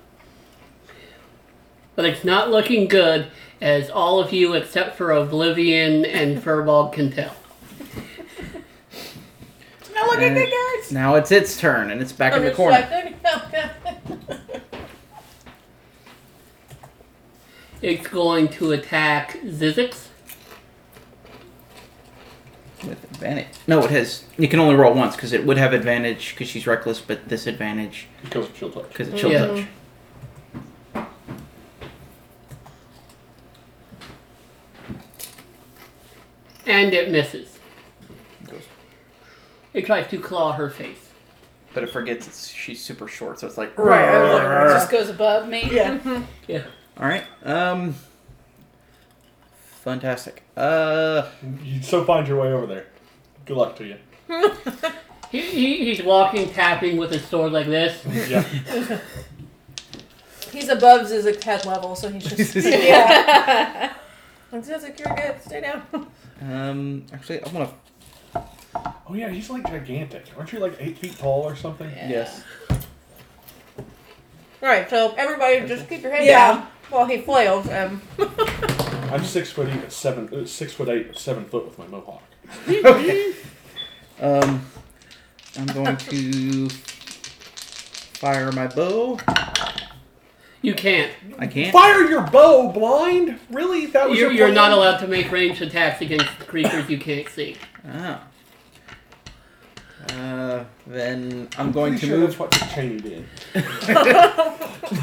Speaker 2: But it's not looking good, as all of you except for Oblivion
Speaker 4: [LAUGHS]
Speaker 2: and Furball can tell.
Speaker 5: Now look at
Speaker 7: And
Speaker 5: good guys.
Speaker 7: Now it's its turn, and it's Mm. back in the corner.
Speaker 2: It's going to attack Zizix.
Speaker 7: With advantage. No, it has. You can only roll once because it would have advantage because she's reckless, but disadvantage
Speaker 4: Because of chill touch.
Speaker 7: because of chill
Speaker 2: Yeah.
Speaker 7: touch.
Speaker 2: And it misses. It tries to claw her face.
Speaker 7: But it forgets it's, she's super short, so it's like.
Speaker 5: Right, I was like,
Speaker 7: "Rrrr."
Speaker 6: Just goes above me.
Speaker 5: Yeah.
Speaker 2: Yeah.
Speaker 7: All right. Um. Fantastic. Uh.
Speaker 4: You so find your way over there. Good luck to you.
Speaker 2: He, he, he's walking, tapping with his sword like this.
Speaker 4: Yeah.
Speaker 3: He's above Zizik's head level, so he's just. yeah. Like, Zizik, you're good. Stay down. [LAUGHS]
Speaker 7: Um. Actually, I want to.
Speaker 4: oh yeah, he's like gigantic. Aren't you like eight feet tall or something?
Speaker 7: Yes.
Speaker 3: Alright, so everybody just keep your head
Speaker 5: Yeah.
Speaker 3: down while he flails. Um,
Speaker 4: I'm six foot eight, seven, uh, six foot eight, seven foot with my mohawk.
Speaker 7: Um. I'm going to fire my bow.
Speaker 2: You can't.
Speaker 7: I can't.
Speaker 4: Fire your bow, blind. Really? That was
Speaker 2: You're,
Speaker 4: your
Speaker 2: you're
Speaker 4: plan?
Speaker 2: not allowed to make ranged attacks against creatures you can't see.
Speaker 7: Oh. Uh, then I'm going
Speaker 4: Pretty
Speaker 7: to
Speaker 4: sure
Speaker 7: move.
Speaker 4: that's what Dick Cheney [LAUGHS] did.
Speaker 7: [LAUGHS]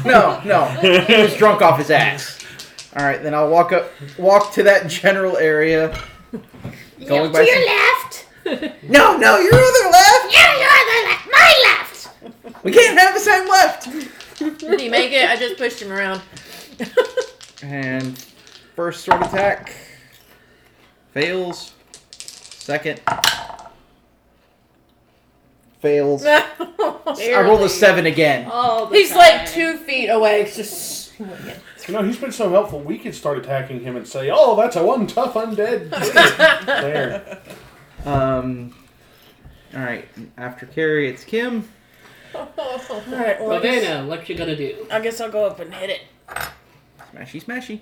Speaker 7: No, no. He was drunk off his ass. All right, then I'll walk up, walk to that general area. Going
Speaker 8: to
Speaker 7: by
Speaker 8: your
Speaker 7: some-
Speaker 8: left.
Speaker 7: No, no, your other left.
Speaker 8: Yeah, your other left. My left.
Speaker 7: We can't have the same left.
Speaker 3: did he make it? I just pushed him around. [LAUGHS]
Speaker 7: And first sword attack fails. Second fails. I rolled a seven again.
Speaker 6: All the
Speaker 3: He's
Speaker 6: time.
Speaker 3: like two feet away. It's just.
Speaker 4: You know, he's been so helpful. We could start attacking him and say, "Oh, that's a one tough undead."
Speaker 7: [LAUGHS]
Speaker 4: bitch." there.
Speaker 7: Um. All right. After carry, it's Kim.
Speaker 5: All right. Well, I guess,
Speaker 2: Ravenna, what you gonna do?
Speaker 5: I guess I'll go up and
Speaker 3: [LAUGHS]
Speaker 5: hit it.
Speaker 7: Smashy, smashy.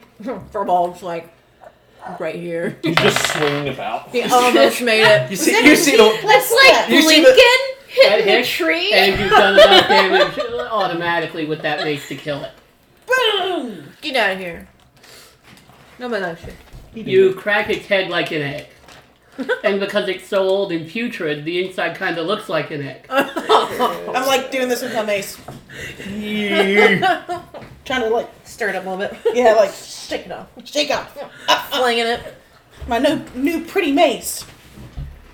Speaker 3: Furballs, like, right here.
Speaker 4: He's just swinging
Speaker 7: [LAUGHS]
Speaker 4: about.
Speaker 3: He almost made it.
Speaker 7: You see, you see the
Speaker 6: That's like
Speaker 7: You see
Speaker 6: Lincoln
Speaker 7: the-
Speaker 2: That
Speaker 6: hitting a
Speaker 2: hit?
Speaker 6: tree.
Speaker 2: And you've done enough damage [LAUGHS] automatically with that mace to kill it.
Speaker 3: Get out of here. No, but no shit.
Speaker 2: You crack its head like an egg. and because it's so old and putrid, the inside kind of looks like an egg.
Speaker 5: I'm like doing this with my mace, trying to like,
Speaker 3: Stir it up a little bit.
Speaker 5: [LAUGHS] yeah, like
Speaker 3: Shake
Speaker 5: [LAUGHS]
Speaker 3: it off.
Speaker 5: shake off
Speaker 3: Flinging it.
Speaker 5: my new new pretty mace.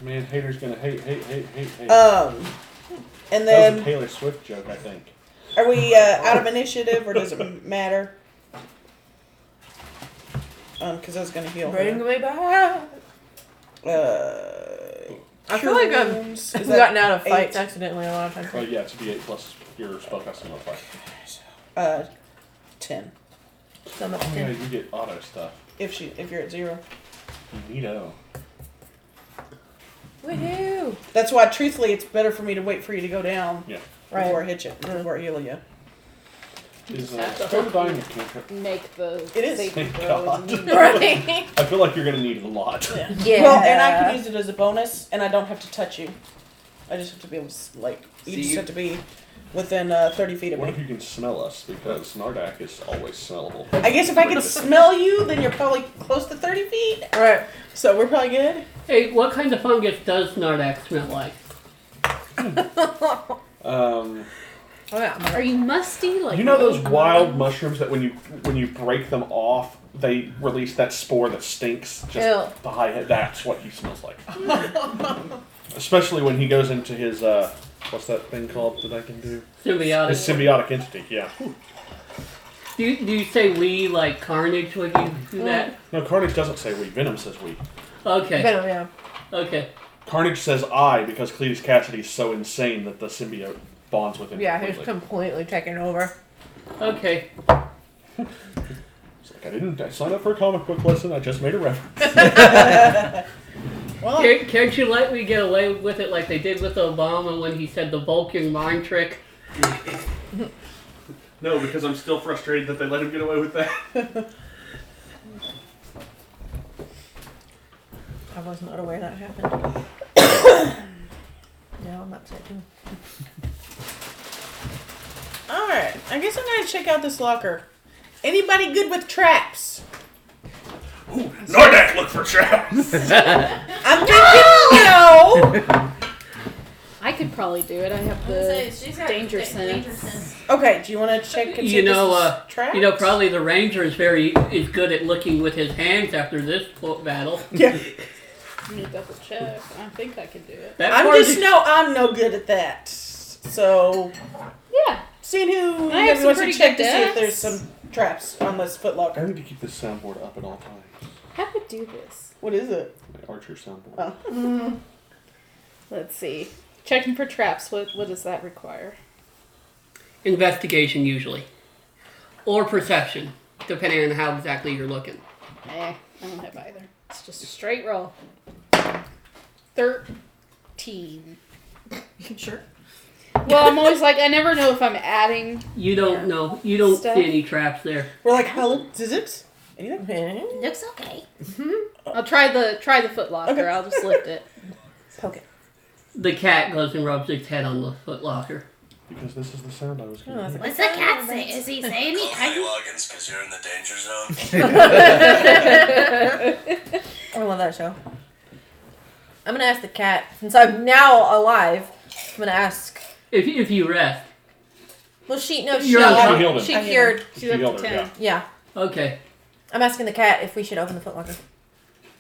Speaker 4: Man, haters gonna hate, hate, hate, hate, hate.
Speaker 7: Uh,
Speaker 5: Um, and
Speaker 4: that was a
Speaker 5: then
Speaker 4: Taylor Swift joke, I think.
Speaker 5: are we uh, out
Speaker 7: [LAUGHS]
Speaker 5: of initiative or does it matter? Um, because I was gonna heal. her.
Speaker 3: Bring me back.
Speaker 5: Uh,
Speaker 3: I feel like I've
Speaker 5: I've
Speaker 3: We've gotten out of fights
Speaker 5: eight?
Speaker 3: accidentally a lot of
Speaker 4: Oh
Speaker 3: times.
Speaker 4: yeah, it's a D8 plus your spellcasting modifier.
Speaker 5: Uh, ten.
Speaker 3: Some up
Speaker 4: Oh yeah,
Speaker 3: to-
Speaker 4: you get auto stuff.
Speaker 5: If she, if you're at zero,
Speaker 4: You need O.
Speaker 3: Woohoo!
Speaker 5: that's why. Truthfully, it's better for me to wait for you to go down
Speaker 4: Yeah.
Speaker 5: before I hit you,
Speaker 3: Mm.
Speaker 5: before I heal you.
Speaker 4: Is uh, spell dying a cantrip?
Speaker 6: Make the
Speaker 5: It is.
Speaker 6: saving
Speaker 4: Thank
Speaker 6: throw
Speaker 4: God.
Speaker 6: and-
Speaker 3: Right.
Speaker 4: [LAUGHS] I feel like you're gonna need it a lot.
Speaker 3: Yeah.
Speaker 5: Well, and I can use it as a bonus, and I don't have to touch you. I just have to be able to, s- like, you
Speaker 7: See
Speaker 5: just
Speaker 7: you.
Speaker 5: have to be within uh, 30 feet of
Speaker 4: What if
Speaker 5: me.
Speaker 4: you can smell us? Because Nardak is always smellable.
Speaker 5: I guess if I can smell you, then you're probably close to 30 feet.
Speaker 3: right.
Speaker 5: So we're probably good.
Speaker 2: Hey, what kind of fungus does Nardak smell like?
Speaker 4: Um,
Speaker 3: Oh yeah.
Speaker 6: Are you musty? Like
Speaker 4: you know those wild mushrooms that when you when you break them off, they release that spore that stinks. Just
Speaker 3: Ew.
Speaker 4: behind it. That's what he smells like. [LAUGHS] Especially when he goes into his uh, what's that thing called that I can do? His
Speaker 2: Symbiotic.
Speaker 4: symbiotic instinct. Yeah.
Speaker 2: Do you, do you say we like carnage when you do that?
Speaker 4: No, Carnage doesn't say we. Venom says we.
Speaker 2: Okay,
Speaker 3: Venom, yeah.
Speaker 2: okay.
Speaker 4: Carnage says I because Cletus Cassidy is so insane that the symbiote bonds with him.
Speaker 3: Yeah, he's
Speaker 4: completely.
Speaker 3: completely taken
Speaker 5: [LAUGHS]
Speaker 3: over. [LAUGHS]
Speaker 2: Okay.
Speaker 4: It's like I didn't. I signed up for a comic book lesson. I just made a reference.
Speaker 5: Well,
Speaker 2: Can't, can't you let me get away with it like they did with Obama when he said the Vulcan mind trick?
Speaker 4: [LAUGHS] No, because I'm still frustrated that they let him get away with that.
Speaker 3: I was not aware that happened.
Speaker 5: [COUGHS]
Speaker 3: now I'm upset too.
Speaker 5: All right. I guess I'm gonna check out this locker. Anybody good with traps?
Speaker 4: Nordak, look for traps.
Speaker 5: I'm thinking no.
Speaker 6: I could probably do it. I have
Speaker 3: Say,
Speaker 6: the
Speaker 3: she's got
Speaker 6: danger
Speaker 3: da- danger
Speaker 6: sense.
Speaker 5: Okay. Do you want to check? and see
Speaker 2: You
Speaker 5: if this
Speaker 2: know,
Speaker 5: is
Speaker 2: uh,
Speaker 5: traps?
Speaker 2: you know, probably the ranger is very is good at looking with his hands after this quote battle.
Speaker 5: Yeah.
Speaker 6: Let me double check. I think I could do it.
Speaker 2: That
Speaker 5: I'm
Speaker 2: part
Speaker 5: just
Speaker 2: is-
Speaker 5: no. I'm no good at that. So
Speaker 6: Yeah.
Speaker 5: seeing who
Speaker 6: I have
Speaker 5: maybe
Speaker 6: some
Speaker 5: wants to
Speaker 6: pretty good
Speaker 5: check to see if
Speaker 6: decks.
Speaker 5: there's some traps on this
Speaker 4: I
Speaker 5: footlocker.
Speaker 4: need to keep this soundboard up at all times.
Speaker 6: How would do this?
Speaker 5: What is it?
Speaker 4: My archer soundboard.
Speaker 5: Oh.
Speaker 6: Let's see. Checking for traps. What what does that require?
Speaker 2: investigation usually, or perception, depending on how exactly you're looking.
Speaker 6: Eh, I don't have either. It's just a straight roll. [LAUGHS] Thirteen.
Speaker 3: Sure.
Speaker 6: Well, I'm always like I never know if I'm adding.
Speaker 2: You don't know. You don't
Speaker 6: Stuff.
Speaker 2: see any traps there.
Speaker 5: We're like, hello, is it? Anything?
Speaker 8: Looks okay.
Speaker 6: I'll try the try the footlocker.
Speaker 5: Okay.
Speaker 6: I'll just lift [LAUGHS] it.
Speaker 3: Poke it.
Speaker 2: The cat goes and rubs its head on the footlocker.
Speaker 4: Because this is the sound I was
Speaker 5: Oh, that's
Speaker 4: getting.
Speaker 8: What's the cat say? Is he saying
Speaker 10: Call me
Speaker 8: anything?
Speaker 10: Loggins, because you're in the danger zone.
Speaker 7: [LAUGHS]
Speaker 3: I love that show. I'm gonna ask the cat since I'm now alive. I'm gonna ask.
Speaker 2: If, if you rest,
Speaker 3: Well, she no, she,
Speaker 2: You're on-
Speaker 4: She healed him.
Speaker 3: she
Speaker 5: I healed
Speaker 3: cured.
Speaker 6: She's up
Speaker 4: She yelled
Speaker 6: to
Speaker 4: at her,
Speaker 6: ten.
Speaker 3: Yeah,
Speaker 2: okay.
Speaker 3: I'm asking the cat if we should open the footlocker.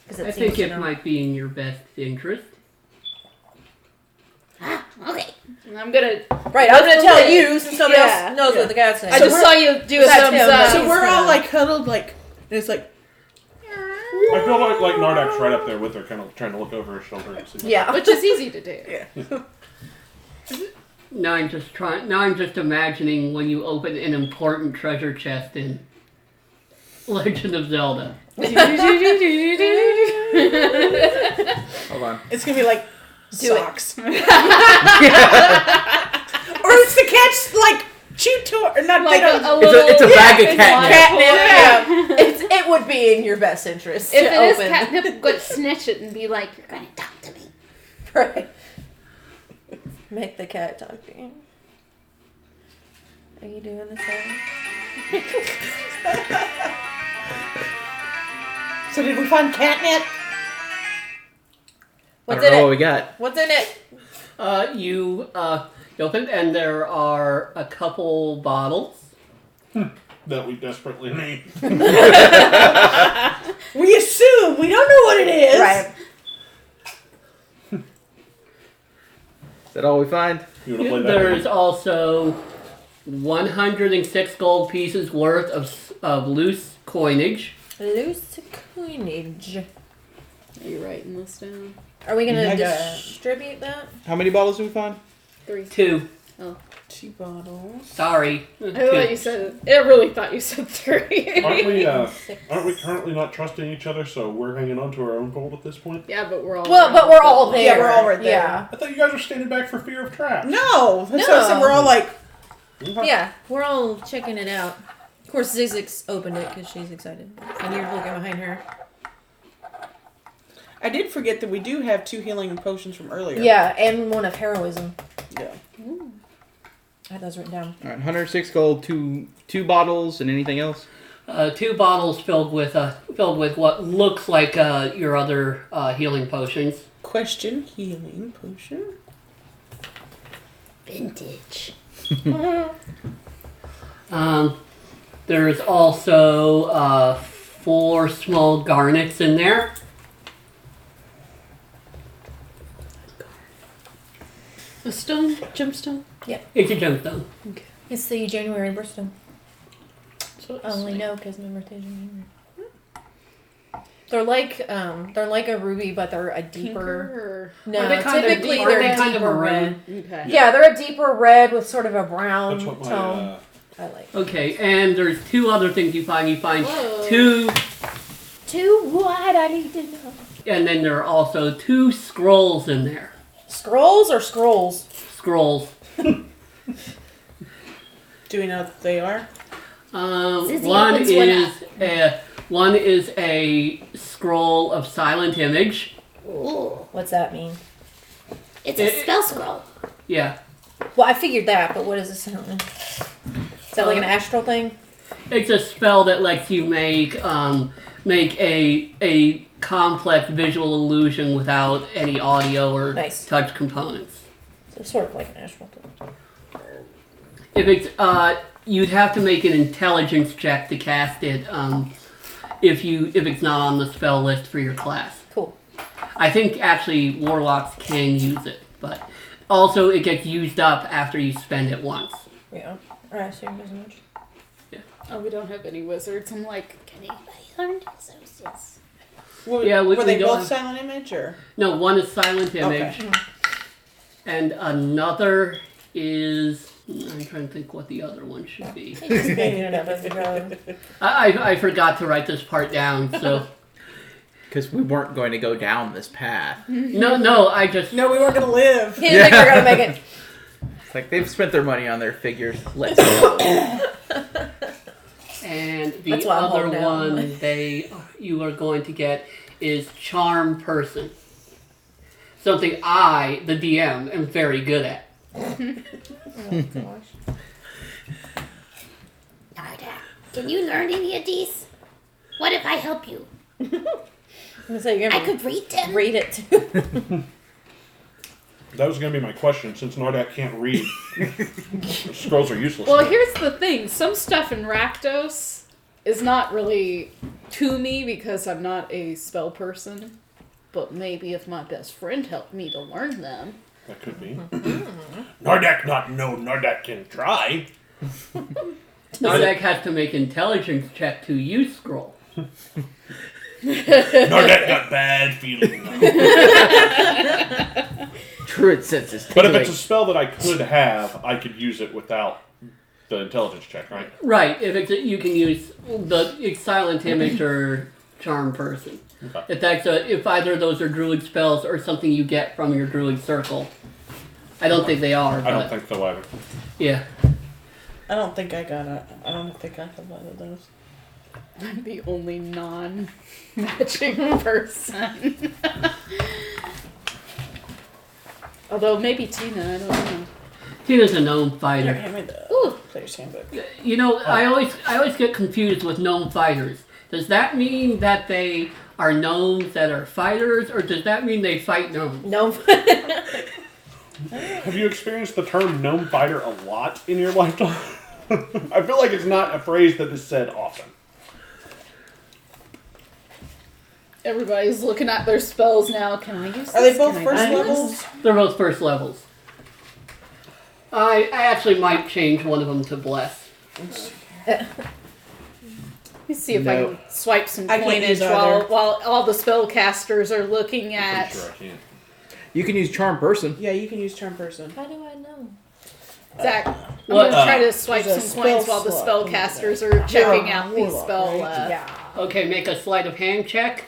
Speaker 3: Because
Speaker 2: I think it might be in your best interest.
Speaker 8: [LAUGHS] Ah, okay.
Speaker 6: I'm gonna.
Speaker 3: Right, I was gonna tell
Speaker 6: Open it.
Speaker 3: you since somebody
Speaker 6: Yeah.
Speaker 3: else knows
Speaker 2: Yeah.
Speaker 3: what the cat's saying.
Speaker 6: I just saw you do a
Speaker 3: That's
Speaker 6: thumbs
Speaker 3: him.
Speaker 6: up.
Speaker 5: So
Speaker 3: Nice.
Speaker 5: we're all like huddled, like, and it's like,
Speaker 4: I feel like like Nardak's right up there with her, kind of trying to look over her shoulder and see.
Speaker 3: yeah.
Speaker 6: which is easy to do.
Speaker 2: Now I'm just trying. Now I'm just imagining when you open an important treasure chest in Legend of Zelda.
Speaker 7: Hold on.
Speaker 5: it's gonna be like
Speaker 3: Do it.
Speaker 5: socks, or it's the cat's like chew toy, or not
Speaker 6: Like
Speaker 5: like
Speaker 6: a, a
Speaker 7: It's
Speaker 6: little.
Speaker 7: a, it's a bag of
Speaker 6: it's
Speaker 7: catnip.
Speaker 6: wild.
Speaker 3: Catnip. Yeah. [LAUGHS] It's, it would be in your best interest
Speaker 6: If
Speaker 3: to
Speaker 6: it is
Speaker 3: open.
Speaker 6: catnip, go snitch it and be like,
Speaker 8: You're gonna talk to me.
Speaker 3: Right. [LAUGHS] Make the cat talk to you. Are you doing the same?
Speaker 5: [LAUGHS] So did we find catnip?
Speaker 7: I
Speaker 3: What's
Speaker 7: don't know
Speaker 3: in
Speaker 7: what
Speaker 3: it?
Speaker 7: we got.
Speaker 3: What's in it?
Speaker 2: Uh, you uh, open, and there are a couple bottles.
Speaker 4: That we [LAUGHS] desperately need.
Speaker 5: We assume we don't know what it is.
Speaker 3: Right.
Speaker 7: Is that all we find?
Speaker 4: You want to play that?
Speaker 2: There's
Speaker 4: game?
Speaker 2: also 106 gold pieces worth of, of loose coinage.
Speaker 3: Loose coinage.
Speaker 6: are you writing this down?
Speaker 3: Are we gonna
Speaker 7: I got-
Speaker 3: distribute that?
Speaker 7: How many bottles did we find?
Speaker 6: Three.
Speaker 2: Two.
Speaker 5: Two bottles.
Speaker 2: Sorry.
Speaker 6: I thought you
Speaker 2: Two.
Speaker 6: said. I really thought you said three.
Speaker 4: Aren't we? Uh,
Speaker 3: Six.
Speaker 4: aren't we currently not trusting each other? So we're hanging on to our own gold at this point.
Speaker 6: [LAUGHS] yeah, but we're all.
Speaker 3: Well,
Speaker 6: around
Speaker 3: but we're all
Speaker 6: the-
Speaker 3: there.
Speaker 5: Yeah, we're all right there.
Speaker 3: Yeah.
Speaker 4: I thought you guys were standing back for fear of traps.
Speaker 5: No, that's
Speaker 3: No.
Speaker 5: what so we're all like.
Speaker 3: Yeah, we're all checking it out. Of course, Zizix opened it because she's excited, and you're looking behind her.
Speaker 5: I did forget that we do have two healing potions from earlier.
Speaker 3: Yeah, and one of heroism.
Speaker 5: Yeah.
Speaker 3: I had those written down.
Speaker 7: All right, 106 gold, two two bottles, and anything else.
Speaker 2: Uh, two bottles filled with uh, filled with what looks like uh, your other uh, healing potions.
Speaker 5: Question healing potion.
Speaker 8: Vintage.
Speaker 2: Um, there's also uh, four small garnets in there.
Speaker 6: A stone, gemstone.
Speaker 2: It's a gemstone.
Speaker 3: It's the January birthstone.
Speaker 6: So
Speaker 3: I only know because my birthday is in January. They're like um, they're like a ruby, but they're a deeper.
Speaker 6: Pinker.
Speaker 2: Are
Speaker 3: No,
Speaker 2: they kind of
Speaker 3: typically
Speaker 2: deep- are
Speaker 3: they're
Speaker 2: they kind of
Speaker 3: deeper
Speaker 2: maroon?
Speaker 3: red.
Speaker 6: or- Okay.
Speaker 3: Yeah, they're a deeper red with sort of a brown
Speaker 4: That's what my.
Speaker 3: tone.
Speaker 4: Uh,
Speaker 3: I like
Speaker 2: Okay, and there's two other things you find. You find
Speaker 6: Whoa.
Speaker 2: two,
Speaker 8: To what I need to know.
Speaker 2: and then there are also two scrolls in there.
Speaker 3: scrolls or scrolls.
Speaker 2: Scrolls.
Speaker 5: Do we know what they are?
Speaker 2: Um,
Speaker 8: Zizzy
Speaker 2: one
Speaker 8: opens one
Speaker 2: is a, one is a scroll of silent image.
Speaker 8: Ooh.
Speaker 3: What's that mean?
Speaker 8: It's a spell scroll.
Speaker 2: Yeah.
Speaker 3: Well, I figured that, but what does this sound like? Is that like an astral thing?
Speaker 2: It's a spell that lets you make um, make a a complex visual illusion without any audio or
Speaker 3: Nice.
Speaker 2: touch components.
Speaker 3: So sort of like an astral thing.
Speaker 2: If it's uh, you'd have to make an intelligence check to cast it. Um, if you if it's not on the spell list for your class,
Speaker 3: Cool.
Speaker 2: I think actually warlocks can use it, but also it gets used up after you spend it once.
Speaker 3: Yeah. I assume as much.
Speaker 6: Oh, we don't have any wizards. I'm like,
Speaker 8: Can anybody learn to associates?
Speaker 5: Were,
Speaker 2: Yeah, we-
Speaker 5: were they
Speaker 2: we don't
Speaker 5: both
Speaker 2: have-
Speaker 5: silent image [LAUGHS] or?
Speaker 2: No, one is silent image,
Speaker 5: Okay.
Speaker 2: and another is. I'm trying to think what the other one should be. I, I, I forgot to write this part down, so
Speaker 7: Because we weren't going to go down this path.
Speaker 2: no, no, I just
Speaker 5: [LAUGHS] No, we weren't gonna live.
Speaker 3: He didn't think we were gonna make [LAUGHS] it.
Speaker 7: It's like they've spent their money on their figures. Let's go.
Speaker 2: and
Speaker 3: That's
Speaker 2: the
Speaker 3: why I'm
Speaker 2: other
Speaker 3: holding out.
Speaker 2: one they you are going to get is charm person, something I, the DM, am very good at.
Speaker 8: Narda, can you learn any of these? What if I help you?
Speaker 3: I'm gonna say you're
Speaker 8: I
Speaker 3: gonna
Speaker 8: could read them.
Speaker 3: read it too.
Speaker 4: That was going to be my question. Since Nardak can't read, scrolls are useless.
Speaker 6: well, here's the thing. Some stuff in Rakdos is not really to me because I'm not a spell person. But maybe if my best friend helped me to learn them,
Speaker 4: that could be. Nardak not know. Nardak can try.
Speaker 2: Nardak has to make intelligence check to use scroll.
Speaker 4: Nardak got bad feelings.
Speaker 7: Druid senses.
Speaker 4: But if it's a spell that I could have, I could use it without the intelligence check, right?
Speaker 2: Right. If it's you can use the it's silent
Speaker 3: Mm-hmm.
Speaker 2: image or charm person.
Speaker 4: Okay.
Speaker 2: If that's a, if either of those are druid spells or something you get from your druid circle. I don't think they are. But
Speaker 4: I don't think so either.
Speaker 2: Yeah.
Speaker 5: I don't think I got it. I don't think I have one of those.
Speaker 6: I'm the only non magic person. Although maybe Tina, I don't know.
Speaker 2: Tina's a gnome
Speaker 5: Here,
Speaker 2: fighter.
Speaker 5: hand me the
Speaker 6: Ooh.
Speaker 5: player's handbook.
Speaker 2: You know, I always I always get confused with gnome fighters. Does that mean that they are gnomes that are fighters, or does that mean they fight gnomes?
Speaker 3: no.
Speaker 4: Have you experienced the term gnome fighter a lot in your lifetime? [LAUGHS] I feel like it's not a phrase that is said often.
Speaker 6: Everybody's looking at their spells now. Can I use
Speaker 5: Are
Speaker 6: this?
Speaker 5: they both
Speaker 6: Can I
Speaker 5: first
Speaker 6: use this?
Speaker 5: levels?
Speaker 2: They're both first levels. I I actually might change one of them to bless.
Speaker 6: Let me see if I
Speaker 7: No.
Speaker 6: can swipe some
Speaker 5: I can't
Speaker 6: coinage
Speaker 5: use either.
Speaker 6: while, while all the spellcasters are looking at.
Speaker 4: Sure, I can.
Speaker 7: you can use charm person.
Speaker 5: Yeah, you can use charm
Speaker 6: [LAUGHS]
Speaker 5: person.
Speaker 3: [LAUGHS] How do I know?
Speaker 6: Zach, I'm
Speaker 2: What,
Speaker 6: going to
Speaker 2: uh,
Speaker 6: try to swipe
Speaker 5: there's a
Speaker 6: some coins
Speaker 5: spell
Speaker 6: while the
Speaker 5: slot.
Speaker 6: spellcasters are checking
Speaker 5: Yeah,
Speaker 6: out the
Speaker 5: warlock,
Speaker 6: spell.
Speaker 5: right?
Speaker 6: Uh,
Speaker 3: Yeah.
Speaker 2: Okay, make a sleight of hand check.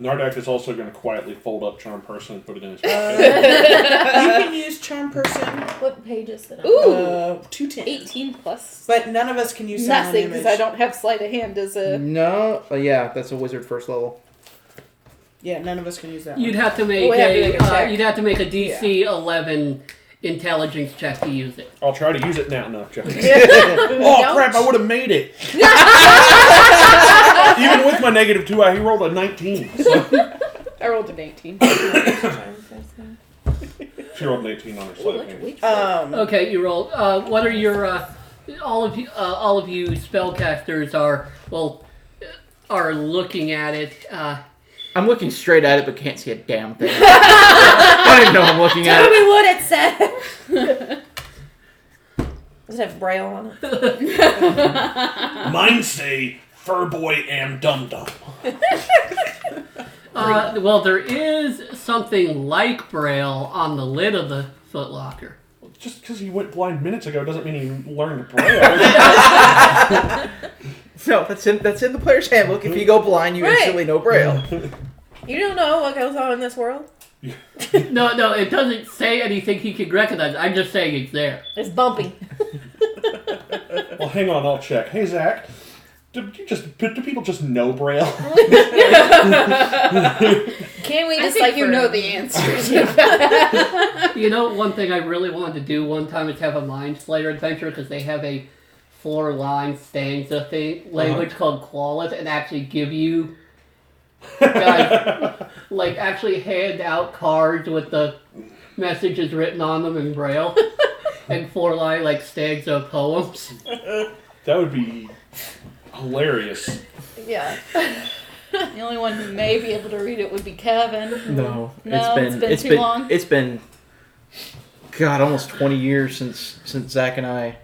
Speaker 4: Nardak is also going to quietly fold up charm person and put it in his pocket.
Speaker 5: you can use charm person
Speaker 3: What pages did I?
Speaker 6: Ooh,
Speaker 5: uh, two ten.
Speaker 6: 18 plus.
Speaker 5: But none of us can use silent
Speaker 6: Nothing,
Speaker 5: image.
Speaker 6: because I don't have sleight of hand as a.
Speaker 7: No. Oh, yeah, that's a wizard first
Speaker 3: [LAUGHS]
Speaker 7: level.
Speaker 5: Yeah, none of us can use that.
Speaker 2: You'd
Speaker 5: one.
Speaker 2: have to make
Speaker 6: We have to
Speaker 2: a,
Speaker 6: make a
Speaker 2: uh,
Speaker 6: check.
Speaker 2: you'd have to make a DC eleven intelligence check to use it.
Speaker 4: I'll try to use it now. No, I'm joking.
Speaker 3: Don't.
Speaker 4: oh crap! I would have made it. Even with my negative two, I he rolled a 19. So
Speaker 6: I rolled an
Speaker 5: [LAUGHS]
Speaker 6: 18.
Speaker 4: she rolled an 18 on her side. hand.
Speaker 5: Um,
Speaker 2: Okay, you roll. Uh, what are your uh, all of you? Uh, all of you spellcasters are well uh, are looking at it. Uh,
Speaker 7: I'm looking straight at it, but can't see a damn
Speaker 3: [LAUGHS]
Speaker 7: thing. I don't even know I'm looking at
Speaker 3: Tell
Speaker 7: it.
Speaker 3: me what it said. [LAUGHS] Does it have braille on it?
Speaker 4: Mine say fur boy am dum dum.
Speaker 2: uh, well, there is something like braille on the lid of the footlocker.
Speaker 4: Just because he went blind minutes ago doesn't mean he learned braille. [LAUGHS]
Speaker 7: No, that's in that's in the player's handbook. If you go blind, you
Speaker 3: Right.
Speaker 7: instantly know braille.
Speaker 3: You don't know what goes on in this world.
Speaker 2: No, no, it doesn't say anything he could recognize. I'm just saying it's there.
Speaker 3: It's bumpy.
Speaker 4: well, hang on, I'll check. Hey Zach, Do you just do people just know Braille?
Speaker 3: Can we
Speaker 6: I
Speaker 3: just
Speaker 6: think
Speaker 3: like
Speaker 6: you know the answers. to that.
Speaker 2: You know, one thing I really wanted to do one time is have a Mind Slayer adventure because they have a four line stanza thing language called Qualis and actually give you guys like actually hand out cards with the messages written on them in braille and four line like stanza poems.
Speaker 4: [LAUGHS] That would be hilarious.
Speaker 3: yeah.
Speaker 6: the only one who may be able to read it would be Kevin.
Speaker 7: No,
Speaker 6: No,
Speaker 7: it's been
Speaker 6: it's been too long?
Speaker 7: It's been God, almost twenty years since since Zach and I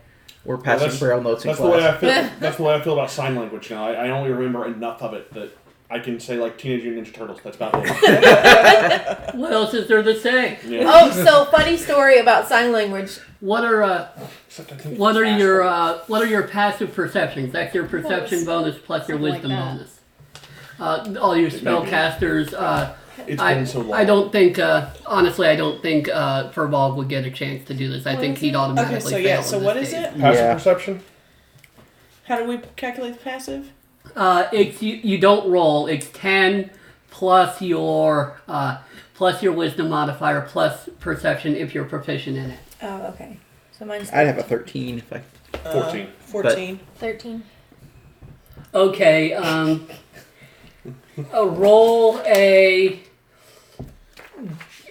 Speaker 7: were passing
Speaker 4: that's-
Speaker 7: braille notes in
Speaker 4: That's the way
Speaker 7: class.
Speaker 4: I feel. that's the way I feel about sign language now. I, I only remember enough of it that I can say like Teenage Mutant Ninja Turtles. That's about it.
Speaker 2: What else is there to say?
Speaker 3: [LAUGHS]
Speaker 4: Yeah.
Speaker 3: Oh, so funny story about sign language.
Speaker 2: What are uh,
Speaker 4: Except I think
Speaker 2: what are
Speaker 4: it's
Speaker 2: your
Speaker 4: faster.
Speaker 2: uh, what are your passive perceptions? That's your perception bonus plus your
Speaker 6: Something like
Speaker 2: wisdom
Speaker 6: that.
Speaker 2: bonus. Uh, all your spellcasters. Uh,
Speaker 4: It's
Speaker 2: I,
Speaker 4: been so long.
Speaker 2: I don't think, uh, honestly, I don't think uh, Furbog would get a chance to do this. I think he'd automatically
Speaker 5: Okay, so
Speaker 2: fail.
Speaker 5: yeah, so what is it?
Speaker 4: Passive
Speaker 7: Yeah.
Speaker 4: perception.
Speaker 5: How do we calculate the passive?
Speaker 2: Uh, it's you, you don't roll. It's ten plus your uh, plus your wisdom modifier plus perception if you're proficient in it.
Speaker 3: Oh, okay. So mine's
Speaker 7: I'd have a thirteen if I.
Speaker 4: Fourteen.
Speaker 5: Uh, Fourteen.
Speaker 3: thirteen.
Speaker 2: Okay. Um, uh, roll a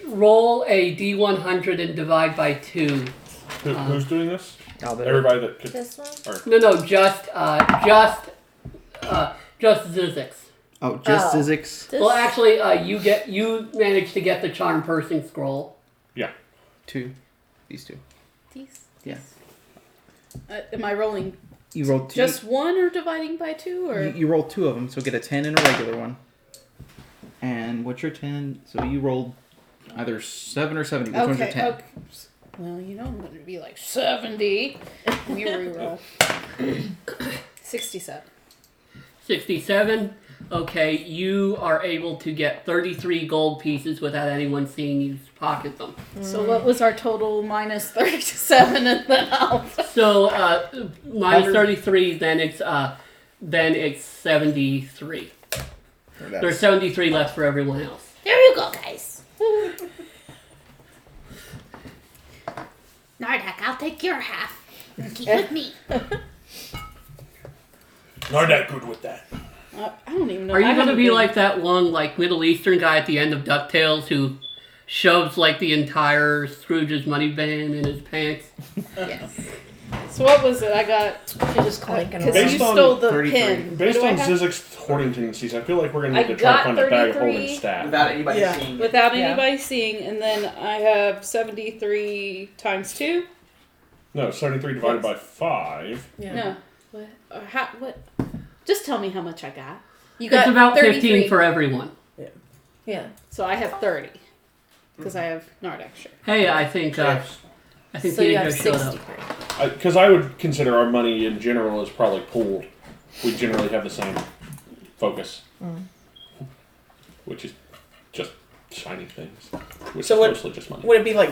Speaker 2: roll a d100 and divide by two.
Speaker 4: Who, who's doing this?
Speaker 7: I'll do it.
Speaker 4: Everybody that could.
Speaker 3: This one.
Speaker 2: No, no, just uh, just uh, just Zizix.
Speaker 7: Oh, just
Speaker 3: Oh.
Speaker 7: Zizix.
Speaker 3: This.
Speaker 2: Well, actually, uh, you get you managed to get the charm person scroll.
Speaker 4: Yeah.
Speaker 7: Two, these two.
Speaker 6: These-
Speaker 7: Yeah.
Speaker 6: Uh, am I rolling
Speaker 7: You rolled two.
Speaker 6: just one or dividing by two or
Speaker 7: you, you rolled two of them, so get a ten and a regular one. And what's your ten? So you rolled either seven or seventy. Which one's your ten?
Speaker 6: okay. Well, you know I'm going to be like 70. We reroll. [COUGHS] 67.
Speaker 2: Sixty-seven. Okay, you are able to get thirty-three gold pieces without anyone seeing you pocket them.
Speaker 6: So what was our total minus 37 and then
Speaker 2: [LAUGHS]
Speaker 6: I'll...
Speaker 2: So uh, minus
Speaker 7: Hundred-
Speaker 2: thirty-three, then it's uh, then it's seventy-three. There's seventy-three left for everyone else.
Speaker 8: There you
Speaker 6: [LAUGHS]
Speaker 8: go, guys. Nardak, I'll take your half. You Keep with me.
Speaker 2: [LAUGHS]
Speaker 4: Not that good with that.
Speaker 6: Uh, I don't even know.
Speaker 2: Are you
Speaker 6: I
Speaker 2: going to
Speaker 6: haven't
Speaker 2: be
Speaker 6: been-
Speaker 2: like that one like Middle Eastern guy at the end of Ducktales who shoves like the entire Scrooge's money band in his pants?
Speaker 6: So what was it? I got...
Speaker 3: You just clank and
Speaker 6: Because you
Speaker 4: Based on
Speaker 6: stole the
Speaker 7: 33.
Speaker 6: pin. What
Speaker 4: Based
Speaker 6: do I
Speaker 4: on
Speaker 6: have?
Speaker 4: Zizek's hoarding tendencies, I feel like we're gonna
Speaker 6: I
Speaker 4: need to try
Speaker 6: got
Speaker 4: to find a bag of
Speaker 6: 33.
Speaker 4: holding stat.
Speaker 7: anybody
Speaker 5: Yeah.
Speaker 7: seeing.
Speaker 6: Without
Speaker 3: Yeah.
Speaker 6: anybody seeing, and then I have 73 times 2.
Speaker 4: no, seventy-three divided by five.
Speaker 5: Yeah.
Speaker 6: No. What? Or how, what? Just tell me how much I got.
Speaker 3: You
Speaker 2: It's
Speaker 3: got
Speaker 2: about
Speaker 3: 33.
Speaker 2: fifteen for everyone.
Speaker 3: Yeah.
Speaker 6: So I have 30. Because I have Nardak sure.
Speaker 2: Hey, I think uh, I think
Speaker 3: So you
Speaker 2: Diego
Speaker 3: have
Speaker 2: showed
Speaker 3: sixty.
Speaker 2: up.
Speaker 4: Because I, would consider our money in general is probably pooled. We generally have the same focus,
Speaker 6: Mm.
Speaker 4: which is just shiny things, which
Speaker 5: So
Speaker 4: is
Speaker 5: what-
Speaker 4: mostly just [LAUGHS] money.
Speaker 5: Would it be like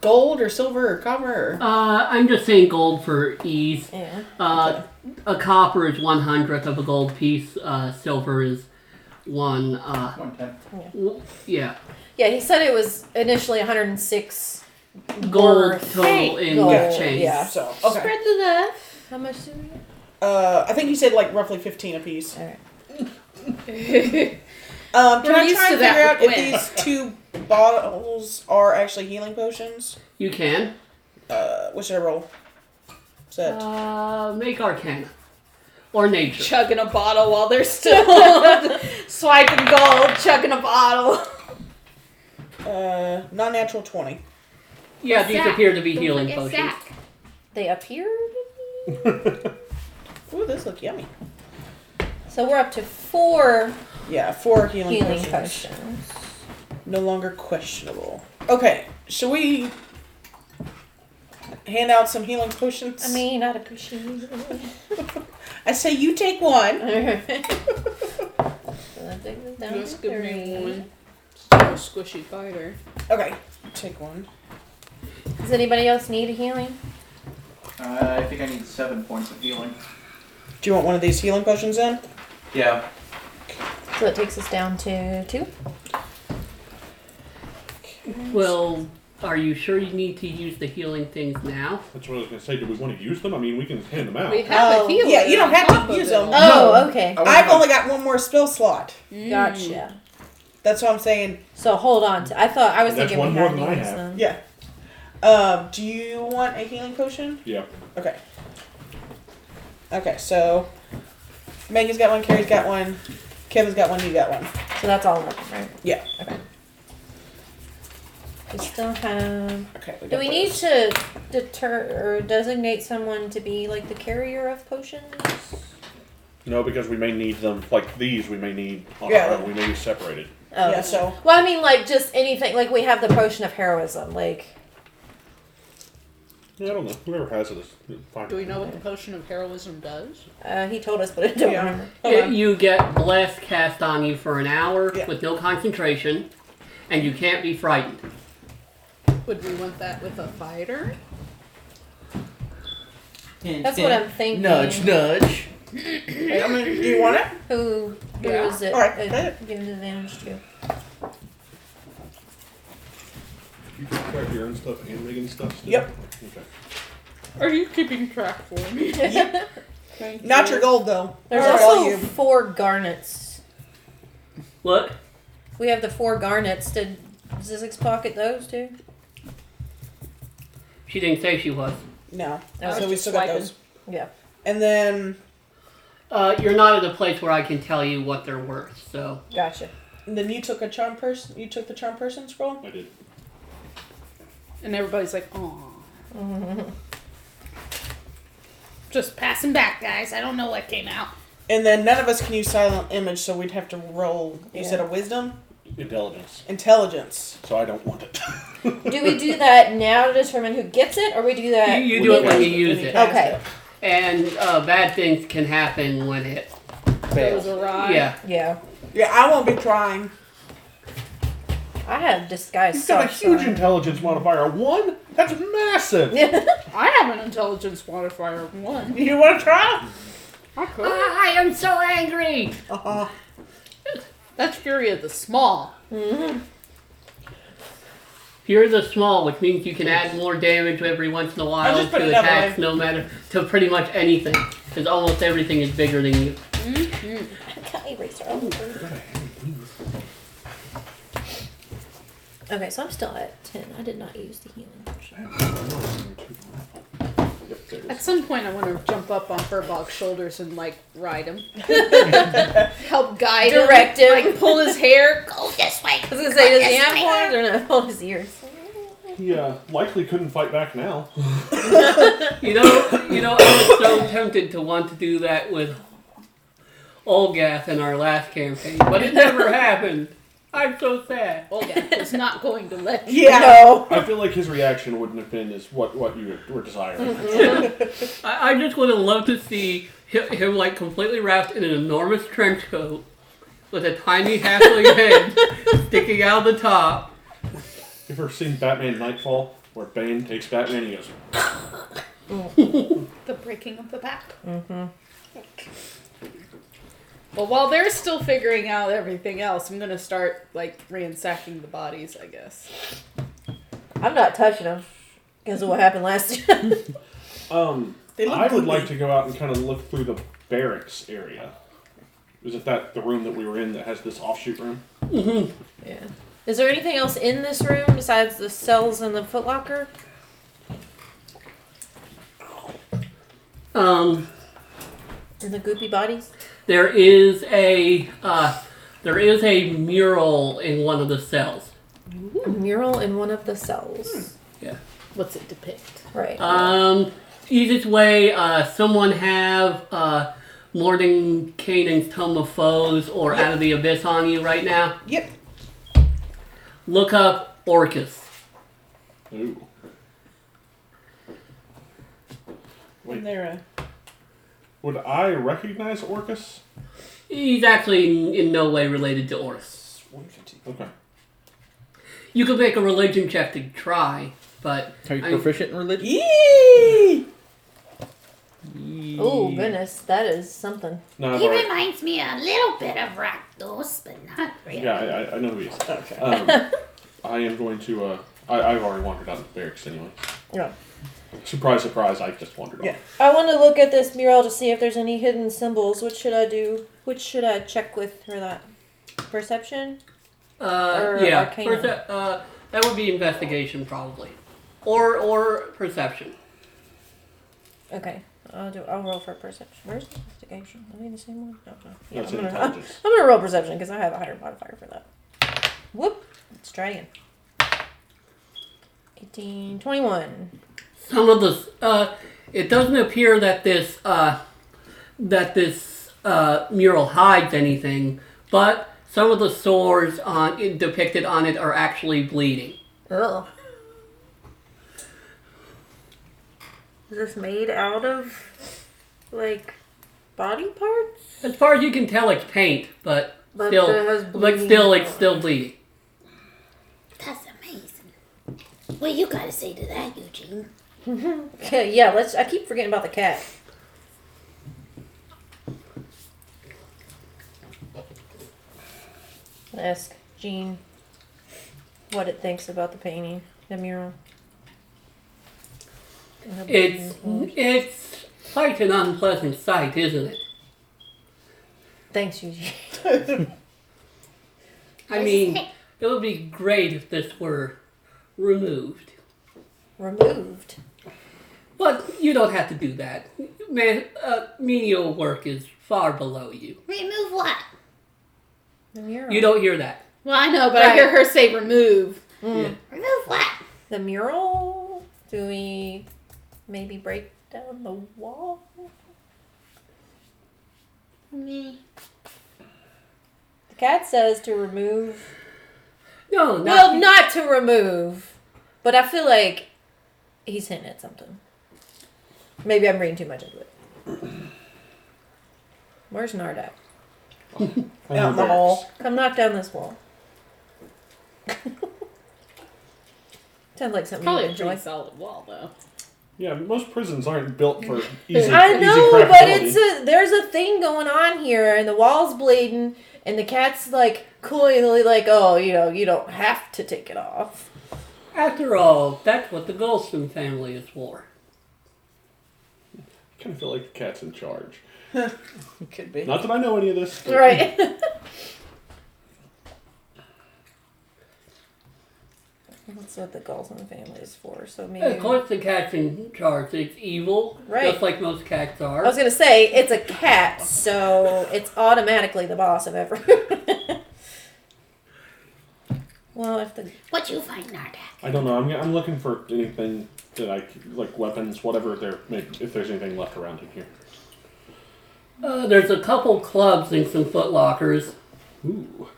Speaker 5: gold or silver or copper? Or...
Speaker 2: Uh, I'm just saying gold for ease.
Speaker 3: Yeah.
Speaker 2: Uh, a copper is one hundredth of a gold piece. Uh, silver is one. Uh,
Speaker 7: One tenth.
Speaker 2: w- yeah,
Speaker 3: Yeah. He said it was initially 106.
Speaker 2: gold
Speaker 3: Worth.
Speaker 2: total
Speaker 3: Hey,
Speaker 2: in
Speaker 3: gold,
Speaker 2: change.
Speaker 3: yeah.
Speaker 5: So okay.
Speaker 6: Uh, Spread the love.
Speaker 3: How much did we get?
Speaker 5: Uh, I think you said like roughly fifteen apiece.
Speaker 3: All right.
Speaker 6: [LAUGHS]
Speaker 5: Um,
Speaker 6: We're
Speaker 5: can I
Speaker 6: used
Speaker 5: try
Speaker 6: to
Speaker 5: and
Speaker 6: that
Speaker 5: figure out
Speaker 6: with
Speaker 5: if
Speaker 6: Gwen.
Speaker 5: these two bottles are actually healing potions?
Speaker 2: You can
Speaker 5: Uh, what should I roll? Set.
Speaker 2: uh, make Arcana or Nature.
Speaker 6: chugging a bottle while they're still swiping gold, chugging a bottle.
Speaker 5: Uh, non-natural twenty.
Speaker 2: Yeah, these
Speaker 8: Zach,
Speaker 2: appear to be
Speaker 8: don't
Speaker 2: healing
Speaker 8: forget
Speaker 2: potions.
Speaker 8: Zach.
Speaker 3: They appeared.
Speaker 5: Ooh, those look yummy.
Speaker 3: So we're up to four
Speaker 5: Yeah, four healing,
Speaker 3: healing
Speaker 5: potions.
Speaker 3: potions.
Speaker 5: No longer questionable. Okay, should we hand out some healing potions?
Speaker 3: I mean, I'd [LAUGHS] appreciate
Speaker 5: I say you take
Speaker 3: Uh.
Speaker 5: one.
Speaker 3: it. So I think it's down to three.
Speaker 6: squishy fighter.
Speaker 5: Okay, take one.
Speaker 3: Does anybody else need a healing?
Speaker 4: Uh,
Speaker 7: I think I need seven points of healing.
Speaker 5: Do you want one of these healing potions in?
Speaker 7: Yeah.
Speaker 3: So it takes us down to two.
Speaker 2: Well, are you sure you need to use the healing things now?
Speaker 4: That's what I was gonna say. Do we want to use them? I mean, we can hand them out.
Speaker 6: We have
Speaker 5: Oh,
Speaker 6: a healer.
Speaker 5: yeah, you don't
Speaker 6: and
Speaker 5: have to
Speaker 6: combo
Speaker 5: use
Speaker 6: build.
Speaker 5: them.
Speaker 3: Oh, okay.
Speaker 7: I
Speaker 5: I've
Speaker 7: wanna-
Speaker 5: only got one more spell slot.
Speaker 3: Mm. Gotcha.
Speaker 5: That's what I'm saying.
Speaker 3: So hold on. To, I thought I was
Speaker 4: That's
Speaker 3: thinking we
Speaker 4: one
Speaker 3: had
Speaker 4: more than I
Speaker 3: names
Speaker 4: have.
Speaker 3: then.
Speaker 5: Yeah. Um, do you want a healing potion?
Speaker 4: Yeah.
Speaker 5: Okay. Okay, so Megan's got one, Carrie's got one, Kevin's got one, you got one.
Speaker 3: So that's all of them, right?
Speaker 5: Yeah.
Speaker 3: We still have.
Speaker 5: Okay.
Speaker 3: Do we need to deter or designate someone to be like the carrier of potions?
Speaker 4: No, because we may need them. Like these, we may need on
Speaker 5: Yeah.
Speaker 4: our own. We may be separated.
Speaker 3: Oh.
Speaker 5: Yeah, so
Speaker 3: Well, I mean, like just anything. Like we have the potion of heroism. Like
Speaker 4: Yeah, I don't know. Whoever has it is is fine.
Speaker 6: Do we know what the potion of heroism does?
Speaker 3: uh, he told us, but I don't
Speaker 5: Yeah.
Speaker 3: remember.
Speaker 5: Hold on.
Speaker 2: You get blast cast on you for an hour
Speaker 5: Yeah.
Speaker 2: with no concentration, and you can't be frightened.
Speaker 6: Would we want that with a fighter?
Speaker 3: That's what I'm thinking.
Speaker 11: Nudge, nudge.
Speaker 5: I mean, do you want it?
Speaker 3: Who who
Speaker 6: Yeah.
Speaker 3: is it?
Speaker 5: All right,
Speaker 3: it
Speaker 5: got it.
Speaker 3: gives advantage
Speaker 5: [LAUGHS]
Speaker 3: to.
Speaker 4: You can grab your own stuff and Megan's stuff. Still?
Speaker 5: Yep.
Speaker 4: Okay.
Speaker 6: Are you keeping track for me? Thank
Speaker 5: Not
Speaker 6: you.
Speaker 5: your gold though.
Speaker 3: There's
Speaker 5: Or all
Speaker 3: also
Speaker 5: you.
Speaker 3: four garnets.
Speaker 2: Look,
Speaker 3: We have the four garnets. Did Zizix pocket those too?
Speaker 2: she didn't say she was.
Speaker 5: No.
Speaker 3: I was
Speaker 5: so we
Speaker 6: just
Speaker 5: still got
Speaker 6: swiping.
Speaker 5: those.
Speaker 3: Yeah.
Speaker 5: And then
Speaker 2: Uh, you're not at a place where I can tell you what they're worth, so
Speaker 3: Gotcha.
Speaker 5: and then you took a charm person you took the charm person scroll?
Speaker 4: I did.
Speaker 6: And everybody's like, "Aw." [LAUGHS] Just passing back, guys. I don't know what came out.
Speaker 5: And then none of us can use silent image, so we'd have to roll you said a wisdom?
Speaker 4: Intelligence.
Speaker 5: Intelligence.
Speaker 4: So I don't want
Speaker 6: [LAUGHS]
Speaker 4: it.
Speaker 3: Do we do that now to determine who gets it, or we do
Speaker 2: you,
Speaker 3: that?
Speaker 2: you
Speaker 4: We
Speaker 2: do it
Speaker 4: cast
Speaker 2: when you
Speaker 4: it.
Speaker 2: use
Speaker 5: Any
Speaker 2: it.
Speaker 5: cast
Speaker 3: Okay.
Speaker 2: And uh, bad things can happen when it.
Speaker 6: Goes awry.
Speaker 2: Yeah.
Speaker 3: Yeah.
Speaker 5: Yeah, I won't be trying. [LAUGHS]
Speaker 3: I have disguised
Speaker 4: He's got a
Speaker 3: self.
Speaker 4: huge intelligence modifier. A one? That's
Speaker 3: [LAUGHS]
Speaker 4: massive.
Speaker 6: I have an intelligence modifier of one.
Speaker 5: You wanna try?
Speaker 6: I could.
Speaker 2: I am so angry.
Speaker 5: Uh-huh.
Speaker 6: That's Fury of the Small.
Speaker 2: You're the small, which means you can add more damage every once in a
Speaker 5: I'll
Speaker 2: while
Speaker 5: just put
Speaker 2: to
Speaker 5: it that
Speaker 2: attacks,
Speaker 5: way.
Speaker 2: no matter to pretty much anything, because almost everything is bigger than you.
Speaker 3: Okay, so I'm still at ten. I did not use the healing.
Speaker 6: At some point, I want to jump up on Furbog's shoulders and like ride [LAUGHS] him, help guide
Speaker 3: Direct
Speaker 6: him,
Speaker 3: him.
Speaker 6: like pull his hair.
Speaker 8: Go this
Speaker 6: [LAUGHS]
Speaker 8: way.
Speaker 3: I was gonna say, does he
Speaker 8: Yes,
Speaker 3: have
Speaker 8: ma'am.
Speaker 3: horns or [LAUGHS] not? Hold his ears.
Speaker 4: He uh, likely couldn't fight back now.
Speaker 2: You know, you know, I was so tempted to want to do that with Olgath in our last campaign, but it never happened. I'm so sad.
Speaker 6: Olga is not going to let you.
Speaker 5: [LAUGHS] Yeah.
Speaker 4: I feel like his reaction wouldn't have been as what, what you were desiring.
Speaker 6: Mm-hmm.
Speaker 2: I, I just would have loved to see him, him like completely wrapped in an enormous trench coat with a tiny
Speaker 6: [LAUGHS]
Speaker 2: halfling head sticking out the top.
Speaker 4: you ever seen Batman Nightfall? Where Bane takes Batman and he goes,
Speaker 6: The breaking of the back. Mm-hmm. Well, while they're still figuring out everything else, I'm gonna start like ransacking the bodies. I guess.
Speaker 3: I'm not touching them because of what happened last [LAUGHS] time.
Speaker 4: um,
Speaker 5: They look
Speaker 4: I would
Speaker 5: goopy.
Speaker 4: like to go out and kind of look through the barracks area. Is it that the room that we were in that has this offshoot room?
Speaker 3: yeah. Is there anything else in this room besides the cells and the footlocker?
Speaker 2: Um,
Speaker 3: And the goopy bodies?
Speaker 2: there is a uh, there is a mural in one of the cells.
Speaker 3: A mural in one of the cells. Uh,
Speaker 6: What's it depict?
Speaker 3: Hmm. Right.
Speaker 2: Um, easiest way, uh, someone have uh, Morning Canaan's Tome of Foes or Out of the Abyss on you right now.
Speaker 5: Yep.
Speaker 2: Look up Orcus.
Speaker 4: Ooh. Wait.
Speaker 5: And they're uh,
Speaker 4: Would I recognize Orcus?
Speaker 2: He's actually in, in no way related to Orcus.
Speaker 4: Okay.
Speaker 2: You could make a religion check to try, but
Speaker 7: Are you
Speaker 2: I-
Speaker 7: proficient in
Speaker 5: a
Speaker 7: religion?
Speaker 5: Yee!
Speaker 3: Oh goodness, that is something.
Speaker 4: No, I've
Speaker 8: He
Speaker 4: already-
Speaker 8: reminds me a little bit of Rakdos, but not really.
Speaker 4: yeah, I, I- I know who he is. Okay. Um, I am going to. Uh, I, I've already wandered out of the barracks anyway.
Speaker 3: Yeah.
Speaker 4: Surprise, surprise! I just wandered.
Speaker 5: Yeah.
Speaker 4: Off.
Speaker 3: I want to look at this mural to see if there's any hidden symbols. What should I do? Which should I check with for that? Perception?
Speaker 2: Uh,
Speaker 3: Or
Speaker 2: yeah,
Speaker 3: arcana.
Speaker 2: perce- uh, that would be investigation probably, or or perception.
Speaker 3: Okay. I'll do. I'll roll for perception. Where's the investigation? Are they the same one? No, no. Yeah,
Speaker 4: That's
Speaker 3: I'm, gonna, [LAUGHS] I'm
Speaker 4: intelligence.
Speaker 3: gonna roll perception because I have a higher modifier for that. Whoop! Let's try again. 18, 21.
Speaker 2: some of the uh, it doesn't appear that this uh, that this uh, mural hides anything but some of the sores on it depicted on it are actually bleeding
Speaker 3: Ugh. Is this made out of like body parts?
Speaker 2: as far as you can tell it's paint but,
Speaker 3: But
Speaker 2: still
Speaker 3: there was
Speaker 2: but
Speaker 3: bleeding.
Speaker 2: still it's still bleeding
Speaker 8: That's amazing. What you gotta say to that, Eugene?
Speaker 3: yeah, let's. I keep forgetting about the cat. Ask Jean what it thinks about the painting, the mural. And the
Speaker 2: it's
Speaker 3: bleeding.
Speaker 2: it's quite an unpleasant sight isn't it
Speaker 3: thanks, Eugene.
Speaker 2: i mean it would be great if this were removed
Speaker 3: Removed.
Speaker 2: But you don't have to do that. Man, uh, menial work is far below you.
Speaker 8: Remove what?
Speaker 3: The mural.
Speaker 2: You don't hear that.
Speaker 6: Well, I know, but I
Speaker 3: Right.
Speaker 6: hear her say remove.
Speaker 8: Remove what?
Speaker 3: the mural. Do we maybe break down the wall?
Speaker 8: Me.
Speaker 3: The cat says to remove
Speaker 2: No,
Speaker 3: Well,
Speaker 2: not
Speaker 3: not to remove, but I feel like he's hinting at something. Maybe I'm reading too much into it. Where's Nardak?
Speaker 4: Out
Speaker 5: the hole.
Speaker 3: Come knock down this wall. [LAUGHS] Sounds like something
Speaker 6: Probably
Speaker 3: you
Speaker 6: a
Speaker 3: enjoy.
Speaker 6: pretty solid wall, though.
Speaker 4: Yeah, most prisons aren't built for easy.
Speaker 3: I
Speaker 4: easy
Speaker 3: know, but
Speaker 4: craftability.
Speaker 3: it's a, there's a thing going on here, and the wall's bleeding, and the cat's like coyly like, oh, you know, you don't have to take it off.
Speaker 2: after all, that's what the Goldstein family is for.
Speaker 4: I kind of feel like the cat's in charge.
Speaker 5: Could be.
Speaker 4: Not that I know any of this. but-
Speaker 5: [LAUGHS]
Speaker 3: Right. That's what the goals in the family is for. So maybe
Speaker 2: Of course, the cat's in charge. It's evil,
Speaker 3: Right.
Speaker 2: just like most cats
Speaker 3: I
Speaker 2: are.
Speaker 3: was gonna say it's a cat, so it's automatically the boss of everyone. [LAUGHS] well, if the
Speaker 8: What you find, Nardak?
Speaker 4: I don't know. I'm, I'm looking for anything that I c- like weapons, whatever there may, if there's anything left around in here.
Speaker 2: Uh, there's a couple clubs and some footlockers.
Speaker 4: Ooh,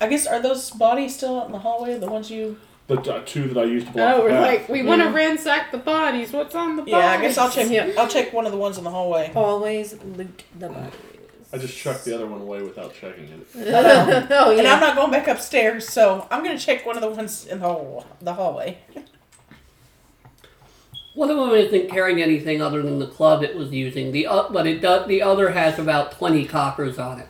Speaker 5: I guess are those bodies still out in the hallway? The ones you?
Speaker 4: the uh, two that I used to block.
Speaker 6: Oh,
Speaker 4: the
Speaker 6: we're
Speaker 4: path.
Speaker 6: like, we want to ransack the bodies. What's on the bodies?
Speaker 5: Yeah, I guess I'll check.
Speaker 3: Yeah.
Speaker 5: I'll check one of the ones in the hallway.
Speaker 3: always loot the body. [LAUGHS]
Speaker 4: I just chucked the other one away without checking it.
Speaker 3: oh
Speaker 5: And I'm
Speaker 3: yeah.
Speaker 5: not going back upstairs, so I'm gonna check one of the ones in the hall, the hallway.
Speaker 2: One of them isn't carrying anything other than the club it was using. The uh, but it does. The other has about twenty coppers on it.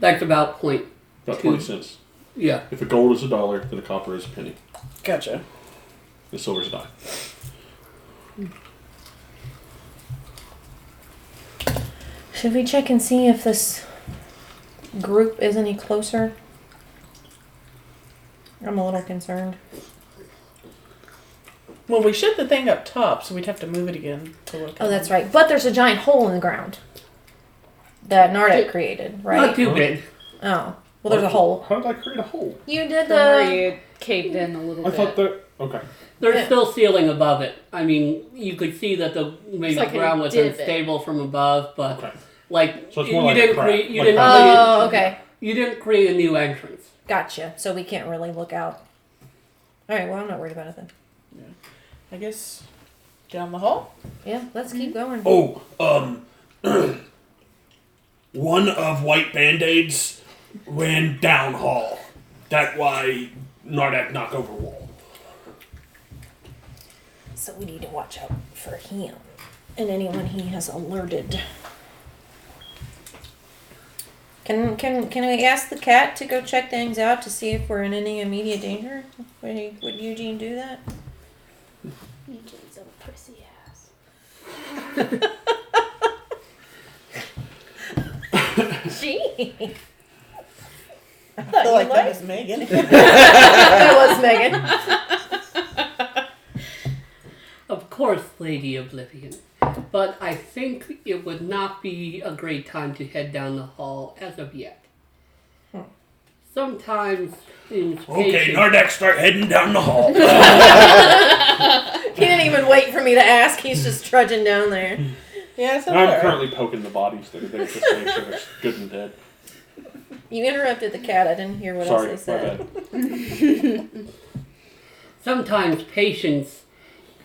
Speaker 2: That's about point.
Speaker 4: About
Speaker 2: Two.
Speaker 4: twenty cents.
Speaker 2: Yeah.
Speaker 4: If a gold is a dollar, then a copper is a penny.
Speaker 5: Gotcha.
Speaker 4: The silver's a dime.
Speaker 3: Should we check and see if this group is any closer? I'm a little concerned.
Speaker 5: Well, we shut the thing up top, so we'd have to move it again to look.
Speaker 3: Oh, that's right. But there's a giant hole in the ground that Nardak created,
Speaker 2: Not
Speaker 3: right?
Speaker 2: too big.
Speaker 3: Oh, well, there's a hole.
Speaker 4: How did I create a hole?
Speaker 3: You did
Speaker 6: Don't worry,
Speaker 3: the.
Speaker 6: it caved in a little
Speaker 4: I
Speaker 6: bit.
Speaker 4: thought that. Okay.
Speaker 2: There's
Speaker 3: Yeah.
Speaker 2: still ceiling above it. I mean, you could see that the maybe
Speaker 6: like
Speaker 2: the
Speaker 6: a
Speaker 2: ground was
Speaker 6: divot.
Speaker 2: unstable from above, but
Speaker 4: Okay.
Speaker 2: like
Speaker 4: So it's
Speaker 2: you,
Speaker 4: more
Speaker 2: you
Speaker 4: like a
Speaker 2: didn't
Speaker 4: crack,
Speaker 2: create you
Speaker 4: like
Speaker 2: didn't
Speaker 4: a
Speaker 2: create,
Speaker 3: Oh, okay.
Speaker 2: you didn't create a new entrance.
Speaker 3: Gotcha. So we can't really look out. All right. Well, I'm not worried about it then.
Speaker 5: I guess down the hall.
Speaker 3: Yeah, let's keep going.
Speaker 10: Oh,
Speaker 4: [CLEARS THROAT]
Speaker 10: um, one of White Band Aids ran down hall. That why Nardak knock over wall.
Speaker 3: so we need to watch out for him and anyone he has alerted. Can can can we ask the cat to go check things out to see if we're in any immediate danger? Would he, would Eugene do that?
Speaker 8: Eugene's a prissy ass.
Speaker 3: [LAUGHS] Gee, I
Speaker 5: I
Speaker 3: thought
Speaker 5: feel
Speaker 3: you
Speaker 5: like that
Speaker 3: liked.
Speaker 5: was Megan. [LAUGHS]
Speaker 3: That was Megan.
Speaker 2: Of course, Lady Oblivion. But I think it would not be a great time to head down the hall as of yet. Sometimes in
Speaker 10: Okay,
Speaker 2: spaces-
Speaker 10: Nardak, start heading down the hall.
Speaker 3: [LAUGHS] He didn't even wait for me to ask. He's just trudging down there.
Speaker 5: Yeah, it's
Speaker 4: I'm
Speaker 5: over.
Speaker 4: currently poking the bodies that are there just to make sure they're good and dead.
Speaker 3: You interrupted the cat. I didn't hear what
Speaker 4: Sorry, my
Speaker 3: else they said.
Speaker 4: bad.
Speaker 2: sometimes patience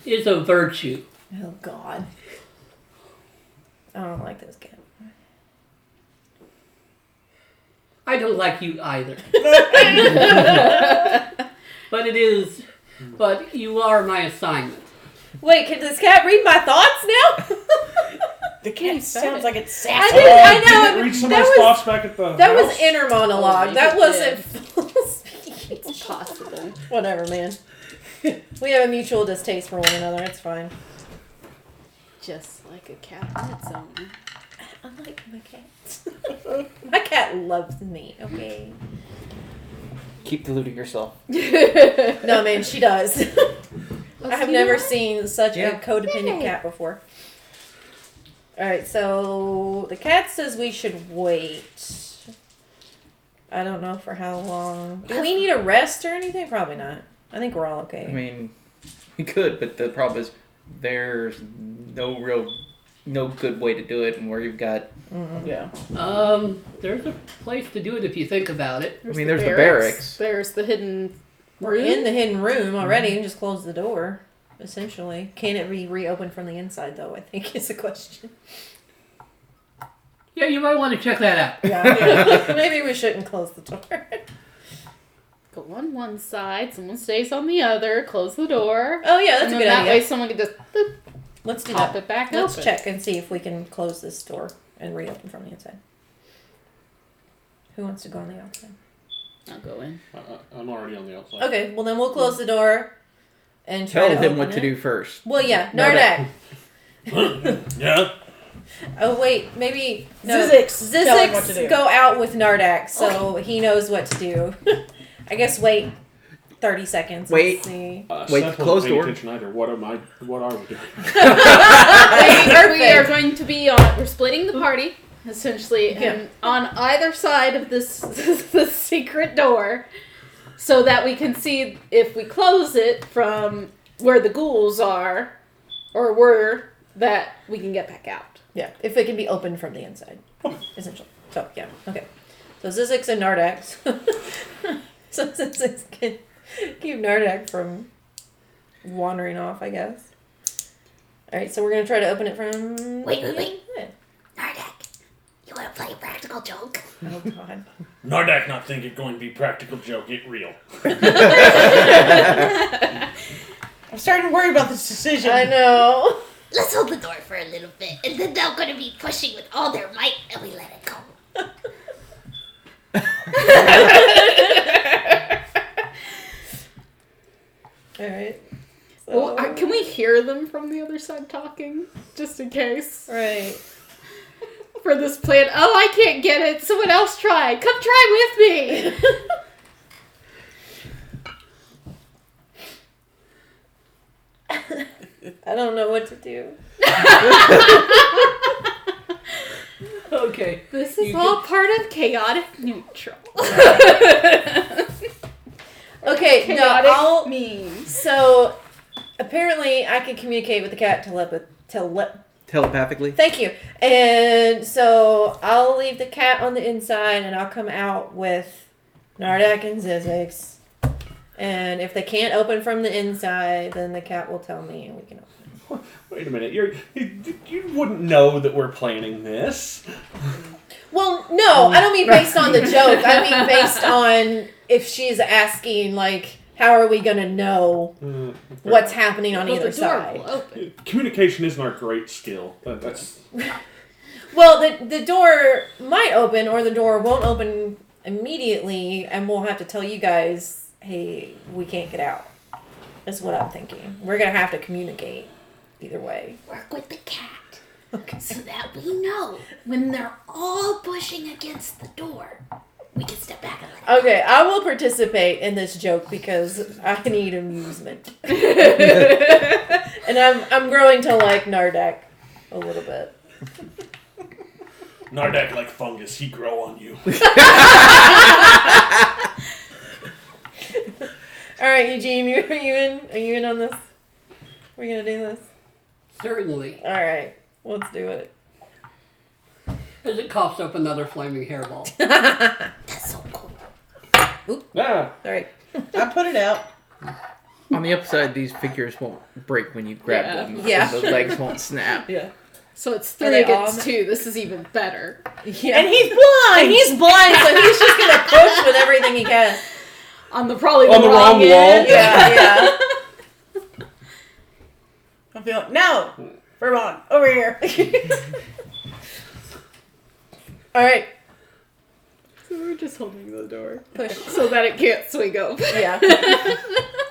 Speaker 2: is a virtue.
Speaker 3: Oh God. I don't like this cat.
Speaker 2: I don't like you either. but it is. But you are my assignment.
Speaker 3: Wait, can this cat read my thoughts now? [LAUGHS]
Speaker 5: The cat sounds like it's
Speaker 3: I
Speaker 5: sassy.
Speaker 3: did. I
Speaker 4: Uh,
Speaker 3: know.
Speaker 4: did it
Speaker 3: it-
Speaker 4: read
Speaker 3: that
Speaker 4: somebody's
Speaker 3: was
Speaker 4: thoughts back at the
Speaker 3: that was
Speaker 4: house?
Speaker 3: inner monologue.
Speaker 6: Oh,
Speaker 3: that
Speaker 6: you
Speaker 3: wasn't
Speaker 6: did.
Speaker 3: full speech.
Speaker 6: It's possible.
Speaker 3: [LAUGHS] Whatever, man. We have a mutual distaste for one another. It's fine.
Speaker 6: Just like a cat on its own.
Speaker 3: I like my cat. [LAUGHS] my cat loves me.
Speaker 4: [LAUGHS]
Speaker 3: Okay.
Speaker 7: Keep deluding yourself.
Speaker 8: [LAUGHS]
Speaker 3: No, man, she does. I have never seen such
Speaker 7: Yeah.
Speaker 3: a codependent
Speaker 8: Yay.
Speaker 3: cat before. All right, so the cat says we should wait. I don't know for how long. Do we need a rest or anything? Probably not. I think we're all
Speaker 7: I
Speaker 3: okay.
Speaker 7: mean, we could, but the problem is there's no real, no good way to do it, and where you've got.
Speaker 5: Yeah.
Speaker 2: Um, there's a place to do it if you think about it.
Speaker 7: I mean, there's the barracks.
Speaker 6: There's the hidden
Speaker 3: We're
Speaker 6: room.
Speaker 3: in the hidden room already.
Speaker 7: Mm-hmm.
Speaker 3: You just close the door, essentially. Can it be reopened from the inside, though? I think is the
Speaker 7: [LAUGHS]
Speaker 3: question.
Speaker 2: Yeah, you might want to check that
Speaker 7: [LAUGHS]
Speaker 2: out.
Speaker 3: [LAUGHS] Yeah. Maybe we shouldn't close the
Speaker 6: [LAUGHS]
Speaker 3: door.
Speaker 6: Go on one side, someone stays on the other, close the door.
Speaker 3: Oh, yeah, that's
Speaker 6: and
Speaker 3: a
Speaker 6: then
Speaker 3: good
Speaker 6: that
Speaker 3: idea.
Speaker 6: way someone can just boop,
Speaker 3: Let's do
Speaker 6: pop
Speaker 3: that.
Speaker 6: it back
Speaker 3: Let's
Speaker 6: open.
Speaker 3: check and see if we can close this door and reopen from the inside. Who wants to go on the outside?
Speaker 6: I'll go in.
Speaker 4: I- I- Uh, I'm already on the outside. [LAUGHS]
Speaker 3: Okay, well then we'll close the door and try
Speaker 7: Tell
Speaker 3: to
Speaker 7: him
Speaker 3: open
Speaker 7: what to
Speaker 3: it.
Speaker 7: do first.
Speaker 3: Well, yeah,
Speaker 7: Nardak.
Speaker 3: Nardak.
Speaker 10: yeah.
Speaker 3: Oh wait, maybe no.
Speaker 5: Zizix, tell him
Speaker 3: Zizix,
Speaker 5: what to do.
Speaker 3: go out with Nardak, so he knows what to do. [LAUGHS] I guess wait thirty seconds. and
Speaker 7: Wait.
Speaker 3: see.
Speaker 4: Uh,
Speaker 7: Wait,
Speaker 4: Seth wasn't
Speaker 7: close
Speaker 4: paying
Speaker 7: door.
Speaker 4: Attention either. What am I? What are we doing?
Speaker 6: we are
Speaker 3: [LAUGHS] Perfect.
Speaker 6: going to be on. We're splitting the party essentially,
Speaker 3: Yeah.
Speaker 6: and on either side of this [LAUGHS] this secret door, so that we can see if we close it from where the ghouls are, or were that we can get back out.
Speaker 3: Yeah, if it can be opened from the inside, essentially. So yeah, okay. So Zizix and Nardak. [LAUGHS] so Zizix can keep Nardak from wandering off, I guess. All right, so we're gonna try to open it from.
Speaker 8: Wait, wait, wait.
Speaker 3: Yeah.
Speaker 8: Nardak, you want to play a practical joke? [LAUGHS]
Speaker 3: Oh God.
Speaker 10: Nardak not think it going to be practical joke. Get real.
Speaker 5: I'm starting to worry about this decision.
Speaker 3: I know.
Speaker 8: Let's hold the door for a little bit, and then they're gonna be pushing with all their might, and we let it go.
Speaker 3: All right. So,
Speaker 6: Well, are- can we hear them from the other side talking, just in case
Speaker 3: Right.
Speaker 6: for this plan? Oh, I can't get it. Someone else try. Come try with me.
Speaker 3: I don't know what to do. [LAUGHS]
Speaker 8: [LAUGHS]
Speaker 2: Okay.
Speaker 6: This is
Speaker 2: You
Speaker 6: all part of chaotic neutral.
Speaker 3: Okay. No,
Speaker 6: chaotic
Speaker 3: I'll.
Speaker 6: means.
Speaker 3: So apparently, I can communicate with the cat telepath. Tele-
Speaker 7: Telepathically.
Speaker 3: Thank you. And so I'll leave the cat on the inside and I'll come out with Nardak and Zizix. And if they can't open from the inside, then the cat will tell me and we can open.
Speaker 4: Wait a minute. You're, you you wouldn't know that we're planning this.
Speaker 3: Well, no, I don't mean based on the joke. I mean based on if she's asking, like, how are we going to know
Speaker 4: Mm.
Speaker 3: what's happening on
Speaker 6: Well,
Speaker 3: either
Speaker 6: the door
Speaker 3: side?
Speaker 6: will open.
Speaker 4: Communication isn't our great skill. That, that's
Speaker 3: Well, the the door might open or the door won't open immediately, and we'll have to tell you guys, hey, we can't get out. That's what I'm thinking. We're gonna have to communicate either way.
Speaker 8: Work with the cat
Speaker 3: Okay.
Speaker 8: so that we know when they're all pushing against the door, we can step back and let
Speaker 3: Okay, I will participate in this joke because I need amusement, [LAUGHS] and I'm I'm growing to like Nardak a little bit.
Speaker 10: Nardak like fungus, he grow on
Speaker 4: [LAUGHS]
Speaker 10: you.
Speaker 3: All right, Eugene, [LAUGHS] you, are you in? Are you in on this? We're gonna do this.
Speaker 2: Certainly.
Speaker 3: All right, let's do it.
Speaker 2: As it coughs up another flaming hairball.
Speaker 8: That's so cool.
Speaker 4: yeah.
Speaker 3: Sorry.
Speaker 5: I put it out.
Speaker 7: On the upside, these figures won't break when you grab
Speaker 6: Yeah.
Speaker 7: them.
Speaker 3: Yeah.
Speaker 7: And the legs
Speaker 3: [LAUGHS]
Speaker 7: won't snap.
Speaker 5: Yeah.
Speaker 6: So it's
Speaker 3: Are
Speaker 6: three
Speaker 3: they all
Speaker 6: against
Speaker 3: ma-
Speaker 6: two. This is even better.
Speaker 3: Yeah.
Speaker 5: And he's blind.
Speaker 3: And he's blind, so he's just gonna push with everything he can.
Speaker 6: On the probably
Speaker 4: On the wrong
Speaker 6: end.
Speaker 4: wall.
Speaker 3: Yeah,
Speaker 6: [LAUGHS]
Speaker 3: yeah.
Speaker 5: I feel like, no, Vermont, over here. [LAUGHS]
Speaker 3: All right,
Speaker 6: So we're just holding the door
Speaker 3: push.
Speaker 6: so that it can't swing open.
Speaker 3: [LAUGHS] Yeah.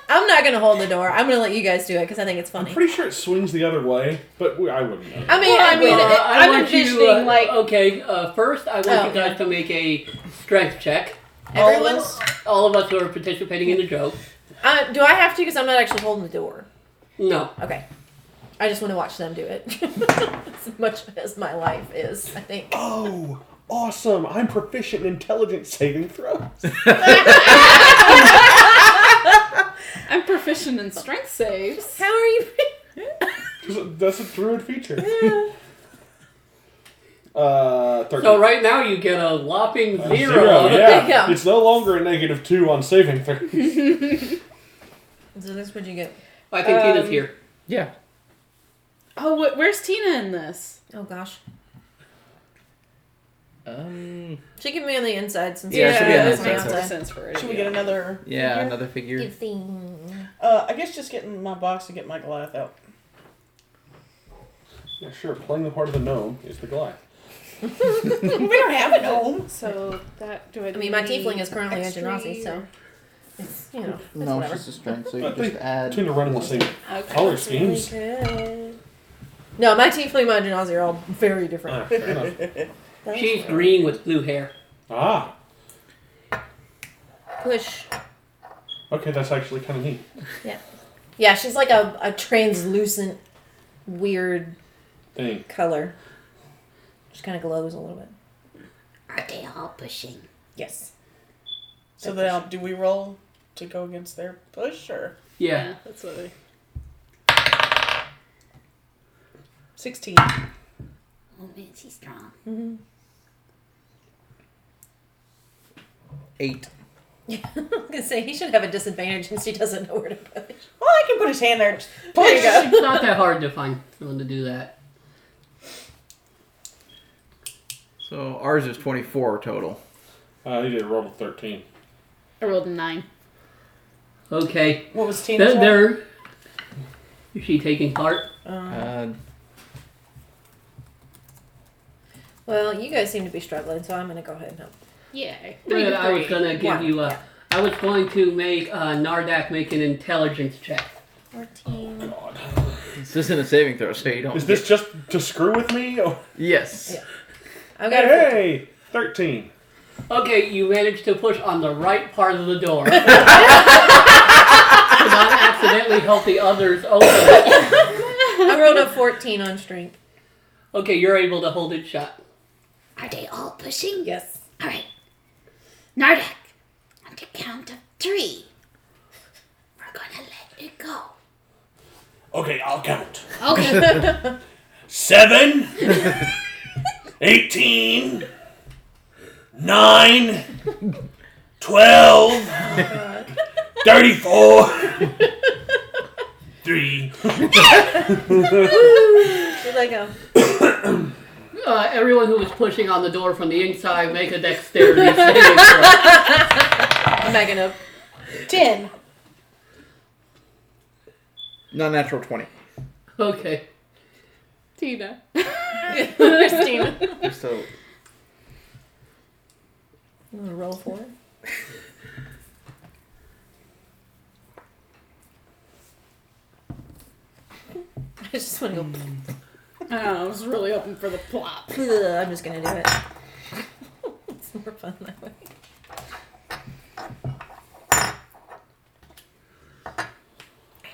Speaker 3: I'm not gonna hold the door. I'm gonna let you guys do it because I think it's
Speaker 4: I'm
Speaker 3: funny.
Speaker 4: pretty sure it swings the other way, but we, I wouldn't know.
Speaker 3: I mean, I mean,
Speaker 2: Uh,
Speaker 3: it,
Speaker 2: I
Speaker 6: I'm
Speaker 2: want you, uh,
Speaker 6: envisioning, like-
Speaker 2: okay. Uh, first, I want
Speaker 3: Oh,
Speaker 2: you guys to make a strength check.
Speaker 3: everyone's.
Speaker 2: All of us who are participating in the joke.
Speaker 3: Uh, do I have to? Because I'm not actually holding the door.
Speaker 2: No,
Speaker 3: Okay. I just want to watch them do it. [LAUGHS] as much as my life is, I think.
Speaker 4: Oh, awesome! I'm proficient in intelligence saving throws.
Speaker 6: I'm proficient in strength saves.
Speaker 3: How are you? [LAUGHS]
Speaker 4: That's a druid feature. Uh, 13.
Speaker 2: So right now you get a whopping zero.
Speaker 3: [LAUGHS]
Speaker 4: Zero, yeah.
Speaker 3: Yeah.
Speaker 4: It's no longer a negative two on saving throws. [LAUGHS]
Speaker 3: so this what you get?
Speaker 2: I think
Speaker 6: Um,
Speaker 2: Tina's here.
Speaker 7: Yeah.
Speaker 6: Oh, wh- where's Tina in this?
Speaker 3: Oh gosh.
Speaker 7: Um,
Speaker 3: She can be on the inside since
Speaker 7: Yeah, it should be on
Speaker 6: that
Speaker 7: the
Speaker 3: she's
Speaker 6: makes
Speaker 7: outside.
Speaker 6: more
Speaker 3: outside.
Speaker 6: sense for it.
Speaker 5: Should we get another?
Speaker 7: yeah, another figure.
Speaker 5: Uh, I guess just get in my box and get my Goliath out.
Speaker 4: yeah, sure. Playing the part of the gnome is the Goliath.
Speaker 5: [LAUGHS] we don't have a gnome.
Speaker 6: So that do I?
Speaker 3: I mean, my
Speaker 6: need
Speaker 3: tiefling is currently a
Speaker 6: extra
Speaker 3: genasi,
Speaker 6: or-
Speaker 3: so it's you know it's
Speaker 1: No, it's
Speaker 3: whatever.
Speaker 1: just a strength, so you
Speaker 4: But
Speaker 1: just
Speaker 4: they-
Speaker 1: add.
Speaker 4: Between the running the same
Speaker 6: Okay.
Speaker 4: color schemes.
Speaker 3: No, my tiefling and my genasi are all very different.
Speaker 4: Ah, fair enough.
Speaker 2: She's green with blue hair.
Speaker 4: Ah,
Speaker 3: Push.
Speaker 4: okay, that's actually kind of neat.
Speaker 3: Yeah, she's like a, a translucent, weird
Speaker 4: Thing.
Speaker 3: color. Just kind of glows a little bit.
Speaker 8: Are they all pushing?
Speaker 3: [LAUGHS] Yes.
Speaker 5: So now, do we roll to go against their push or
Speaker 2: Yeah.
Speaker 6: Yeah, that's what I.
Speaker 5: sixteen?
Speaker 8: Oh, man, he's strong.
Speaker 7: Eight.
Speaker 3: I'm gonna say he should have a disadvantage since he doesn't know where to push.
Speaker 5: Well, I can put his hand there. and just Push.
Speaker 2: [LAUGHS] It's not that hard to find someone to do that.
Speaker 7: So ours is 24 total.
Speaker 4: Uh, he did a roll of 13.
Speaker 6: I rolled a nine.
Speaker 2: Okay.
Speaker 5: What was Tina's?
Speaker 2: There,
Speaker 5: roll?
Speaker 2: there. Is she taking part?
Speaker 7: Uh,
Speaker 3: Well, you guys seem to be struggling, so I'm gonna go ahead and help.
Speaker 6: Yay. Three
Speaker 2: Well,
Speaker 6: to
Speaker 2: I was
Speaker 6: three.
Speaker 2: gonna give
Speaker 3: One.
Speaker 2: you a. I was going to make uh, Nardak make an intelligence check.
Speaker 4: God.
Speaker 7: this isn't a saving throw, so you don't.
Speaker 4: Is this just to screw with me? Oh,
Speaker 7: Yes.
Speaker 3: Yeah. I've got a four.
Speaker 4: hey, 13.
Speaker 2: Okay, you managed to push on the right part of the door. to not accidentally help the others open.
Speaker 3: I rolled a fourteen on strength.
Speaker 2: Okay, you're able to hold it shut.
Speaker 8: Are they all pushing?
Speaker 3: Yes.
Speaker 8: All right. Nardak, on the count of three, we're gonna let it go.
Speaker 10: Okay, I'll count.
Speaker 8: Okay.
Speaker 10: [LAUGHS] Seven, eighteen, nine, twelve, thirty-four, three.
Speaker 3: Where'd I go?
Speaker 2: Uh, everyone who was pushing on the door from the inside, make a dexterity saving throw.
Speaker 3: I'm not gonna.
Speaker 5: Ten.
Speaker 7: Not natural 20.
Speaker 2: Okay.
Speaker 6: Tina.
Speaker 9: Christina.
Speaker 7: So,
Speaker 3: You want to roll for it? I just want to go.
Speaker 6: I was really hoping for the plop.
Speaker 3: "Ugh," I'm just gonna do it. it's more fun that way.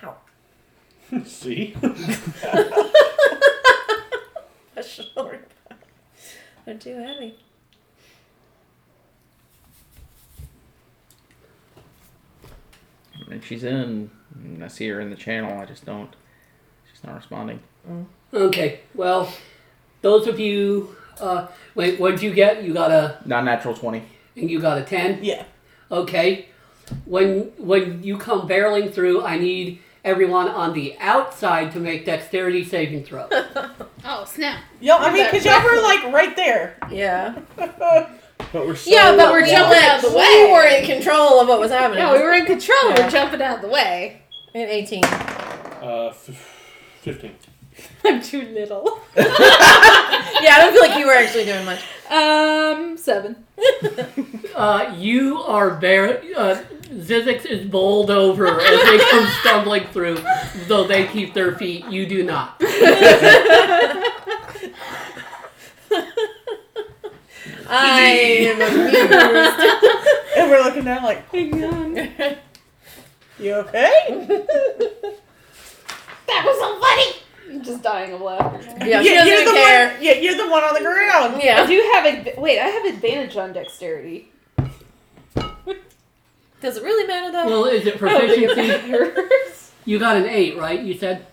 Speaker 3: Ow!
Speaker 4: See?
Speaker 3: That's short. They're too heavy.
Speaker 7: and she's in. And I see her in the channel. I just don't. She's not responding.
Speaker 2: Okay. Well, those of you. Uh, wait, what'd you get? You got a.
Speaker 7: Not natural 20.
Speaker 2: And you got a 10?
Speaker 5: Yeah.
Speaker 2: Okay. When when you come barreling through, I need everyone on the outside to make dexterity saving throw.
Speaker 6: Oh, snap.
Speaker 5: Y'all, I mean, because y'all were like right there.
Speaker 3: Yeah.
Speaker 4: But we're so
Speaker 3: Yeah, but we're
Speaker 4: lost.
Speaker 3: jumping out of the way. We were in control of what was happening.
Speaker 6: Yeah, we were in control.
Speaker 3: Yeah.
Speaker 6: We're jumping out of the way.
Speaker 3: at 18.
Speaker 4: Uh, f- 15.
Speaker 6: [LAUGHS] I'm too little.
Speaker 3: Yeah, I don't feel like you were actually doing much.
Speaker 6: Um, seven.
Speaker 2: Uh, you are bare. Uh, Zizix is bowled over as they come stumbling through, though they keep their feet. You do not.
Speaker 3: I am amused.
Speaker 5: And we're looking down like,
Speaker 6: Hang on.
Speaker 5: [LAUGHS]
Speaker 3: [LAUGHS]
Speaker 5: you okay?
Speaker 8: That was so funny.
Speaker 6: I'm just dying of laughter.
Speaker 3: Yeah, she doesn't
Speaker 5: you're the
Speaker 3: even care.
Speaker 5: One, yeah, you're the one on the ground.
Speaker 6: I
Speaker 3: Yeah.
Speaker 6: do have adv- wait. I have advantage on dexterity.
Speaker 3: [LAUGHS]
Speaker 6: [LAUGHS]
Speaker 3: Does it really matter though?
Speaker 2: Well, is it
Speaker 6: I don't think it [LAUGHS]
Speaker 2: proficiency?
Speaker 6: matters.
Speaker 2: You got an eight, right? You said.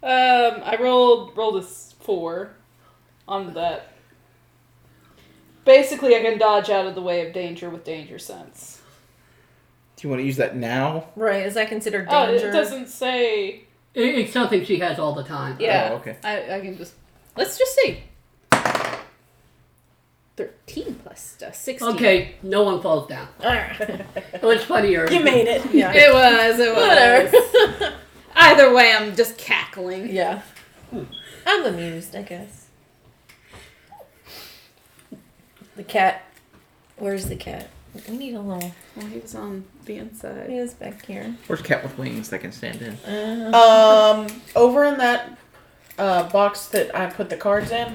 Speaker 6: Um, I rolled rolled a s- four on that. Basically, I can dodge out of the way of danger with danger sense.
Speaker 7: Do you want to use that now?
Speaker 3: right, is that considered
Speaker 6: Oh,
Speaker 3: danger?
Speaker 6: it doesn't say.
Speaker 2: It, it's something she has all the time.
Speaker 6: Yeah.
Speaker 7: Oh, okay.
Speaker 6: I, I can just let's just see. Thirteen plus uh, sixteen.
Speaker 2: Okay, no one falls down.
Speaker 3: Alright.
Speaker 2: It was funnier.
Speaker 5: You made it.
Speaker 3: Yeah.
Speaker 6: It was. It was.
Speaker 3: [LAUGHS] Whatever.
Speaker 6: Either way, I'm just cackling.
Speaker 3: yeah. Hmm. I'm amused, I guess. The cat. Where's the cat? We need a little.
Speaker 6: Well, he was on the inside.
Speaker 3: He is back here.
Speaker 7: Where's cat with wings that can stand in?
Speaker 3: Uh,
Speaker 5: Um, over in that uh, box that I put the cards in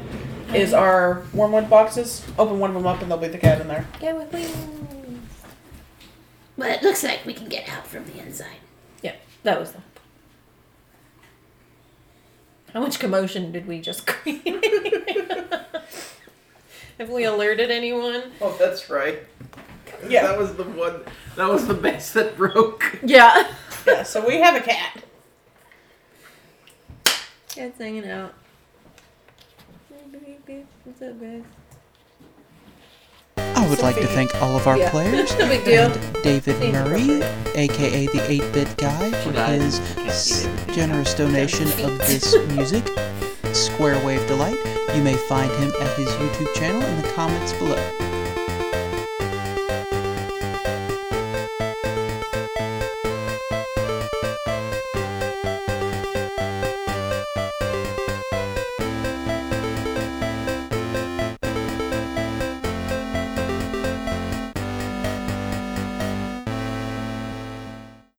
Speaker 5: is
Speaker 3: Mm-hmm.
Speaker 5: our wormwood boxes. Open one of them up and there'll be the cat in there.
Speaker 3: yeah, with wings.
Speaker 8: But it looks like we can get out from the inside.
Speaker 3: Yeah, that was the. How much commotion did we just [LAUGHS] create? Have we alerted anyone?
Speaker 7: Oh, that's right.
Speaker 5: Yeah. That
Speaker 7: was the one. That was the base that broke.
Speaker 3: Yeah.
Speaker 5: Yeah, so we have a cat.
Speaker 3: Cat's hanging out. What's up, guys?
Speaker 11: I would like to thank all of our
Speaker 3: Yeah.
Speaker 11: players
Speaker 3: No big deal.
Speaker 11: and David
Speaker 3: Seems
Speaker 11: Murray, aka the 8 Bit Guy, for
Speaker 7: died.
Speaker 11: his s- generous donation of this music, Square Wave Delight. You may find him at his YouTube channel in the comments below.